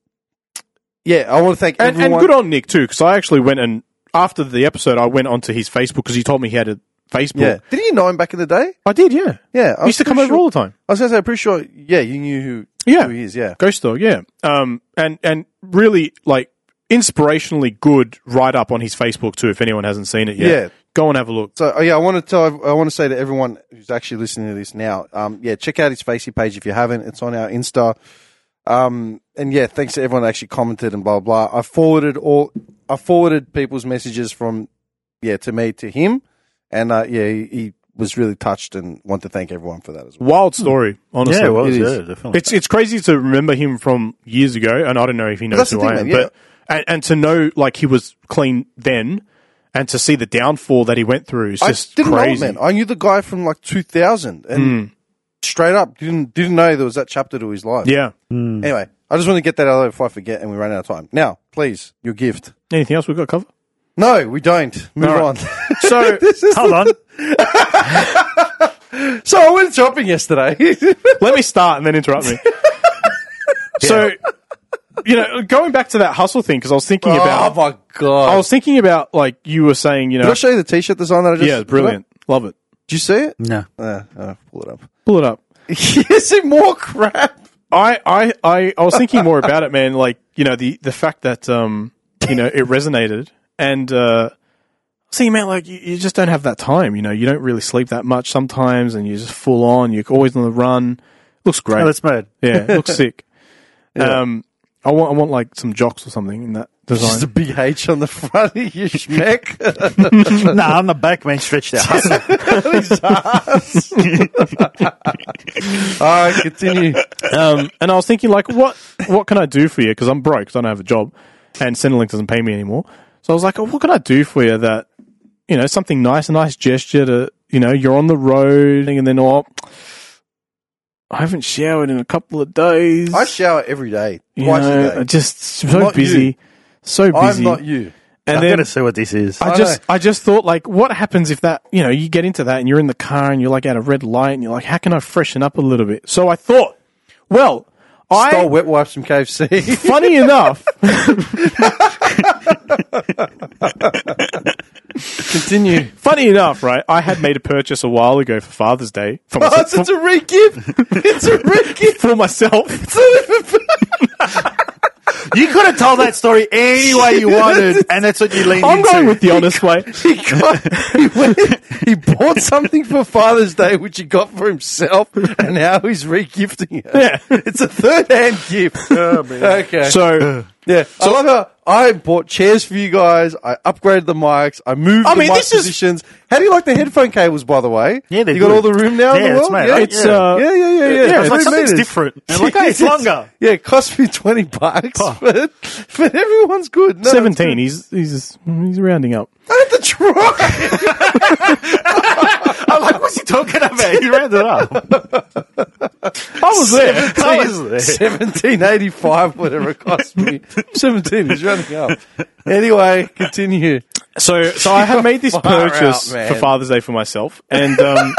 Speaker 1: yeah, I want to thank
Speaker 2: Hmm. And,
Speaker 1: everyone.
Speaker 2: and good on Nick, too, because I actually went and, after the episode, I went onto his Facebook because he told me he had a Facebook.
Speaker 1: yeah, did you know him back in the day?
Speaker 2: I did, yeah.
Speaker 1: Yeah, I
Speaker 2: He used to
Speaker 1: pretty
Speaker 2: come over
Speaker 1: sure-
Speaker 2: all the time.
Speaker 1: I was going to say, I'm pretty sure. Yeah, you knew who.
Speaker 2: Yeah.
Speaker 1: who he is. Yeah,
Speaker 2: Ghost Dog, yeah. Um, and and really like inspirationally good write up on his Facebook too. If anyone hasn't seen it yet,
Speaker 1: Yeah.
Speaker 2: go and have a look.
Speaker 1: So oh, yeah, I want to tell, I want to say to everyone who's actually listening to this now, um, yeah, check out his Facey page if you haven't. It's on our Insta. Um, and yeah, thanks to everyone that actually commented and blah blah. I forwarded all, I forwarded people's messages from, yeah, to me to him, and uh, yeah, he, he was really touched and want to thank everyone for that as well.
Speaker 2: Wild story, honestly.
Speaker 3: yeah, it was.
Speaker 1: it is.
Speaker 3: Yeah, definitely.
Speaker 2: It's it's crazy to remember him from years ago, and I don't know if he knows
Speaker 1: that's the
Speaker 2: who I
Speaker 1: thing,
Speaker 2: am,
Speaker 1: man, yeah.
Speaker 2: but and, and to know like he was clean then, and to see the downfall that he went through is just
Speaker 1: I didn't
Speaker 2: crazy. Hmm.
Speaker 1: know, man. I knew the guy from like 2000, and straight up didn't didn't know there was that chapter to his life.
Speaker 2: Yeah.
Speaker 3: Hmm.
Speaker 1: Anyway, I just want to get that out of the way before I forget, and we run out of time. Now, please, your gift.
Speaker 2: Anything else we've got to cover?
Speaker 1: No, we don't. Move
Speaker 2: All
Speaker 1: on.
Speaker 2: right. So
Speaker 3: Hold on.
Speaker 1: so I went shopping yesterday.
Speaker 2: let me start and then interrupt me. So, you know, going back to that hustle thing because I was thinking about
Speaker 1: oh my god!
Speaker 2: I was thinking about like you were saying, you
Speaker 1: Did I
Speaker 2: know,
Speaker 1: show you the t-shirt design that I just?
Speaker 2: yeah, it's brilliant, love it.
Speaker 1: Did you see it?
Speaker 3: No.
Speaker 1: Uh, uh, pull it up.
Speaker 2: Pull it up.
Speaker 1: Is it more crap?
Speaker 2: I, I, I, I was thinking more about it, man. Like you know, the the fact that um, you know, it resonated, and uh, see, man, like you, you just don't have that time. You know, you don't really sleep that much sometimes, and you're just full on. You're always on the run. Looks great.
Speaker 3: Oh, that's mad.
Speaker 2: yeah, it looks sick. Um, I want, I want like some jocks or something in that
Speaker 1: Just a
Speaker 2: design.
Speaker 1: big H on the front. You schmeck.
Speaker 3: nah, I'm the back man stretched out.
Speaker 1: All right, continue.
Speaker 2: um, and I was thinking, like, what what can I do for you? Because I'm broke, 'cause I don't have a job, and Centrelink doesn't pay me anymore. So I was like, oh, what can I do for you that, you know, something nice, a nice gesture to, you know, you're on the road, and then, oh, I haven't showered in a couple of days.
Speaker 1: I shower every day,
Speaker 2: You
Speaker 1: twice
Speaker 2: know,
Speaker 1: a day.
Speaker 2: Just so
Speaker 1: Not you.
Speaker 2: busy, so busy.
Speaker 1: I'm not you.
Speaker 2: and
Speaker 3: I'm
Speaker 2: then
Speaker 3: going to see what this is.
Speaker 2: I
Speaker 1: I
Speaker 2: just I just thought like what happens if that you know you get into that and you're in the car and you're like at a red light and you're like how can I freshen up a little bet? So I thought, well, I
Speaker 1: Stole wet wipes from KFC.
Speaker 2: funny enough,
Speaker 1: continue.
Speaker 2: funny enough, right? I had made a purchase a while ago for Father's Day for,
Speaker 1: Oh,
Speaker 2: myself,
Speaker 1: it's, it's a re-gift. It's a re-gift.
Speaker 2: for myself.
Speaker 3: You could have told that story any way you wanted, and that's what you leaned
Speaker 2: I'm
Speaker 3: into.
Speaker 2: going with the honest way.
Speaker 1: He, got, he, went, he bought something for Father's Day, which he got for himself, and now he's re-gifting it.
Speaker 2: Yeah.
Speaker 1: It's a third-hand gift.
Speaker 3: Oh,
Speaker 1: Okay.
Speaker 2: So
Speaker 1: yeah. So I love how I bought chairs for you guys. I upgraded the mics. I moved
Speaker 2: I
Speaker 1: the
Speaker 2: mean,
Speaker 1: mic
Speaker 2: this is-
Speaker 1: positions. How do you like the headphone cables, by the way?
Speaker 3: Yeah, they're
Speaker 1: You got
Speaker 3: good.
Speaker 1: all the room now in
Speaker 3: Yeah,
Speaker 1: the
Speaker 3: it's
Speaker 1: world?
Speaker 3: made.
Speaker 1: yeah?
Speaker 2: it's
Speaker 3: Yeah.
Speaker 2: uh
Speaker 1: yeah, yeah, yeah, yeah.
Speaker 2: yeah,
Speaker 3: It's like
Speaker 1: Three
Speaker 3: something's
Speaker 1: meters.
Speaker 3: different. And like, hey, it's
Speaker 1: Jesus.
Speaker 3: longer. Oh.
Speaker 1: Yeah, it cost me 20 bucks, but, but everyone's good. No, it's
Speaker 2: seventeen.
Speaker 1: good.
Speaker 2: He's he's he's rounding up.
Speaker 1: I had to try.
Speaker 3: I'm like, what's he talking about? He rounded up.
Speaker 2: I was there.
Speaker 3: I was there.
Speaker 1: Seventeen eighty five, whatever it cost me. Seventeen is running up. Anyway, continue.
Speaker 2: So, so I had made this
Speaker 1: Far out,
Speaker 2: purchase
Speaker 1: man.
Speaker 2: for Father's Day for myself, and um,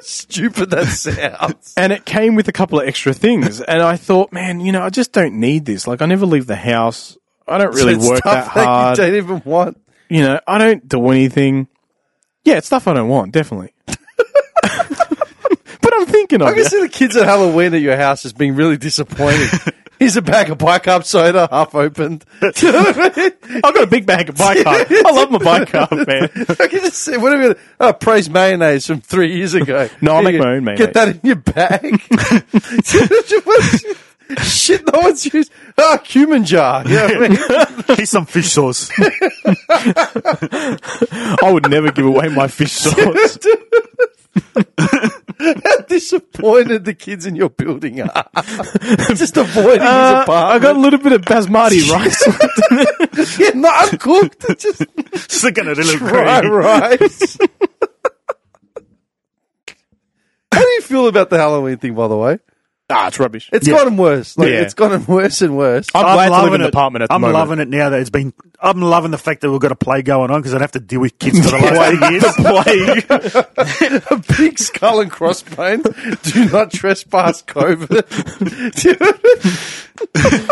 Speaker 1: Stupid that sounds.
Speaker 2: and it came with a couple of extra things. And I thought, man, you know, I just don't need this. Like, I never leave the house. I don't really
Speaker 1: It's
Speaker 2: work that
Speaker 1: stuff
Speaker 2: hard.
Speaker 1: you don't even want.
Speaker 2: you know, I don't do anything. Yeah, it's stuff I don't want, definitely. but I'm thinking of
Speaker 1: I can
Speaker 2: it.
Speaker 1: see the kids at Halloween at your house just being really disappointed. Here's a bag of pie cup soda, half opened. Do you know what I mean?
Speaker 2: I've got a big bag of bike card. I love my bike card, man.
Speaker 1: I can just see, what about, oh, praise mayonnaise from three years ago.
Speaker 2: No, I'll
Speaker 1: Here you
Speaker 2: make my own
Speaker 1: Get that in your bag. What- Shit, no one's used. Ah, cumin jar. You know what I mean?
Speaker 3: Here's some fish sauce.
Speaker 2: I would never give away my fish sauce.
Speaker 1: How disappointed the kids in your building are. just avoiding his
Speaker 2: Uh, I
Speaker 1: apartment.
Speaker 2: got a little bit of basmati rice.
Speaker 1: yeah, no, uncooked. It's just
Speaker 3: Sticking a little
Speaker 1: dry
Speaker 3: green.
Speaker 1: rice. How do you feel about the Halloween thing, by the way?
Speaker 2: ah, it's rubbish.
Speaker 1: It's
Speaker 3: Yeah.
Speaker 1: gotten worse. Like,
Speaker 2: Yeah.
Speaker 1: It's gotten worse and worse.
Speaker 2: I'm, glad to
Speaker 3: loving
Speaker 2: live in an
Speaker 3: it.
Speaker 2: apartment at the
Speaker 3: I'm
Speaker 2: moment.
Speaker 3: loving it now that it's been. I'm loving the fact that we've got a play going on because I'd have to deal with kids for the last eight years.
Speaker 2: the
Speaker 1: a
Speaker 2: plague.
Speaker 1: big skull and crossbone. Do not trespass COVID. Dude.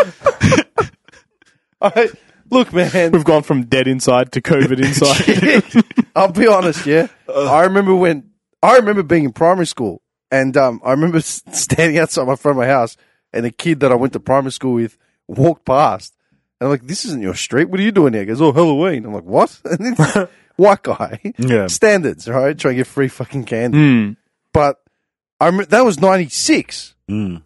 Speaker 1: I, look, man.
Speaker 2: We've gone from dead inside to COVID inside.
Speaker 1: I'll be honest, yeah. I remember when I remember being in primary school, and um, I remember s- standing outside my front of my house, and a kid that I went to primary school with walked past, and I'm like, "This isn't your street. What are you doing here?" He goes, "Oh, Halloween." I'm like, "What?" And it's white guy,
Speaker 3: Yeah.
Speaker 1: standards, right? Trying to get free fucking candy,
Speaker 2: Hmm.
Speaker 1: but I rem- that was '96.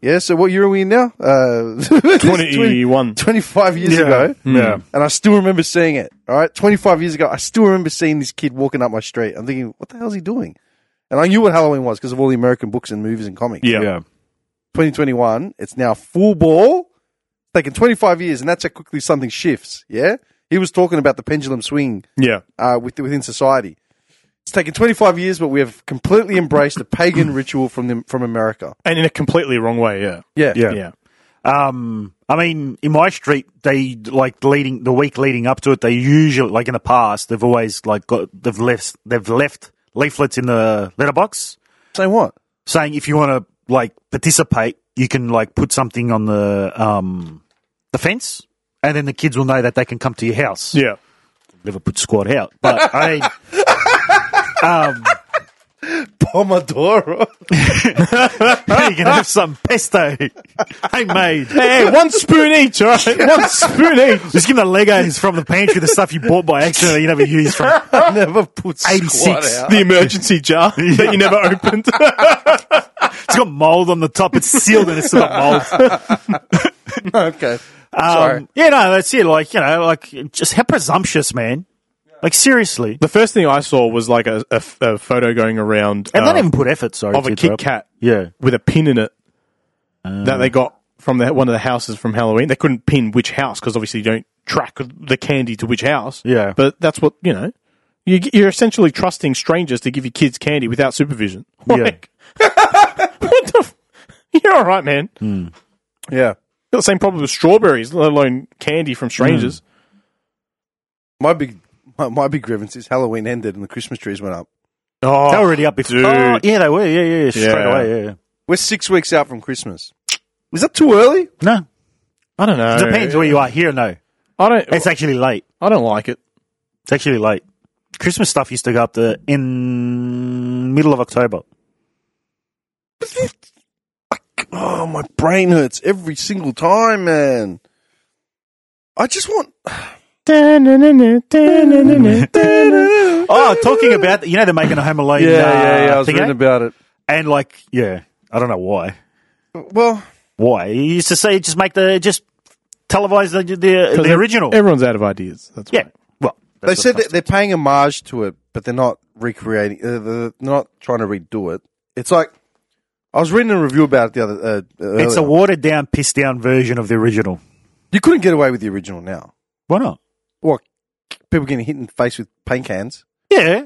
Speaker 1: Yeah, so what year are we in now? Uh,
Speaker 2: 21.
Speaker 1: 25 years ago.
Speaker 2: Yeah.
Speaker 1: And I still remember seeing it. All right. 25 years ago, I still remember seeing this kid walking up my street. I'm thinking, what the hell's he doing? And I knew what Halloween was because of all the American books and movies and comics.
Speaker 2: Yeah.
Speaker 1: 2021, it's now full ball. It's taken 25 years, and that's how quickly something shifts. Yeah. He was talking about the pendulum swing
Speaker 2: Yeah.
Speaker 1: uh, with, within society. It's taken 25 years, but we have completely embraced a pagan ritual from the, from America.
Speaker 2: And in a completely wrong way, yeah.
Speaker 1: Yeah.
Speaker 3: Yeah.
Speaker 2: Yeah.
Speaker 3: Um, I mean, in my street, they like leading the week leading up to it. They usually like in the past, they've always like got they've left they've left leaflets in the letterbox
Speaker 1: Say what?
Speaker 3: saying if you want to like participate, you can like put something on the um the fence, and then the kids will know that they can come to your house.
Speaker 2: Yeah.
Speaker 3: Never put squad out, but I um,
Speaker 1: Pomodoro.
Speaker 3: you can have some pesto homemade.
Speaker 2: Hey, one spoon each, all right? One spoon each.
Speaker 3: Just give them the Legos from the pantry, the stuff you bought by accident that you never used from
Speaker 1: Never put squat
Speaker 3: 86.
Speaker 1: out.
Speaker 2: the emergency jar that you never opened.
Speaker 3: It's got mold on the top. It's sealed and it's still got mold.
Speaker 1: okay.
Speaker 3: Um,
Speaker 1: Sorry.
Speaker 3: Yeah, no, that's it. Like, you know, like, just how presumptuous, man. Like, seriously.
Speaker 2: the first thing I saw was like a, a- a photo going around
Speaker 3: And they
Speaker 2: um,
Speaker 1: uh,
Speaker 3: don't even put effort, sorry.
Speaker 2: of a
Speaker 3: to
Speaker 2: Kit
Speaker 3: interrupt.
Speaker 2: Kat
Speaker 3: Yeah.
Speaker 2: with a pin in it that they got from the, one of the houses from Halloween. They couldn't pin which house because obviously you don't track the candy to which house.
Speaker 3: Yeah.
Speaker 2: But that's what, you know, you, you're essentially trusting strangers to give your kids candy without supervision.
Speaker 3: Yeah.
Speaker 2: Like, what the? F- you're all right, man.
Speaker 1: Yeah.
Speaker 2: Got the same problem with strawberries, let alone candy from strangers.
Speaker 3: Hmm.
Speaker 1: My big my, my big grievance is Halloween ended and the Christmas trees went up.
Speaker 2: Oh,
Speaker 3: They were already up before.
Speaker 2: dude.
Speaker 3: Oh, yeah, they were. Yeah, yeah, yeah. Straight
Speaker 2: Yeah.
Speaker 3: away, yeah, yeah.
Speaker 1: We're six weeks out from Christmas. Is that too early?
Speaker 3: No.
Speaker 2: I don't know.
Speaker 3: It depends where you are. Here, no.
Speaker 2: I don't.
Speaker 3: It's actually late.
Speaker 2: I don't like it.
Speaker 3: It's actually late. Christmas stuff used to go up to in middle of October.
Speaker 1: Oh, my brain hurts every single time, man. I just want.
Speaker 3: Oh, talking about, you know, they're making a Home Alone.
Speaker 1: Yeah,
Speaker 3: uh,
Speaker 1: yeah, yeah. I was
Speaker 3: thing,
Speaker 1: reading
Speaker 3: eh?
Speaker 1: about it.
Speaker 3: And like, yeah, I don't know why.
Speaker 1: Well,
Speaker 3: Why? He used to say just make the just televise the the, the original.
Speaker 2: Everyone's out of ideas. That's
Speaker 3: yeah.
Speaker 2: why.
Speaker 3: Well,
Speaker 1: they
Speaker 3: that's
Speaker 1: said
Speaker 3: what-
Speaker 1: that they're paying homage to it, but they're not recreating. Uh, they're not trying to redo it. It's like I was reading a review about it the other. Uh,
Speaker 3: it's a
Speaker 1: earlier.
Speaker 3: watered down, pissed down version of the original.
Speaker 1: you couldn't get away with the original now.
Speaker 3: Why not?
Speaker 1: Well, people getting hit in the face with paint cans.
Speaker 3: Yeah.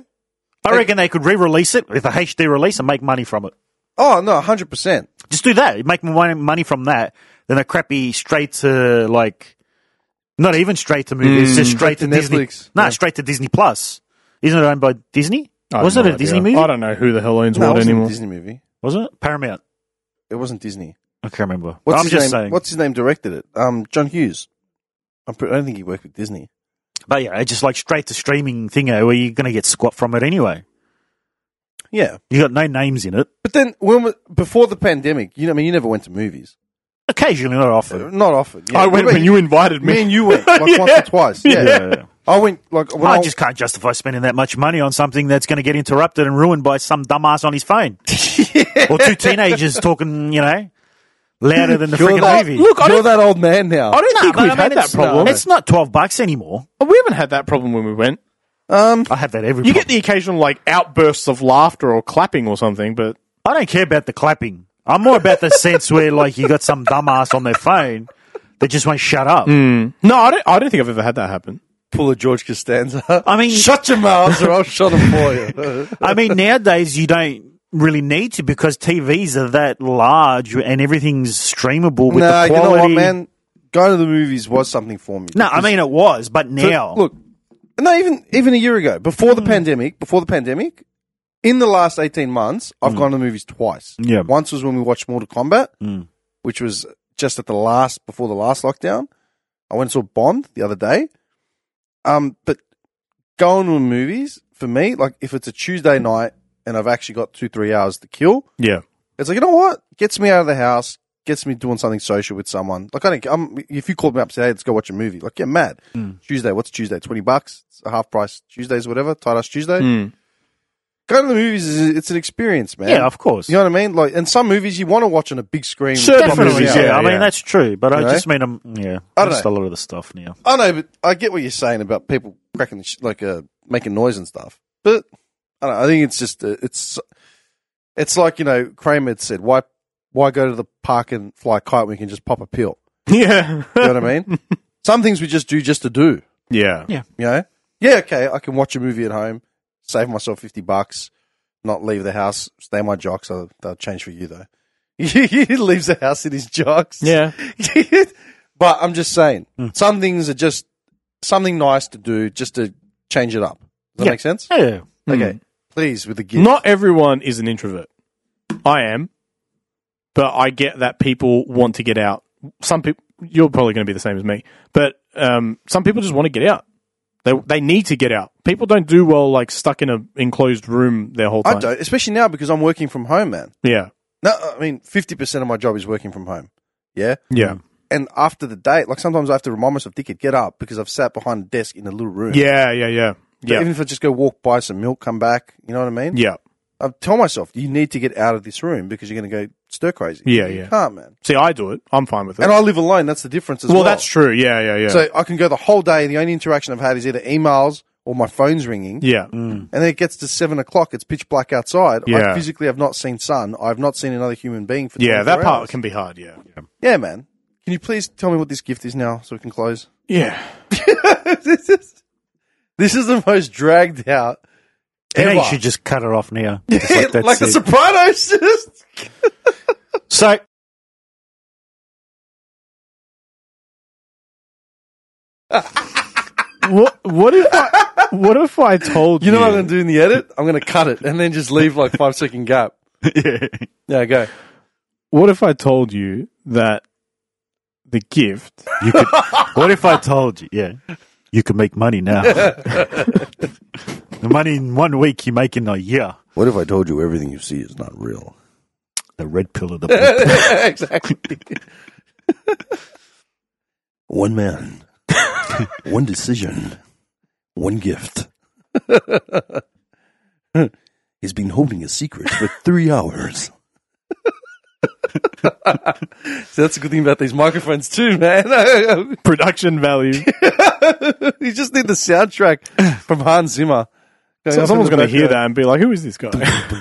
Speaker 3: I reckon they could re-release it with a HD release and make money from it.
Speaker 1: Oh no, hundred percent.
Speaker 3: Just do that. You Make more money from that than a crappy straight to like, not even straight to movies,
Speaker 2: Hmm.
Speaker 3: just straight to,
Speaker 1: Straight to
Speaker 3: Disney.
Speaker 1: Netflix.
Speaker 3: No,
Speaker 1: Yeah.
Speaker 3: straight to Disney Plus. Isn't it owned by Disney?
Speaker 2: I have
Speaker 3: Wasn't
Speaker 2: no
Speaker 3: it a Disney
Speaker 2: idea.
Speaker 3: movie?
Speaker 2: I don't know who the hell owns
Speaker 1: No, it
Speaker 2: what
Speaker 1: wasn't
Speaker 2: anymore.
Speaker 1: a Disney movie.
Speaker 3: Wasn't it Paramount?
Speaker 1: It wasn't Disney.
Speaker 3: I can't remember.
Speaker 1: What's
Speaker 3: I'm
Speaker 1: his
Speaker 3: just
Speaker 1: name?
Speaker 3: saying.
Speaker 1: What's his name directed it? Um, John Hughes. I'm pre- I don't think he worked with Disney.
Speaker 3: But yeah, it's just like straight to streaming thing eh, where you're going to get squat from it anyway.
Speaker 1: Yeah,
Speaker 3: You got no names in it.
Speaker 1: but then when we- before the pandemic, you know, I mean, you never went to movies.
Speaker 3: Occasionally, not often.
Speaker 1: Not often. yeah.
Speaker 2: I went when you invited
Speaker 1: Me
Speaker 2: me.
Speaker 1: and you went like once or twice. Yeah.
Speaker 3: Yeah.
Speaker 1: I went like when I,
Speaker 3: I just can't justify spending that much money on something that's going to get interrupted and ruined by some dumbass on his phone. Or two teenagers talking, you know, louder than the
Speaker 1: You're
Speaker 3: freaking
Speaker 1: that,
Speaker 3: movie.
Speaker 2: Look, I
Speaker 1: you're
Speaker 2: don't-
Speaker 1: that old man now.
Speaker 2: I don't
Speaker 3: Nah,
Speaker 2: think
Speaker 3: but
Speaker 2: we've
Speaker 3: I mean,
Speaker 2: had that
Speaker 3: it's-
Speaker 2: problem.
Speaker 3: It's not 12 bucks anymore.
Speaker 2: we haven't had that problem when we went.
Speaker 1: Um,
Speaker 3: I have that every
Speaker 2: You get the occasional like outbursts of laughter or clapping or something, but
Speaker 3: I don't care about the clapping. I'm more about the sense where, like, you got some dumbass on their phone that just won't shut up.
Speaker 2: no, I don't. I don't think I've ever had that happen.
Speaker 1: pull a George Costanza.
Speaker 3: I mean-
Speaker 1: shut your mouths or I'll shut them for you.
Speaker 3: I mean, nowadays you don't really need to because TVs are that large and everything's streamable with
Speaker 1: nah,
Speaker 3: the
Speaker 1: you know
Speaker 3: quality.
Speaker 1: what, man? Going to the movies was something for me.
Speaker 3: No, I mean it was, but
Speaker 1: But
Speaker 3: now
Speaker 1: Look, no, even even a year ago, before the pandemic, before the pandemic, in the last eighteen months, I've gone to the movies twice.
Speaker 3: Yeah.
Speaker 1: once was when we watched Mortal Kombat, which was just at the last before the last lockdown. I went and saw Bond the other day. Um, but going to movies for me, like if it's a Tuesday night and I've actually got two three hours to kill,
Speaker 2: Yeah,
Speaker 1: it's like you know what gets me out of the house, gets me doing something social with someone. Like I don't. I'm, if you called me up today, let's go watch a movie. Like yeah, mad. Tuesday, what's Tuesday? Twenty bucks, it's a half price Tuesdays, whatever. Tight ass Tuesday.
Speaker 2: Hmm.
Speaker 1: Going to the movies is it's an experience, man.
Speaker 3: yeah, of course,
Speaker 1: You know what I mean? Like, and some movies you want to watch on a big screen.
Speaker 2: Sure,
Speaker 1: Proper
Speaker 3: definitely.
Speaker 1: movies,
Speaker 3: Yeah,
Speaker 2: yeah,
Speaker 3: I mean
Speaker 2: yeah.
Speaker 3: that's true, but
Speaker 1: You
Speaker 3: I
Speaker 1: know?
Speaker 3: just mean um, yeah,
Speaker 1: I don't
Speaker 3: just
Speaker 1: know.
Speaker 3: a lot of the stuff now.
Speaker 1: I know, but I get what you're saying about people cracking, the sh- like, uh, making noise and stuff. But I don't know. I think it's just uh, it's it's like you know Kramer had said, why why go to the park and fly a kite when you can just pop a pill?
Speaker 2: yeah,
Speaker 1: You know what I mean? Some things we just do just to do.
Speaker 2: yeah.
Speaker 1: You know? Yeah, okay. I can watch a movie at home, save myself fifty bucks, not leave the house, stay in my jocks. I'll, they'll change for you though. he leaves the house in his jocks.
Speaker 2: Yeah.
Speaker 1: but I'm just saying, some things are just something nice to do just to change it up. Does that make sense?
Speaker 3: Yeah, Mm.
Speaker 1: Okay. Please, with the gift.
Speaker 2: Not everyone is an introvert. I am, but I get that people want to get out. Some people, you're probably going to be the same as me, but um, some people just want to get out. They they need to get out. People don't do well like stuck in a enclosed room their whole time.
Speaker 1: I don't, especially now because I'm working from home, man.
Speaker 2: Yeah,
Speaker 1: No, I mean, 50% of my job is working from home. Yeah?
Speaker 2: yeah,
Speaker 1: and after the day, like sometimes I have to remind myself, "Dickhead, get up," because I've sat behind a desk in a little room.
Speaker 2: yeah, yeah, yeah,
Speaker 1: But
Speaker 2: yeah,
Speaker 1: Even if I just go walk, buy some milk, come back, you know what I mean?
Speaker 2: yeah.
Speaker 1: I tell myself, "You need to get out of this room because you're going to go stir crazy."
Speaker 2: Yeah,
Speaker 1: you
Speaker 2: yeah.
Speaker 1: Can't, man.
Speaker 2: See, I do it. I'm fine with it.
Speaker 1: And I live alone. That's the difference as well.
Speaker 2: well, that's true. Yeah, yeah, yeah.
Speaker 1: So I can go the whole day, and the only interaction I've had is either emails or my phone's ringing.
Speaker 2: yeah,
Speaker 1: And then it gets to seven o'clock. It's pitch black outside. I
Speaker 2: Yeah.
Speaker 1: physically have not seen sun. I've not seen another human being for
Speaker 2: yeah.
Speaker 1: 24
Speaker 2: That part
Speaker 1: hours.
Speaker 2: can be hard. Yeah, yeah.
Speaker 1: Yeah, man. Can you please tell me what this gift is now, so we can close?
Speaker 2: yeah.
Speaker 1: this is this is the most dragged out
Speaker 3: I think
Speaker 1: ever.
Speaker 3: you should just cut it off now. Just
Speaker 1: like,
Speaker 3: that's
Speaker 1: the
Speaker 3: it.
Speaker 1: Sopranos. Just
Speaker 3: so
Speaker 2: What what if I, what if I told
Speaker 1: you know what I'm going to do in the edit? I'm going to cut it and then just leave like five second gap. Yeah, go.
Speaker 2: What if I told you that the gift?
Speaker 3: you could, what if I told you? Yeah, you can make money now. the money in one week you make in a year.
Speaker 1: What if I told you everything you see is not real?
Speaker 3: The red pill of the blue pill.
Speaker 1: exactly. one man, one decision, one gift. He's been holding a secret for three hours. so that's a good thing about these microphones too, man.
Speaker 2: Production value.
Speaker 1: you just need the soundtrack from Hans Zimmer.
Speaker 2: So someone's going to hear that and be like, "Who is this guy?"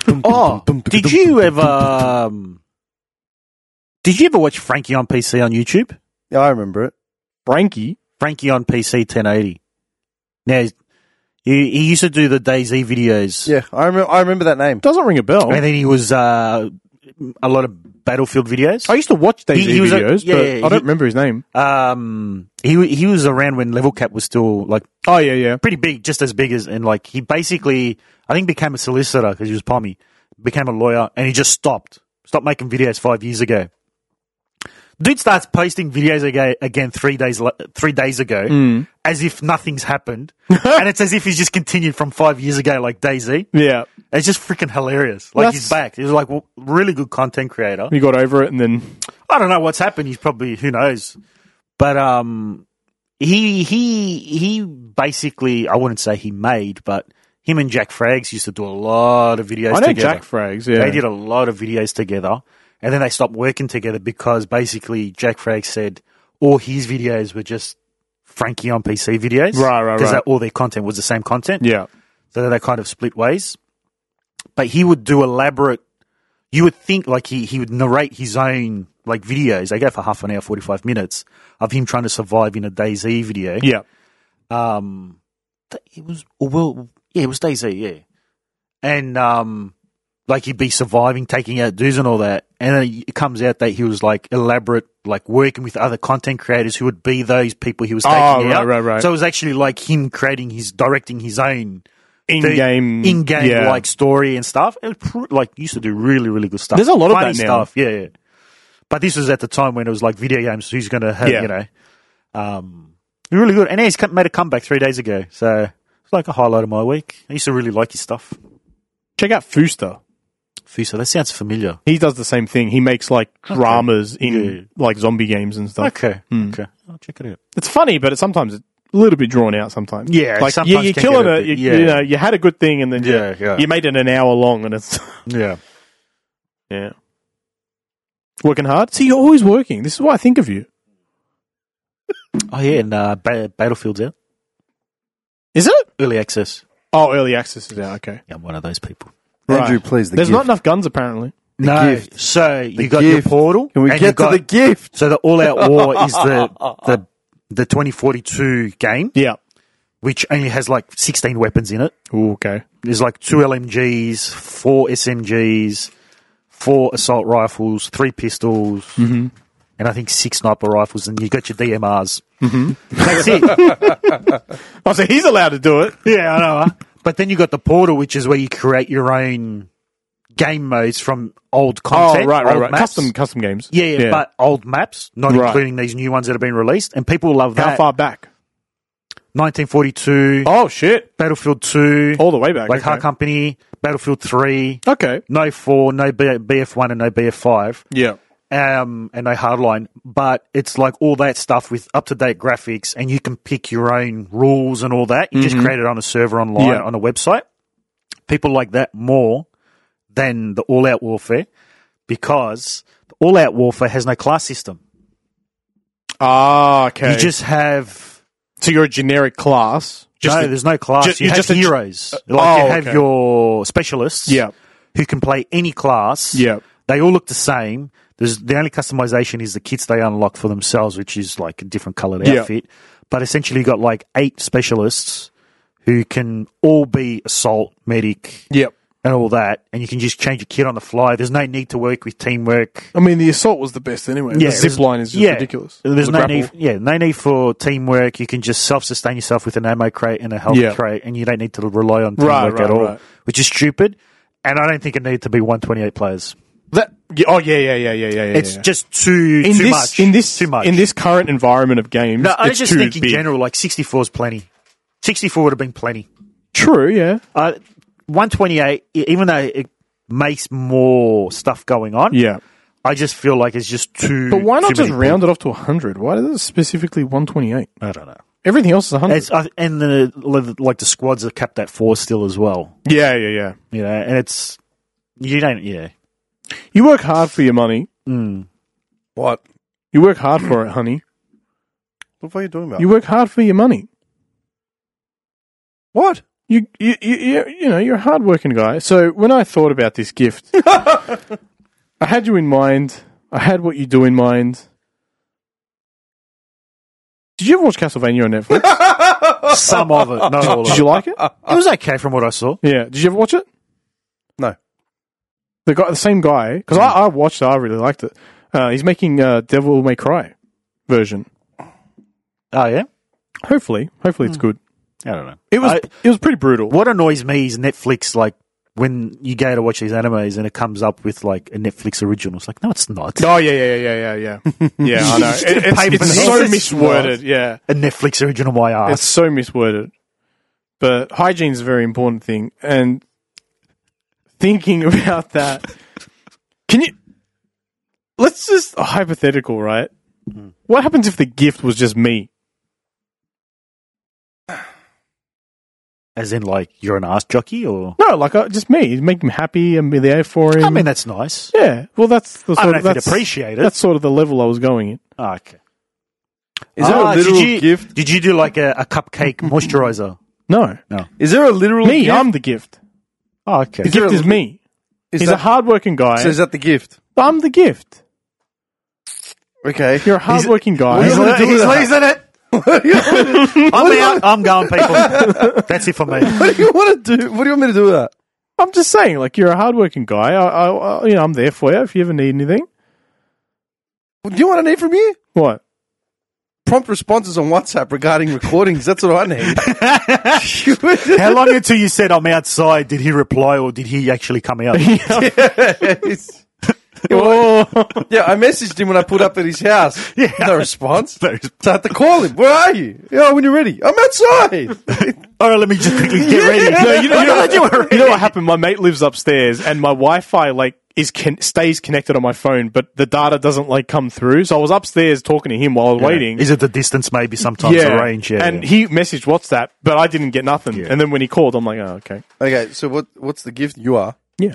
Speaker 3: Oh, did you ever? Um, did you ever watch Frankie on PC on YouTube?
Speaker 1: Yeah, I remember it.
Speaker 2: Frankie.
Speaker 3: Frankie on PC 1080. Now, He, he used to do the Daisy videos.
Speaker 1: Yeah, I remember. I remember that name.
Speaker 2: Doesn't ring a bell.
Speaker 3: And then he was uh, a lot of battlefield videos.
Speaker 2: I used to watch Daisy
Speaker 3: he was a-
Speaker 2: videos,
Speaker 3: yeah,
Speaker 2: but
Speaker 3: yeah,
Speaker 2: I don't
Speaker 3: he-
Speaker 2: remember his name.
Speaker 3: Um, he wa- he was around when Level Cap was still like
Speaker 2: Oh yeah, yeah.
Speaker 3: pretty big, just as big as and like he basically I think became a solicitor because he was palmy, became a lawyer, and he just stopped stopped making videos five years ago. Dude starts posting videos again, again three days la- three days ago, as if nothing's happened, and it's as if he's just continued from five years ago, like Daisy.
Speaker 2: Yeah.
Speaker 3: It's just freaking hilarious. Like he's
Speaker 2: That's-
Speaker 3: back. He's like w- really good content creator.
Speaker 2: He got over it and then
Speaker 3: I don't know what's happened. He's probably who knows, but um, he he he basically I wouldn't say he made, but him and Jack Frags used to do a lot of videos.
Speaker 2: I know
Speaker 3: together.
Speaker 2: Jack Frags, yeah.
Speaker 3: They did a lot of videos together, and then they stopped working together because basically Jack Frags said all his videos were just Frankie on PC videos,
Speaker 2: Right, right,
Speaker 3: Because
Speaker 2: right.
Speaker 3: all their content was the same content.
Speaker 2: Yeah.
Speaker 3: So they kind of split ways. But he would do elaborate. You would think like he, he would narrate his own like videos. They go for half an hour, forty five minutes of him trying to survive in a DayZ video.
Speaker 2: Yeah.
Speaker 3: Um, th- it was oh, well, yeah, it was DayZ, yeah. And um, like he'd be surviving, taking out dudes and all that. And then it comes out that he was like elaborate, like working with other content creators who would be those people he was taking
Speaker 2: Oh, right,
Speaker 3: out.
Speaker 2: right, right.
Speaker 3: So it was actually like him creating his, directing his own
Speaker 2: In
Speaker 3: the
Speaker 2: game
Speaker 3: in-game
Speaker 2: yeah.
Speaker 3: like story and stuff. It pr- like used to do really, really good stuff.
Speaker 2: There's a lot of
Speaker 3: Funny
Speaker 2: that now.
Speaker 3: stuff. Yeah, yeah. But this was at the time when it was like video games. Who's going to have
Speaker 2: Yeah.
Speaker 3: you know? Um, really good. And he's come- made a comeback three days ago, so it's like a highlight of my week. I used to really like his stuff.
Speaker 2: Check out Fuster.
Speaker 3: Fuso, that sounds familiar.
Speaker 2: He does the same thing. He makes like dramas in
Speaker 3: Yeah.
Speaker 2: like zombie games and stuff.
Speaker 3: Okay, okay, I'll check it out.
Speaker 2: It's funny, but it's sometimes a little bit drawn out. Sometimes,
Speaker 3: Yeah,
Speaker 2: like
Speaker 3: sometimes
Speaker 2: you, you're
Speaker 3: can get
Speaker 2: killing
Speaker 3: a
Speaker 2: it.
Speaker 3: bit-
Speaker 2: you,
Speaker 3: yeah.
Speaker 2: you know, you had a good thing, and then you-
Speaker 3: Yeah, yeah.
Speaker 2: you made it an hour long, and it's
Speaker 3: Yeah,
Speaker 2: yeah, working hard. See, you're always working. This is what I think of you.
Speaker 3: oh yeah, and uh, ba- Battlefield's out
Speaker 2: Is it?
Speaker 3: early access.
Speaker 2: Oh, early access is out. Okay,
Speaker 3: Yeah, I'm one of those people.
Speaker 1: Andrew,
Speaker 2: Right.
Speaker 1: please. The
Speaker 2: There's
Speaker 1: gift.
Speaker 2: not enough guns apparently.
Speaker 3: no,
Speaker 1: gift.
Speaker 3: so you
Speaker 1: The
Speaker 3: got your
Speaker 1: gift.
Speaker 3: portal.
Speaker 1: Can we
Speaker 3: and you
Speaker 1: get to
Speaker 3: got-
Speaker 1: the gift?
Speaker 3: So the All Out War is the the the 2042 game,
Speaker 2: Yeah.
Speaker 3: which only has like 16 weapons in it.
Speaker 2: Ooh, okay.
Speaker 3: There's like two LMGs, four SMGs, four assault rifles, three pistols, and I think six sniper rifles. And you got your DMRs. That's it.
Speaker 2: Oh, so he's allowed to do it.
Speaker 3: yeah, I know. huh? But then you got the portal, which is where you create your own game modes from old
Speaker 2: Oh,
Speaker 3: content.
Speaker 2: right, right,
Speaker 3: old
Speaker 2: right.
Speaker 3: maps.
Speaker 2: Custom, custom games.
Speaker 3: Yeah, yeah, but old maps, not
Speaker 2: Right.
Speaker 3: including these new ones that have been released, and people love that.
Speaker 2: how far back?
Speaker 3: 1942,
Speaker 2: Oh shit!
Speaker 3: Battlefield 2,
Speaker 2: All the way back. Oh,
Speaker 3: like
Speaker 2: okay.
Speaker 3: Hard Company, Battlefield 3,
Speaker 2: Okay.
Speaker 3: no 4, no B- BF1, and no BF5,
Speaker 2: Yeah.
Speaker 3: um, and no Hardline. But it's like all that stuff with up to date graphics, and you can pick your own rules and all that. You just create it on a server online,
Speaker 2: Mm-hmm. Yeah.
Speaker 3: on a website. People like that more than the All Out Warfare because the All Out Warfare has no class system.
Speaker 2: Ah, okay.
Speaker 3: You just have.
Speaker 2: so you're a generic class. Just
Speaker 3: no,
Speaker 2: the-
Speaker 3: there's no class.
Speaker 2: ju-
Speaker 3: you
Speaker 2: you're
Speaker 3: have
Speaker 2: just a-
Speaker 3: heroes. like
Speaker 2: oh,
Speaker 3: you have
Speaker 2: okay.
Speaker 3: your specialists.
Speaker 2: Yeah.
Speaker 3: Who can play any class.
Speaker 2: Yeah.
Speaker 3: They all look the same. There's the only customization is the kits they unlock for themselves, which is like a different colored
Speaker 2: Yeah.
Speaker 3: outfit. But essentially, you got like eight specialists who can all be assault, medic,
Speaker 2: Yep.
Speaker 3: and all that. And you can just change your kit on the fly. There's no need to work with teamwork.
Speaker 2: I mean, the assault was the best anyway. the zip
Speaker 3: there's-
Speaker 2: line is just
Speaker 3: yeah,
Speaker 2: ridiculous.
Speaker 3: There's
Speaker 2: The
Speaker 3: no
Speaker 2: grapple.
Speaker 3: need, yeah, no need for teamwork. You can just self-sustain yourself with an ammo crate and a health
Speaker 2: Yeah.
Speaker 3: crate, and you don't need to rely on teamwork
Speaker 2: Right, right,
Speaker 3: at all,
Speaker 2: right.
Speaker 3: which is stupid. And I don't think it needed to be 128 players.
Speaker 2: That, yeah, oh yeah, yeah, yeah, yeah, yeah. yeah,
Speaker 3: It's
Speaker 2: yeah.
Speaker 3: just too
Speaker 2: in
Speaker 3: too
Speaker 2: this
Speaker 3: much.
Speaker 2: in this
Speaker 3: too much.
Speaker 2: in this current environment of games.
Speaker 3: no, I was
Speaker 2: it's
Speaker 3: just
Speaker 2: too
Speaker 3: thinking
Speaker 2: big.
Speaker 3: general, like 64 is plenty. 64 would have been plenty.
Speaker 2: True. Yeah.
Speaker 3: Uh, 128, e- even though it makes more stuff going on,
Speaker 2: Yeah.
Speaker 3: I just feel like it's just too.
Speaker 2: But why
Speaker 3: too
Speaker 2: not just
Speaker 3: many
Speaker 2: round it off to hundred? Why is it specifically one twenty eight?
Speaker 3: people. I don't know.
Speaker 2: Everything else is hundred.
Speaker 3: It's, uh, and the like the squads are capped at four still as well.
Speaker 2: Yeah, yeah, yeah.
Speaker 3: you know, and it's you don't, yeah,
Speaker 2: You work hard for your money.
Speaker 3: Hmm.
Speaker 1: What?
Speaker 2: You work hard for it, honey.
Speaker 1: What are you talking about?
Speaker 2: You work hard for your money.
Speaker 1: what?
Speaker 2: You, you, you, you, you know, you're a hardworking guy. So when I thought about this gift, I had you in mind. I had what you do in mind. Did you ever watch Castlevania on Netflix?
Speaker 3: Some of it, not all of
Speaker 2: Did
Speaker 3: it.
Speaker 2: you like it?
Speaker 3: It was okay from what I saw.
Speaker 2: Yeah. Did you ever watch it?
Speaker 1: No.
Speaker 2: The guy, the same guy, because I, I watched it. I really liked it. Uh, he's making uh, Devil May Cry version.
Speaker 3: Oh yeah,
Speaker 2: Hopefully, hopefully
Speaker 1: Hmm.
Speaker 2: it's good.
Speaker 3: I don't know.
Speaker 2: It was
Speaker 3: I-
Speaker 2: it was pretty brutal.
Speaker 3: What annoys me is Netflix. Like when you go to watch these animes and it comes up with like a Netflix original. It's like no, it's not.
Speaker 2: Oh yeah, yeah, yeah, yeah, yeah, yeah. yeah, I know. It,
Speaker 3: You just didn't
Speaker 2: it's
Speaker 3: pay for
Speaker 2: it's
Speaker 3: this.
Speaker 2: so
Speaker 3: It's
Speaker 2: misworded. Yeah,
Speaker 3: A Netflix original, my ass.
Speaker 2: it's so misworded. But hygiene is a very important thing, and thinking about that, can you? Let's just a hypothetical, right?
Speaker 3: Hmm.
Speaker 2: What happens if the gift was just me?
Speaker 3: As in, like you're an ass jockey, or
Speaker 2: No, like uh, just me. Make him happy and be there for him.
Speaker 3: I mean, that's nice.
Speaker 2: yeah. Well, that's the
Speaker 3: I
Speaker 2: sort
Speaker 3: don't
Speaker 2: of,
Speaker 3: know if you'd
Speaker 2: that's,
Speaker 3: appreciate it.
Speaker 2: that's sort of the level I was going in.
Speaker 3: Oh, okay.
Speaker 1: Is there
Speaker 3: Ah,
Speaker 1: a literal
Speaker 3: did you,
Speaker 1: gift?
Speaker 3: Did you do like a, a cupcake moisturizer?
Speaker 2: No,
Speaker 1: Is there a literal
Speaker 2: me.
Speaker 1: gift?
Speaker 2: I'm the gift.
Speaker 3: Oh, okay.
Speaker 2: The
Speaker 1: there
Speaker 2: gift
Speaker 1: a-
Speaker 2: is me.
Speaker 1: Is
Speaker 2: He's a
Speaker 1: that,
Speaker 2: hardworking guy.
Speaker 1: so is that the gift?
Speaker 2: I'm the gift.
Speaker 1: Okay.
Speaker 2: You're a hardworking guy.
Speaker 1: he's-
Speaker 3: le-
Speaker 1: He's
Speaker 3: losing it. I'm out. I'm going, people. That's it for me.
Speaker 1: what do you want to do? What do you want me to do with that?
Speaker 2: I'm just saying, like you're a hardworking guy. I, I, I, you know, I'm there for you if you ever need anything.
Speaker 1: Do you want to need from you?
Speaker 2: What?
Speaker 1: Prompt responses on WhatsApp regarding recordings. That's what I need.
Speaker 3: How long until you said I'm outside? Did he reply, or did he actually come out?
Speaker 1: Yes.
Speaker 2: Oh,
Speaker 1: yeah, I messaged him when I pulled up at his house.
Speaker 3: Yeah.
Speaker 1: No response.
Speaker 3: No response.
Speaker 1: So I had to call him. Where are you? Yeah, when you're ready. I'm outside.
Speaker 3: All right, let me just quickly get ready.
Speaker 2: no, you know, you know, you know what happened? My mate lives upstairs, and my Wi-Fi like is con- stays connected on my phone, but the data doesn't like come through. So I was upstairs talking to him while I was waiting.
Speaker 3: Is it the distance? Maybe sometimes the range. Yeah,
Speaker 2: and
Speaker 3: yeah.
Speaker 2: he messaged WhatsApp, but I didn't get nothing. And then when he called, I'm like, oh, okay,
Speaker 1: Okay, so what? what's the gift you are?
Speaker 2: yeah.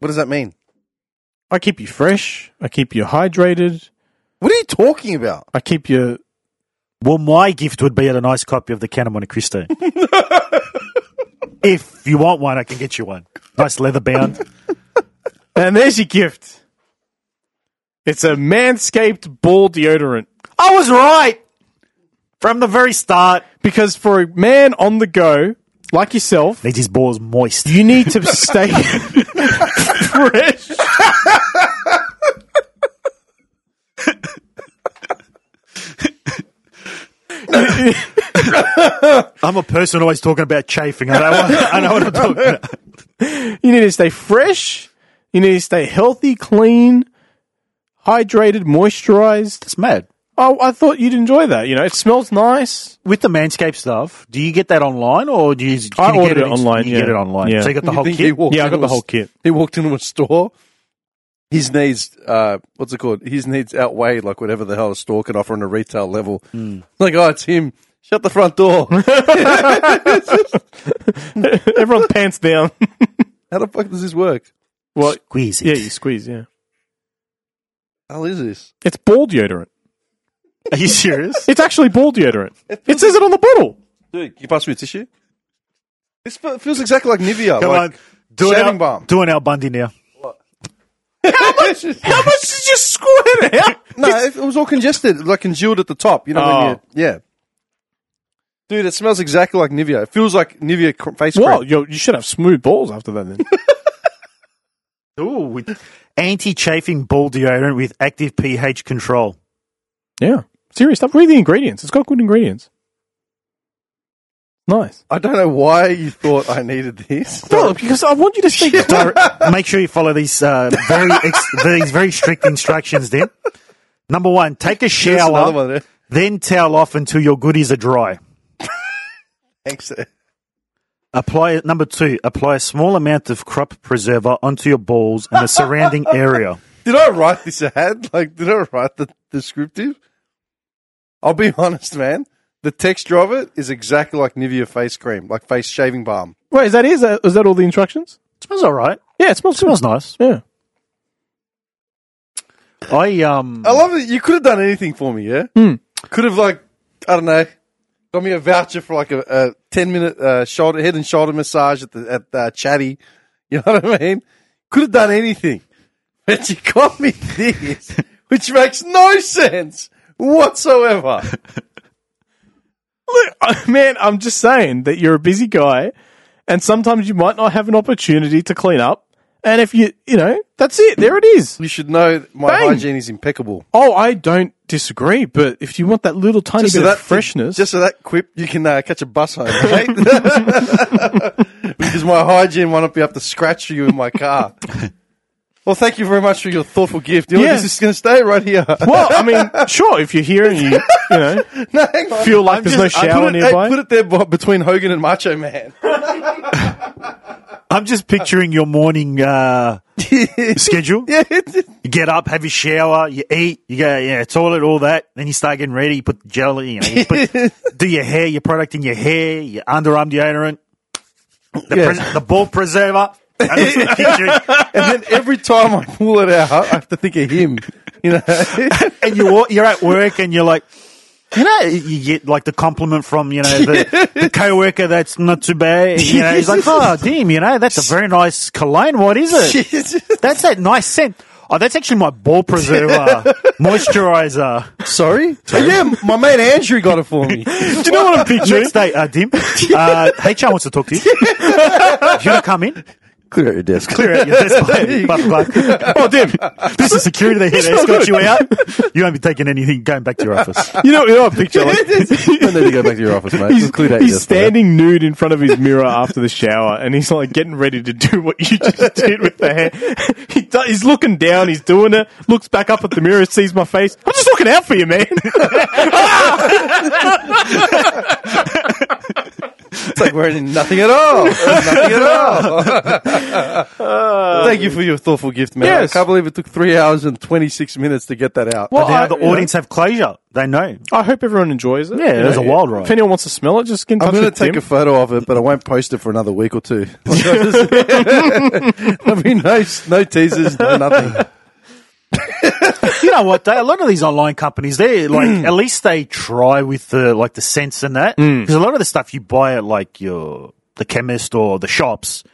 Speaker 1: What does that mean?
Speaker 2: I keep you fresh. I keep you hydrated.
Speaker 1: What are you talking about?
Speaker 2: I keep you.
Speaker 3: well, my gift would be a nice copy of the Count of Monte Cristo. if you want one, I can get you one. Nice leather bound.
Speaker 2: And there's your gift. It's a manscaped ball deodorant.
Speaker 3: I was right from the very start.
Speaker 2: Because for a man on the go like yourself,
Speaker 3: Needs his balls moist.
Speaker 2: you need to stay fresh.
Speaker 3: I'm a person always talking about chafing. I know, what, I know what I'm talking about.
Speaker 2: You need to stay fresh. You need to stay healthy, clean, hydrated, moisturized.
Speaker 3: It's mad.
Speaker 2: Oh, I thought you'd enjoy that. You know, it smells nice.
Speaker 3: With the Manscaped stuff, do you get that online or do you? Can
Speaker 2: I
Speaker 3: you
Speaker 2: ordered
Speaker 3: get
Speaker 2: it online,
Speaker 3: You
Speaker 2: yeah.
Speaker 3: get it online.
Speaker 2: Yeah.
Speaker 3: So you got the
Speaker 1: You
Speaker 3: whole
Speaker 1: think
Speaker 3: kit.
Speaker 1: walked
Speaker 2: Yeah, I got
Speaker 1: into
Speaker 2: the
Speaker 1: a
Speaker 2: whole
Speaker 1: s-
Speaker 2: kit.
Speaker 1: He walked into a store. His needs, uh, what's it called? His needs outweigh like whatever the hell a store can offer on a retail level. Like, oh, it's him. Shut the front door.
Speaker 2: Everyone's pants down.
Speaker 1: How the fuck does this work?
Speaker 2: well,
Speaker 3: Squeeze it.
Speaker 2: yeah, you squeeze, yeah.
Speaker 1: How is this?
Speaker 2: It's ball deodorant.
Speaker 3: Are you serious?
Speaker 2: It's actually ball deodorant. It says it on the bottle.
Speaker 1: Dude, can you pass me a tissue? This fe- feels exactly like Nivea.
Speaker 3: Come
Speaker 1: like,
Speaker 3: on, do an
Speaker 1: shaving
Speaker 3: Al,
Speaker 1: bomb.
Speaker 3: do an Al Bundy now.
Speaker 2: How much did you squirt out?
Speaker 1: no, it, it was all congested, like congealed at the top. You know, when
Speaker 2: Oh.
Speaker 1: you, yeah. Dude, it smells exactly like Nivea. It feels like Nivea cr- face cream.
Speaker 2: Well, you you should have smooth balls after that then.
Speaker 3: Ooh, with anti-chafing ball deodorant with active pH control.
Speaker 2: yeah. Serious stuff. Read the ingredients. It's got good ingredients. Nice.
Speaker 1: I don't know why you thought I needed this.
Speaker 2: No, because I want you to think
Speaker 3: Make sure you follow these uh, very ex- these very strict instructions. Then, number one, take a
Speaker 1: There's another
Speaker 3: shower,
Speaker 1: one there.
Speaker 3: then towel off until your goodies are dry.
Speaker 1: Thanks.
Speaker 3: Apply number two. Apply a small amount of crop preserver onto your balls and the surrounding area.
Speaker 1: Did I write this ad? Like, did I write the descriptive? I'll be honest, man. The texture of it is exactly like Nivea face cream, like face shaving balm.
Speaker 2: Wait, is that is that is that all the instructions?
Speaker 3: Smells all right.
Speaker 2: Yeah, it smells
Speaker 3: Smells nice.
Speaker 2: Yeah.
Speaker 3: I um.
Speaker 1: I love it. You could have done anything for me, yeah? Could have, like, I don't know, got me a voucher for like a, a 10 minute uh, shoulder, head and shoulder massage at the at uh, Chatty. You know what I mean? Could have done anything. But you got me this, which makes no sense whatsoever.
Speaker 2: Look, man, I'm just saying that you're a busy guy, and sometimes you might not have an opportunity to clean up. And if you, you know, that's it. There it is.
Speaker 1: You should know that my
Speaker 2: Bang.
Speaker 1: hygiene is impeccable.
Speaker 2: Oh, I don't disagree, but if you want that little tiny bit of freshness,
Speaker 1: Just so that quip, you can uh, catch a bus home, okay? because my hygiene will not be up to scratch for you in my car. Well, thank you very much for your thoughtful gift. You know,
Speaker 2: Yeah.
Speaker 1: This is going to stay right here.
Speaker 2: well, I mean, sure, if you're here and you, you know,
Speaker 1: No, hang on.
Speaker 2: Feel like
Speaker 1: I'm
Speaker 2: there's no
Speaker 1: I
Speaker 2: shower
Speaker 1: put it, hey,
Speaker 2: nearby?
Speaker 1: put it there b- between Hogan and Macho Man.
Speaker 3: I'm just picturing your morning uh, schedule. You get up, have your shower, you eat, you go, yeah, toilet, all that. Then you start getting ready. You put the gel, you know, you put, do your hair, your product in your hair, your underarm deodorant, the, pres- the ball preserver. I'm just picturing-
Speaker 1: and then every time I pull it out, I have to think of him. You know,
Speaker 3: and you wa- you're at work and you're like, you know, you get like the compliment from you know the, the coworker that's not too bad. You know, he's like, oh, damn, you know, that's a very nice cologne. What is it? That's that nice scent. Oh, that's actually my ball preserver moisturizer.
Speaker 1: sorry. yeah, my mate Andrew got it for me.
Speaker 3: Do you know what I'm picturing? Next day, uh, Dim, uh, HR wants to talk to you. you gonna come in?
Speaker 1: Clear out your desk.
Speaker 3: Clear out your desk, mate. Buck, buck. Oh, Dim, this is security. They're here to escort you out. You won't be taking anything. Going back to your office.
Speaker 2: you know, you know, a picture. Like,
Speaker 1: I need to go back to your office, mate.
Speaker 2: He's,
Speaker 1: Just clear out your
Speaker 2: he's
Speaker 1: desk, mate.
Speaker 2: standing nude in front of his mirror after the shower, and he's like getting ready to do what you just did with the hair. He do, he's looking down, he's doing it, looks back up at the mirror, sees my face. I'm just looking out for you, man.
Speaker 1: It's like wearing nothing at all. nothing at all. Thank you for your thoughtful gift, man.
Speaker 2: Yes.
Speaker 1: I can't believe it took three hours and 26 minutes to get that out.
Speaker 2: Well,
Speaker 3: Now
Speaker 2: I-
Speaker 3: the
Speaker 2: you know,
Speaker 3: audience have closure. They know.
Speaker 2: I hope everyone enjoys it.
Speaker 3: Yeah,
Speaker 2: You
Speaker 3: it was
Speaker 2: know,
Speaker 3: a wild ride.
Speaker 2: If anyone wants to smell it, just get in touch
Speaker 1: I'm going to
Speaker 2: with
Speaker 1: take
Speaker 2: Tim.
Speaker 1: a photo of it, but I won't post it for another week or two. There'll be no, no teasers, no nothing.
Speaker 3: you know what? They, a lot of these online companies, they like at least they try with the like the sense and that because a lot of the stuff you buy at like your the chemist or the shops,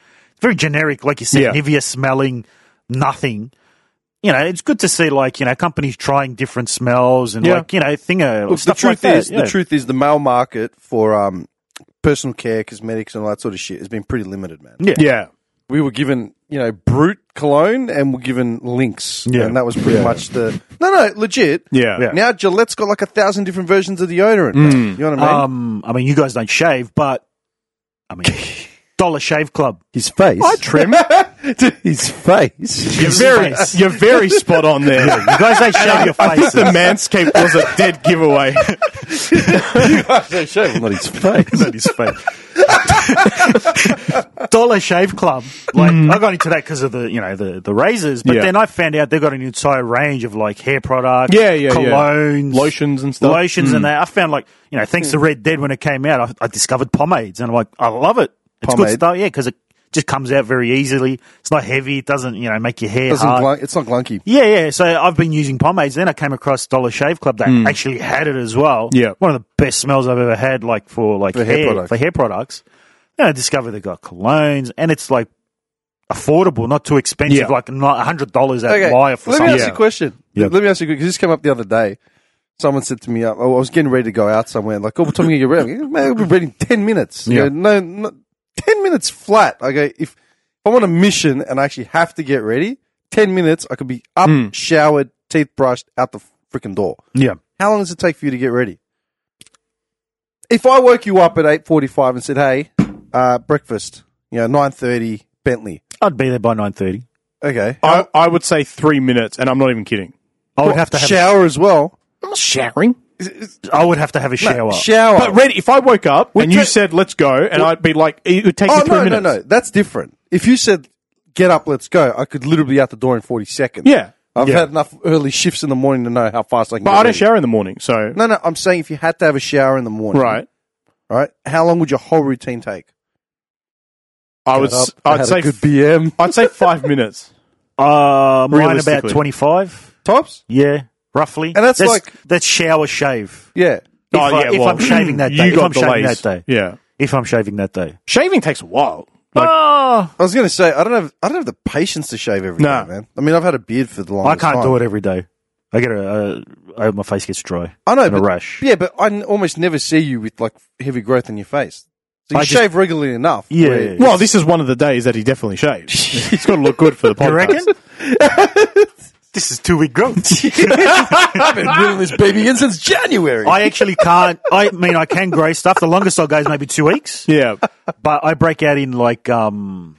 Speaker 3: very generic, like you said,
Speaker 2: Yeah.
Speaker 3: Nivea smelling nothing. You know, it's good to see like you know companies trying different smells and
Speaker 2: Yeah.
Speaker 3: like you know thing uh,
Speaker 1: Look, the
Speaker 3: stuff
Speaker 1: truth
Speaker 3: like
Speaker 1: is,
Speaker 3: that. yeah.
Speaker 1: the truth is, the male market for um, personal care, cosmetics, and all that sort of shit has been pretty limited, man.
Speaker 3: Yeah.
Speaker 2: Yeah.
Speaker 1: we were given, you know, brute cologne and we're given links.
Speaker 3: Yeah.
Speaker 1: And that was pretty much the. No, no, legit.
Speaker 2: Yeah. Yeah.
Speaker 1: Now Gillette's got like a thousand different versions of deodorant. You know what I mean?
Speaker 3: Um, I mean, you guys don't shave, but I mean, Dollar Shave Club.
Speaker 1: his face.
Speaker 2: I trim.
Speaker 1: his face.
Speaker 2: You're
Speaker 3: His
Speaker 2: very,
Speaker 3: face.
Speaker 2: you're very spot on there.
Speaker 3: You guys don't shave your
Speaker 2: I think
Speaker 3: faces.
Speaker 2: the manscape was a dead giveaway.
Speaker 1: Not his face.
Speaker 3: That is fake. Dollar Shave Club. Like I got into that because of the you know the the razors,
Speaker 2: Mm.
Speaker 3: but
Speaker 2: Yeah.
Speaker 3: then I found out they've got an entire range of like hair products,
Speaker 2: Yeah, yeah, yeah.
Speaker 3: colognes,
Speaker 2: Lotions and stuff. Mm.
Speaker 3: lotions, and that. I found like you know thanks to Red Dead when it came out, I, I discovered pomades, and I'm like I love it. It's
Speaker 1: Pomade.
Speaker 3: good stuff, yeah, because it just comes out very easily. It's not heavy. It doesn't you know make your hair
Speaker 1: Doesn't
Speaker 3: hard.
Speaker 1: glunk, it's not glunky.
Speaker 3: Yeah, yeah. So I've been using pomades. Then I came across Dollar Shave Club that
Speaker 1: Hmm.
Speaker 3: actually had it as well.
Speaker 2: Yeah.
Speaker 3: one of the best smells I've ever had, like for like
Speaker 1: For hair
Speaker 3: hair,
Speaker 1: products.
Speaker 3: for hair products. Then I discovered they got colognes, and it's like affordable, not too expensive,
Speaker 2: Yeah.
Speaker 3: like not hundred dollars at
Speaker 1: Okay.
Speaker 3: Myer for
Speaker 1: Let me
Speaker 3: something.
Speaker 1: ask you a question.
Speaker 2: Yeah.
Speaker 1: Let me ask you because this came up the other day. Someone said to me, uh, oh, I was getting ready to go out somewhere. Like, oh, what time are you ready? Man, we'll be ready in 10 minutes. You
Speaker 2: Yeah.
Speaker 1: go, no, no, 10 minutes flat. I go, if, if I'm on a mission and I actually have to get ready, 10 minutes, I could be up,
Speaker 3: Hmm.
Speaker 1: showered, teeth brushed, out the freaking door.
Speaker 2: yeah.
Speaker 1: How long does it take for you to get ready? If I woke you up at 8.45 and said, hey, uh, breakfast, you know, 9.30, Bentley.
Speaker 3: I'd be there by nine thirty.
Speaker 1: Okay.
Speaker 2: I, I would say three minutes, and I'm not even kidding.
Speaker 3: I would have to have.
Speaker 1: Shower as well.
Speaker 2: I'm not showering.
Speaker 3: I would have to have a shower.
Speaker 1: Shower.
Speaker 3: Oh.
Speaker 2: But Red, if I woke up and you
Speaker 1: tra-
Speaker 2: said let's go, and I'd be like, it would take
Speaker 1: Oh
Speaker 2: you three
Speaker 1: no,
Speaker 2: minutes.
Speaker 1: no, no. That's different. If you said, "Get up, let's go," I could literally be out the door in forty seconds.
Speaker 2: Yeah.
Speaker 1: I've
Speaker 2: Yeah.
Speaker 1: had enough early shifts in the morning to know how fast I can.
Speaker 2: But
Speaker 1: get
Speaker 2: I don't
Speaker 1: ready.
Speaker 2: shower in the morning, so
Speaker 1: No, no. I'm saying if you had to have a shower in the morning,
Speaker 2: right.
Speaker 1: All right. How long would your whole routine take?
Speaker 2: I would.
Speaker 1: Got
Speaker 2: s-
Speaker 1: up, had
Speaker 2: I'd
Speaker 1: a
Speaker 2: say.
Speaker 1: good
Speaker 2: f-
Speaker 1: BM
Speaker 2: I'd say five minutes.
Speaker 3: Uh, mine about
Speaker 2: Realistically.
Speaker 3: twenty five.
Speaker 1: tops.
Speaker 3: Yeah, roughly.
Speaker 1: And that's like-
Speaker 3: that's shower shave.
Speaker 1: Yeah.
Speaker 3: If, I, if I'm shaving that day,
Speaker 2: Oh, you
Speaker 3: if
Speaker 2: got
Speaker 3: I'm shaving
Speaker 2: delays.
Speaker 3: that day,
Speaker 2: Yeah,
Speaker 3: if I'm shaving that day.
Speaker 2: shaving takes a while. Like,
Speaker 3: oh,
Speaker 1: I was gonna say I don't have I don't have the patience to shave every day,
Speaker 2: No.
Speaker 1: man. I mean I've had a beard for the
Speaker 3: I
Speaker 1: longest.
Speaker 3: can't
Speaker 1: time.
Speaker 3: do it every day. I get a, a, a my face gets dry.
Speaker 1: I know,
Speaker 3: and a
Speaker 1: but,
Speaker 3: rash.
Speaker 1: yeah, but I n- almost never see you with like heavy growth in your face. So you
Speaker 3: I just-
Speaker 1: shave regularly enough.
Speaker 3: Yeah,
Speaker 1: where-
Speaker 3: yeah,
Speaker 2: Well, this is one of the days that he definitely shaved. He's got to look good for the podcast.
Speaker 3: You reckon? this is two week growth.
Speaker 1: I've been reeling this baby in since January.
Speaker 3: I actually can't. I mean, I can grow stuff. The longest I'll go is maybe two weeks,
Speaker 2: Yeah.
Speaker 3: but I break out in like um,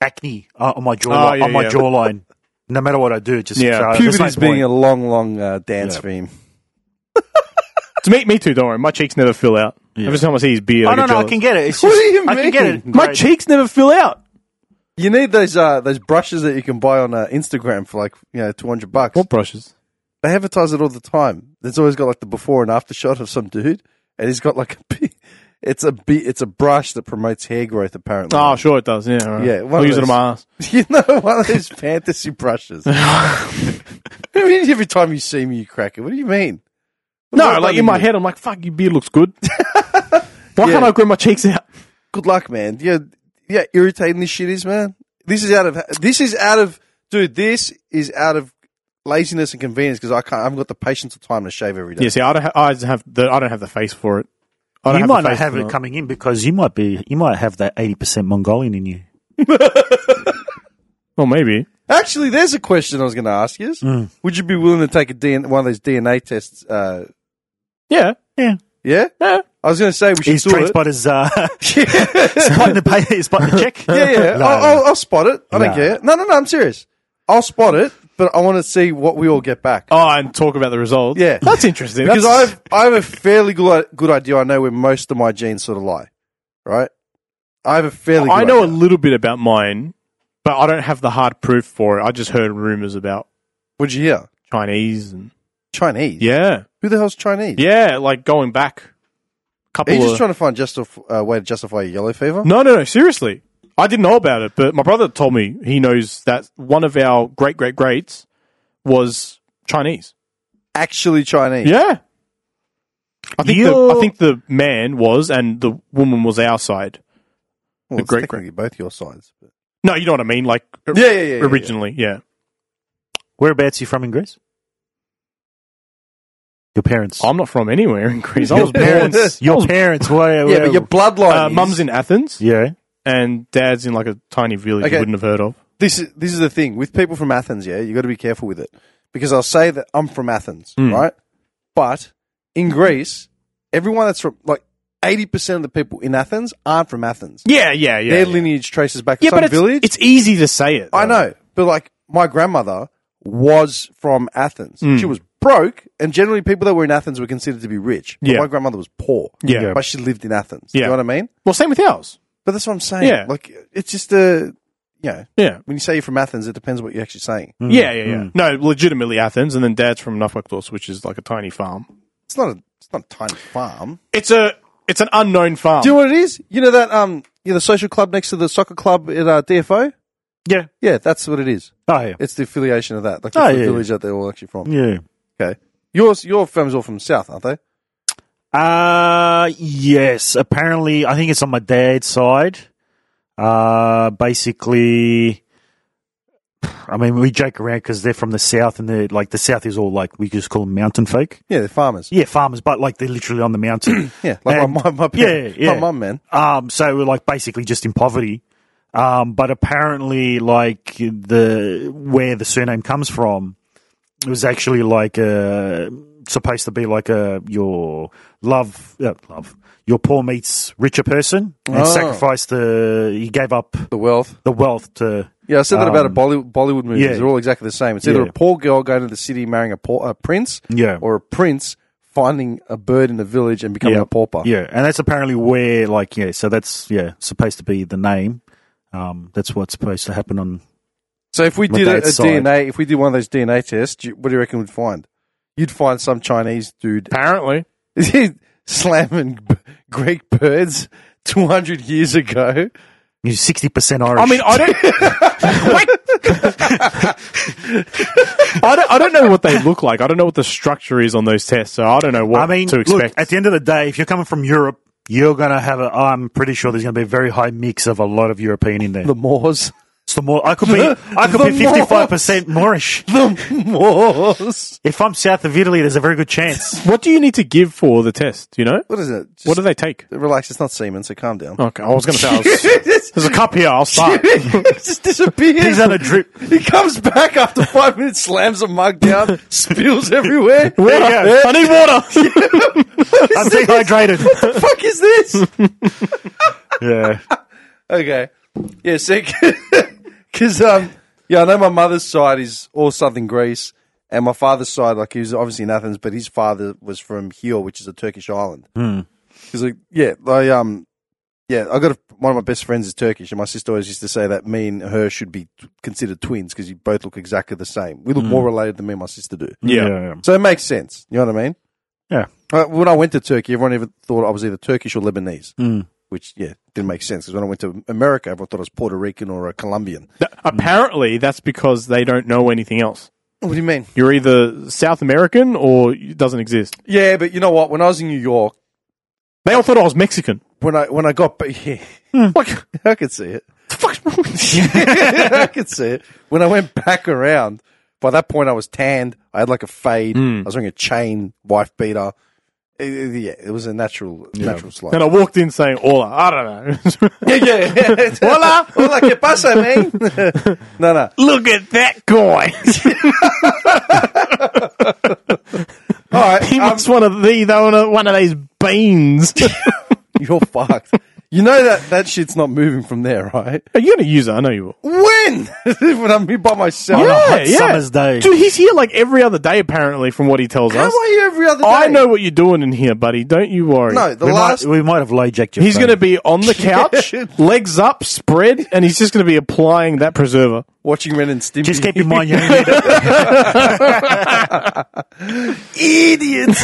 Speaker 3: acne uh, on my jaw
Speaker 2: Oh, yeah,
Speaker 3: on my
Speaker 2: yeah.
Speaker 3: jawline. No matter what I do, it just
Speaker 2: Yeah.
Speaker 3: so there's
Speaker 1: Puberty's
Speaker 3: no
Speaker 1: being
Speaker 3: point.
Speaker 1: a long, long uh, dance theme.
Speaker 2: To me, me too, don't worry. My cheeks never fill out. Every time I see his beard,
Speaker 3: Oh
Speaker 2: I
Speaker 3: no,
Speaker 2: get
Speaker 3: no, I
Speaker 2: jealous.
Speaker 3: can get it. It's
Speaker 1: What
Speaker 3: just-
Speaker 1: do you
Speaker 3: I can get it.
Speaker 1: mean?
Speaker 2: My
Speaker 3: Great.
Speaker 2: cheeks never fill out.
Speaker 1: You need those uh, those brushes that you can buy on uh, Instagram for like you know two hundred bucks.
Speaker 2: What brushes?
Speaker 1: They advertise it all the time. It's always got like the before and after shot of some dude, and he's got like a big- it's a be- it's a brush that promotes hair growth apparently.
Speaker 2: Oh, sure it does. Yeah, all right.
Speaker 1: Yeah, one
Speaker 2: I'll
Speaker 1: of
Speaker 2: use it on
Speaker 1: those.
Speaker 2: my ass.
Speaker 1: You know, one of those fantasy brushes. I mean, every time you see me, you crack it. What do you mean?
Speaker 2: No,
Speaker 1: What
Speaker 2: like
Speaker 1: about
Speaker 2: in my
Speaker 1: you?
Speaker 2: head, I'm like, "Fuck, your beard looks good." Why can't I grow my cheeks out?
Speaker 1: Good luck, man. Yeah, yeah. Irritating this shit is, man. This is out of. This is out of. Dude, this is out of laziness and convenience because I can't. I haven't got the patience or time to shave every day.
Speaker 2: Yeah, see, I don't. Ha- I just have the. I don't have the face for it. I don't
Speaker 3: You
Speaker 2: the
Speaker 3: might not
Speaker 2: face
Speaker 3: have
Speaker 2: for
Speaker 3: it coming in because you might be. You might have that eighty percent Mongolian in you.
Speaker 2: Well, maybe.
Speaker 1: Actually, there's a question I was going to ask you.
Speaker 3: Mm.
Speaker 1: Would you be willing to take a DNA, one of those DNA tests? Uh,
Speaker 2: Yeah.
Speaker 3: Yeah,
Speaker 1: yeah,
Speaker 2: Yeah.
Speaker 1: I was going to say we should
Speaker 3: he's
Speaker 1: do it.
Speaker 3: transpotter's uh,
Speaker 1: yeah,
Speaker 3: spotting the pay, spotting the check.
Speaker 1: yeah. Oh,
Speaker 3: No.
Speaker 1: I'll, I'll, I'll spot it. I
Speaker 3: No.
Speaker 1: don't care. No, no, no. I'm serious. I'll spot it, but I want to see what we all get back.
Speaker 2: Oh, and talk about the results.
Speaker 1: Yeah.
Speaker 2: that's interesting.
Speaker 1: because
Speaker 2: That's-
Speaker 1: I've I have a fairly good good idea. I know where most of my genes sort of lie, right? I have a fairly. Good
Speaker 2: I know a
Speaker 1: idea.
Speaker 2: little bit about mine, but I don't have the hard proof for it. I just heard rumors about
Speaker 1: What'd you hear?
Speaker 2: Chinese and
Speaker 1: Chinese.
Speaker 2: yeah,
Speaker 1: Who the hell's Chinese?
Speaker 2: yeah, like going back. a
Speaker 1: Are
Speaker 2: Couple.
Speaker 1: you just
Speaker 2: of-
Speaker 1: trying to find just a f- uh, way to justify your yellow fever?
Speaker 2: No, no, no. Seriously, I didn't know about it, but my brother told me he knows that one of our great great greats was Chinese.
Speaker 1: Actually, Chinese.
Speaker 2: Yeah. I think the,
Speaker 3: You're-
Speaker 2: I think the man was and the woman was our side.
Speaker 1: well, it's
Speaker 2: great-
Speaker 1: technically both your sides. but-
Speaker 2: No, you know what I mean. Like or-
Speaker 1: Yeah, yeah, yeah, yeah,
Speaker 2: Originally, yeah.
Speaker 3: Whereabouts you from in Greece? Your parents.
Speaker 2: I'm not from anywhere in Greece. I
Speaker 1: Your
Speaker 2: was born.
Speaker 1: parents-
Speaker 2: I was-
Speaker 3: Your parents. Where,
Speaker 1: Yeah,
Speaker 3: where,
Speaker 1: but your bloodline.
Speaker 2: uh,
Speaker 1: is-
Speaker 2: mum's in Athens
Speaker 3: yeah.
Speaker 2: and dad's in like a tiny village
Speaker 1: Okay.
Speaker 2: you wouldn't have heard of.
Speaker 1: This is this is the thing with people from Athens. Yeah, you got to be careful with it because I'll say that I'm from Athens,
Speaker 2: Mm.
Speaker 1: right? But in Greece, everyone that's from like eighty percent of the people in Athens aren't from Athens.
Speaker 2: Yeah, yeah, yeah.
Speaker 1: Their
Speaker 2: yeah.
Speaker 1: lineage traces back to
Speaker 2: Yeah,
Speaker 1: some
Speaker 2: but it's,
Speaker 1: village.
Speaker 2: it's easy to say it.
Speaker 1: I
Speaker 2: though.
Speaker 1: know, but like my grandmother was from Athens. She was broke, and generally people that were in Athens were considered to be rich. But
Speaker 2: Yeah.
Speaker 1: my grandmother was poor.
Speaker 2: Yeah.
Speaker 1: but she lived in Athens. You
Speaker 2: Yeah.
Speaker 1: know what I mean?
Speaker 2: Well, same with ours.
Speaker 1: But that's what I'm saying.
Speaker 2: Yeah.
Speaker 1: like it's just a you know
Speaker 2: Yeah.
Speaker 1: when you say you're from Athens, it depends what you're actually saying.
Speaker 3: Mm.
Speaker 2: Yeah, yeah, yeah. No, legitimately Athens, and then Dad's from Nufwakdos, which is like a tiny farm.
Speaker 1: It's not a it's not a tiny farm.
Speaker 2: It's a it's an unknown farm.
Speaker 1: Do you know what it is? You know that um you know, the social club next to the soccer club at uh, DFO.
Speaker 3: Yeah.
Speaker 1: Yeah, that's what it is.
Speaker 3: Oh, yeah.
Speaker 1: It's the affiliation of that, like the
Speaker 3: Oh, yeah.
Speaker 1: village that they're all actually from.
Speaker 3: Yeah.
Speaker 1: Okay, yours your family's all from the south, aren't they?
Speaker 3: Uh, yes. Apparently, I think it's on my dad's side. Uh, basically, I mean, we joke around because they're from the south, and they're like the south is all like we just call them mountain folk.
Speaker 1: Yeah, they're farmers.
Speaker 3: Yeah, farmers, but like they're literally on the mountain.
Speaker 1: Yeah, like
Speaker 3: And-
Speaker 1: my, my, my, parents,
Speaker 3: yeah, yeah.
Speaker 1: my mum, man.
Speaker 3: um, so we're like basically just in poverty. Um, but apparently, like the where the surname comes from, it was actually like uh supposed to be like a your love, uh, love your poor meets richer person, and
Speaker 1: Oh.
Speaker 3: sacrificed the he gave up
Speaker 1: The wealth.
Speaker 3: the wealth to
Speaker 1: Yeah, I said that about a Bolly- Bollywood movies.
Speaker 3: Um, yeah.
Speaker 1: They're all exactly the same. It's either
Speaker 3: Yeah.
Speaker 1: a poor girl going to the city marrying a poor a prince,
Speaker 3: yeah
Speaker 1: or a prince finding a bird in the village and becoming
Speaker 3: Yeah.
Speaker 1: a pauper.
Speaker 3: yeah, and that's apparently where like yeah, so that's yeah supposed to be the name. Um, that's what's supposed to happen on
Speaker 1: So if we
Speaker 3: My
Speaker 1: did a, a
Speaker 3: dad's side.
Speaker 1: DNA, if we did one of those DNA tests, do you- what do you reckon we'd find? You'd find some Chinese dude
Speaker 2: Apparently.
Speaker 1: slamming b- Greek birds two hundred years ago.
Speaker 3: you sixty percent Irish.
Speaker 2: I mean, I don't. Wait. I don't. I don't know what they look like. I don't know what the structure is on those tests, so I don't know what
Speaker 3: I mean,
Speaker 2: to
Speaker 3: look,
Speaker 2: expect.
Speaker 3: at the end of the day, if you're coming from Europe, oh, you're going to have a, I'm pretty sure there's going to be a very high mix of a lot of European in there.
Speaker 1: The Moors.
Speaker 3: It's the more I could be. I could be
Speaker 1: The
Speaker 3: fifty five percent Moorish.
Speaker 1: The Moors.
Speaker 3: If I'm south of Italy, there's a very good chance.
Speaker 2: What do you need to give for the test? Do you know?
Speaker 1: What is it? Just
Speaker 2: What do they take?
Speaker 1: relax. It's not semen, so calm down.
Speaker 3: Oh,
Speaker 2: Okay, I was going to say, I was- there's a cup here, I'll start.
Speaker 1: It just disappears.
Speaker 3: He's on a drip.
Speaker 1: He comes back after five minutes, slams a mug down, spills everywhere.
Speaker 3: There you go.
Speaker 2: I need water!
Speaker 3: I'm dehydrated.
Speaker 1: What the fuck is this?
Speaker 3: yeah.
Speaker 1: Okay. Yeah, sick. Because, um, yeah, I know my mother's side is all southern Greece, and my father's side, like, he was obviously in Athens, but his father was from Hio, which is a Turkish island. Because, like, yeah, like, um, yeah, I got a, one of my best friends is Turkish, and my sister always used to say that me and her should be t- considered twins because you both look exactly the same. We look more related than me and my sister do.
Speaker 2: Yeah.
Speaker 1: So it makes sense. You know what I mean?
Speaker 3: Yeah.
Speaker 1: Uh, when I went to Turkey, everyone even thought I was either Turkish or Lebanese, which yeah didn't make sense because when I went to America, everyone thought I was Puerto Rican or a Colombian.
Speaker 2: Th- apparently, that's because they don't know anything else.
Speaker 1: What do you mean?
Speaker 2: You're either South American or it doesn't exist.
Speaker 1: Yeah, but you know what? When I was in New York,
Speaker 2: They all thought I was Mexican.
Speaker 1: when I when I got back, yeah,
Speaker 2: Like,
Speaker 1: I could see it.
Speaker 2: the fuck's wrong with you?
Speaker 1: I could see it. When I went back around, by that point I was tanned. I had like a fade. I was wearing a chain, wife beater. It- it- yeah, it was a natural natural slide.
Speaker 2: And I walked in saying, Hola, I don't know.
Speaker 1: yeah, yeah. yeah.
Speaker 2: Hola.
Speaker 1: hola, que pasa, man? no, no.
Speaker 2: Look at that guy.
Speaker 1: All right,
Speaker 2: he
Speaker 1: um,
Speaker 2: was one of the, though, one of- one of these beans.
Speaker 1: You're fucked. You know that that shit's not moving from there, right?
Speaker 2: You're going to use it. I know you will.
Speaker 1: When? when I'm here by myself.
Speaker 3: hot summer's day.
Speaker 2: Dude, he's here like every other day, apparently, from what he tells
Speaker 1: How
Speaker 2: us.
Speaker 1: are you every other day?
Speaker 2: I know what you're doing in here, buddy. Don't you worry.
Speaker 1: No, the
Speaker 3: We might,
Speaker 1: last.
Speaker 3: we might have lowjacked your
Speaker 2: He's
Speaker 3: phone.
Speaker 2: going to be on the couch,
Speaker 1: Yeah.
Speaker 2: legs up, spread, and he's just going to be applying that preserver.
Speaker 1: watching Ren and Stimpy.
Speaker 3: Just keep in mind, you only need it.
Speaker 1: idiots.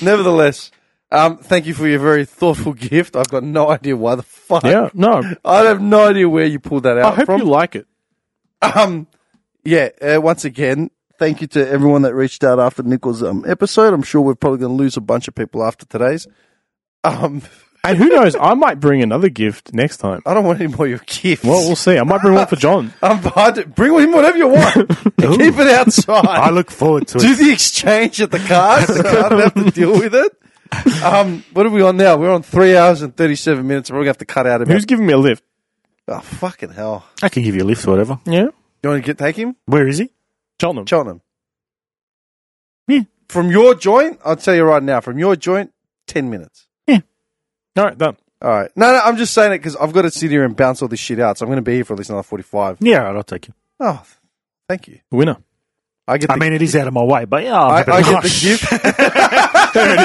Speaker 1: Nevertheless, um, thank you for your very thoughtful gift. I've got no idea why the fuck.
Speaker 2: Yeah, no.
Speaker 1: I have no idea where you pulled that
Speaker 2: I
Speaker 1: out
Speaker 2: hope
Speaker 1: Oh, from.
Speaker 2: you like it.
Speaker 1: Um, yeah. Uh, once again, thank you to everyone that reached out after Nichols' um, episode. I'm sure we're probably going to lose a bunch of people after today's. Um,
Speaker 2: And who knows? I might bring another gift next time.
Speaker 1: I don't want any more of your gifts.
Speaker 2: Well, we'll see. I might bring one for John.
Speaker 1: I'm behind it. Bring him whatever you want. Keep it
Speaker 3: I
Speaker 1: outside.
Speaker 3: look forward to
Speaker 1: Do
Speaker 3: it.
Speaker 1: the exchange at the car so I don't have to deal with it. Um, what are we on now? We're on three hours and 37 minutes. We're going to have to cut out about.
Speaker 2: Who's giving me a lift?
Speaker 1: Oh, fucking hell.
Speaker 3: I can give you a lift or whatever.
Speaker 2: Yeah,
Speaker 1: You want to get, take him?
Speaker 3: Where is he?
Speaker 2: Cheltenham.
Speaker 1: Cheltenham.
Speaker 3: Yeah.
Speaker 1: From your joint, I'll tell you right now, from your joint, 10 minutes.
Speaker 2: All right, done.
Speaker 1: All right. No, no, I'm just saying it because I've got to sit here and bounce all this shit out. So I'm going to be here for at least another 45.
Speaker 3: Yeah, all right, I'll take you.
Speaker 1: Oh, thank you.
Speaker 2: Winner.
Speaker 1: I get the,
Speaker 3: I mean, it is out of my way, but yeah, I'm
Speaker 1: I,
Speaker 3: happy
Speaker 1: I
Speaker 3: to-
Speaker 1: get the gift.
Speaker 2: There it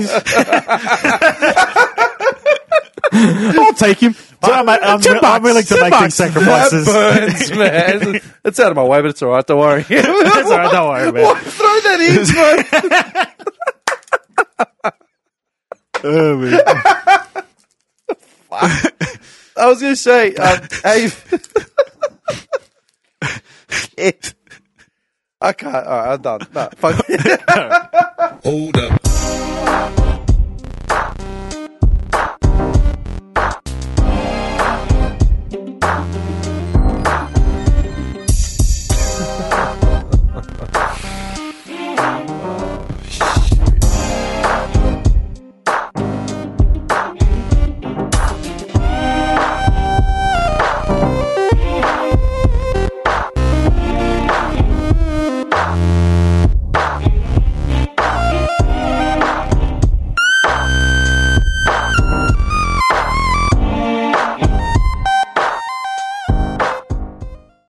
Speaker 2: is. There it is. I'll take him.
Speaker 3: I'm, I'm, I'm,
Speaker 2: Ten
Speaker 3: I'm
Speaker 2: uh, bucks.
Speaker 3: willing to
Speaker 2: Ten
Speaker 3: make
Speaker 2: bucks.
Speaker 3: these
Speaker 1: That
Speaker 3: sacrifices.
Speaker 1: burns, man. It's out of my way, but it's all right. Don't worry. That's all
Speaker 3: right, don't worry, man.
Speaker 1: Throw that in, bro.
Speaker 3: Oh, man.
Speaker 1: I was going to say, um, hey, I can't. All right, I'm done. No, fuck.
Speaker 4: Hold up.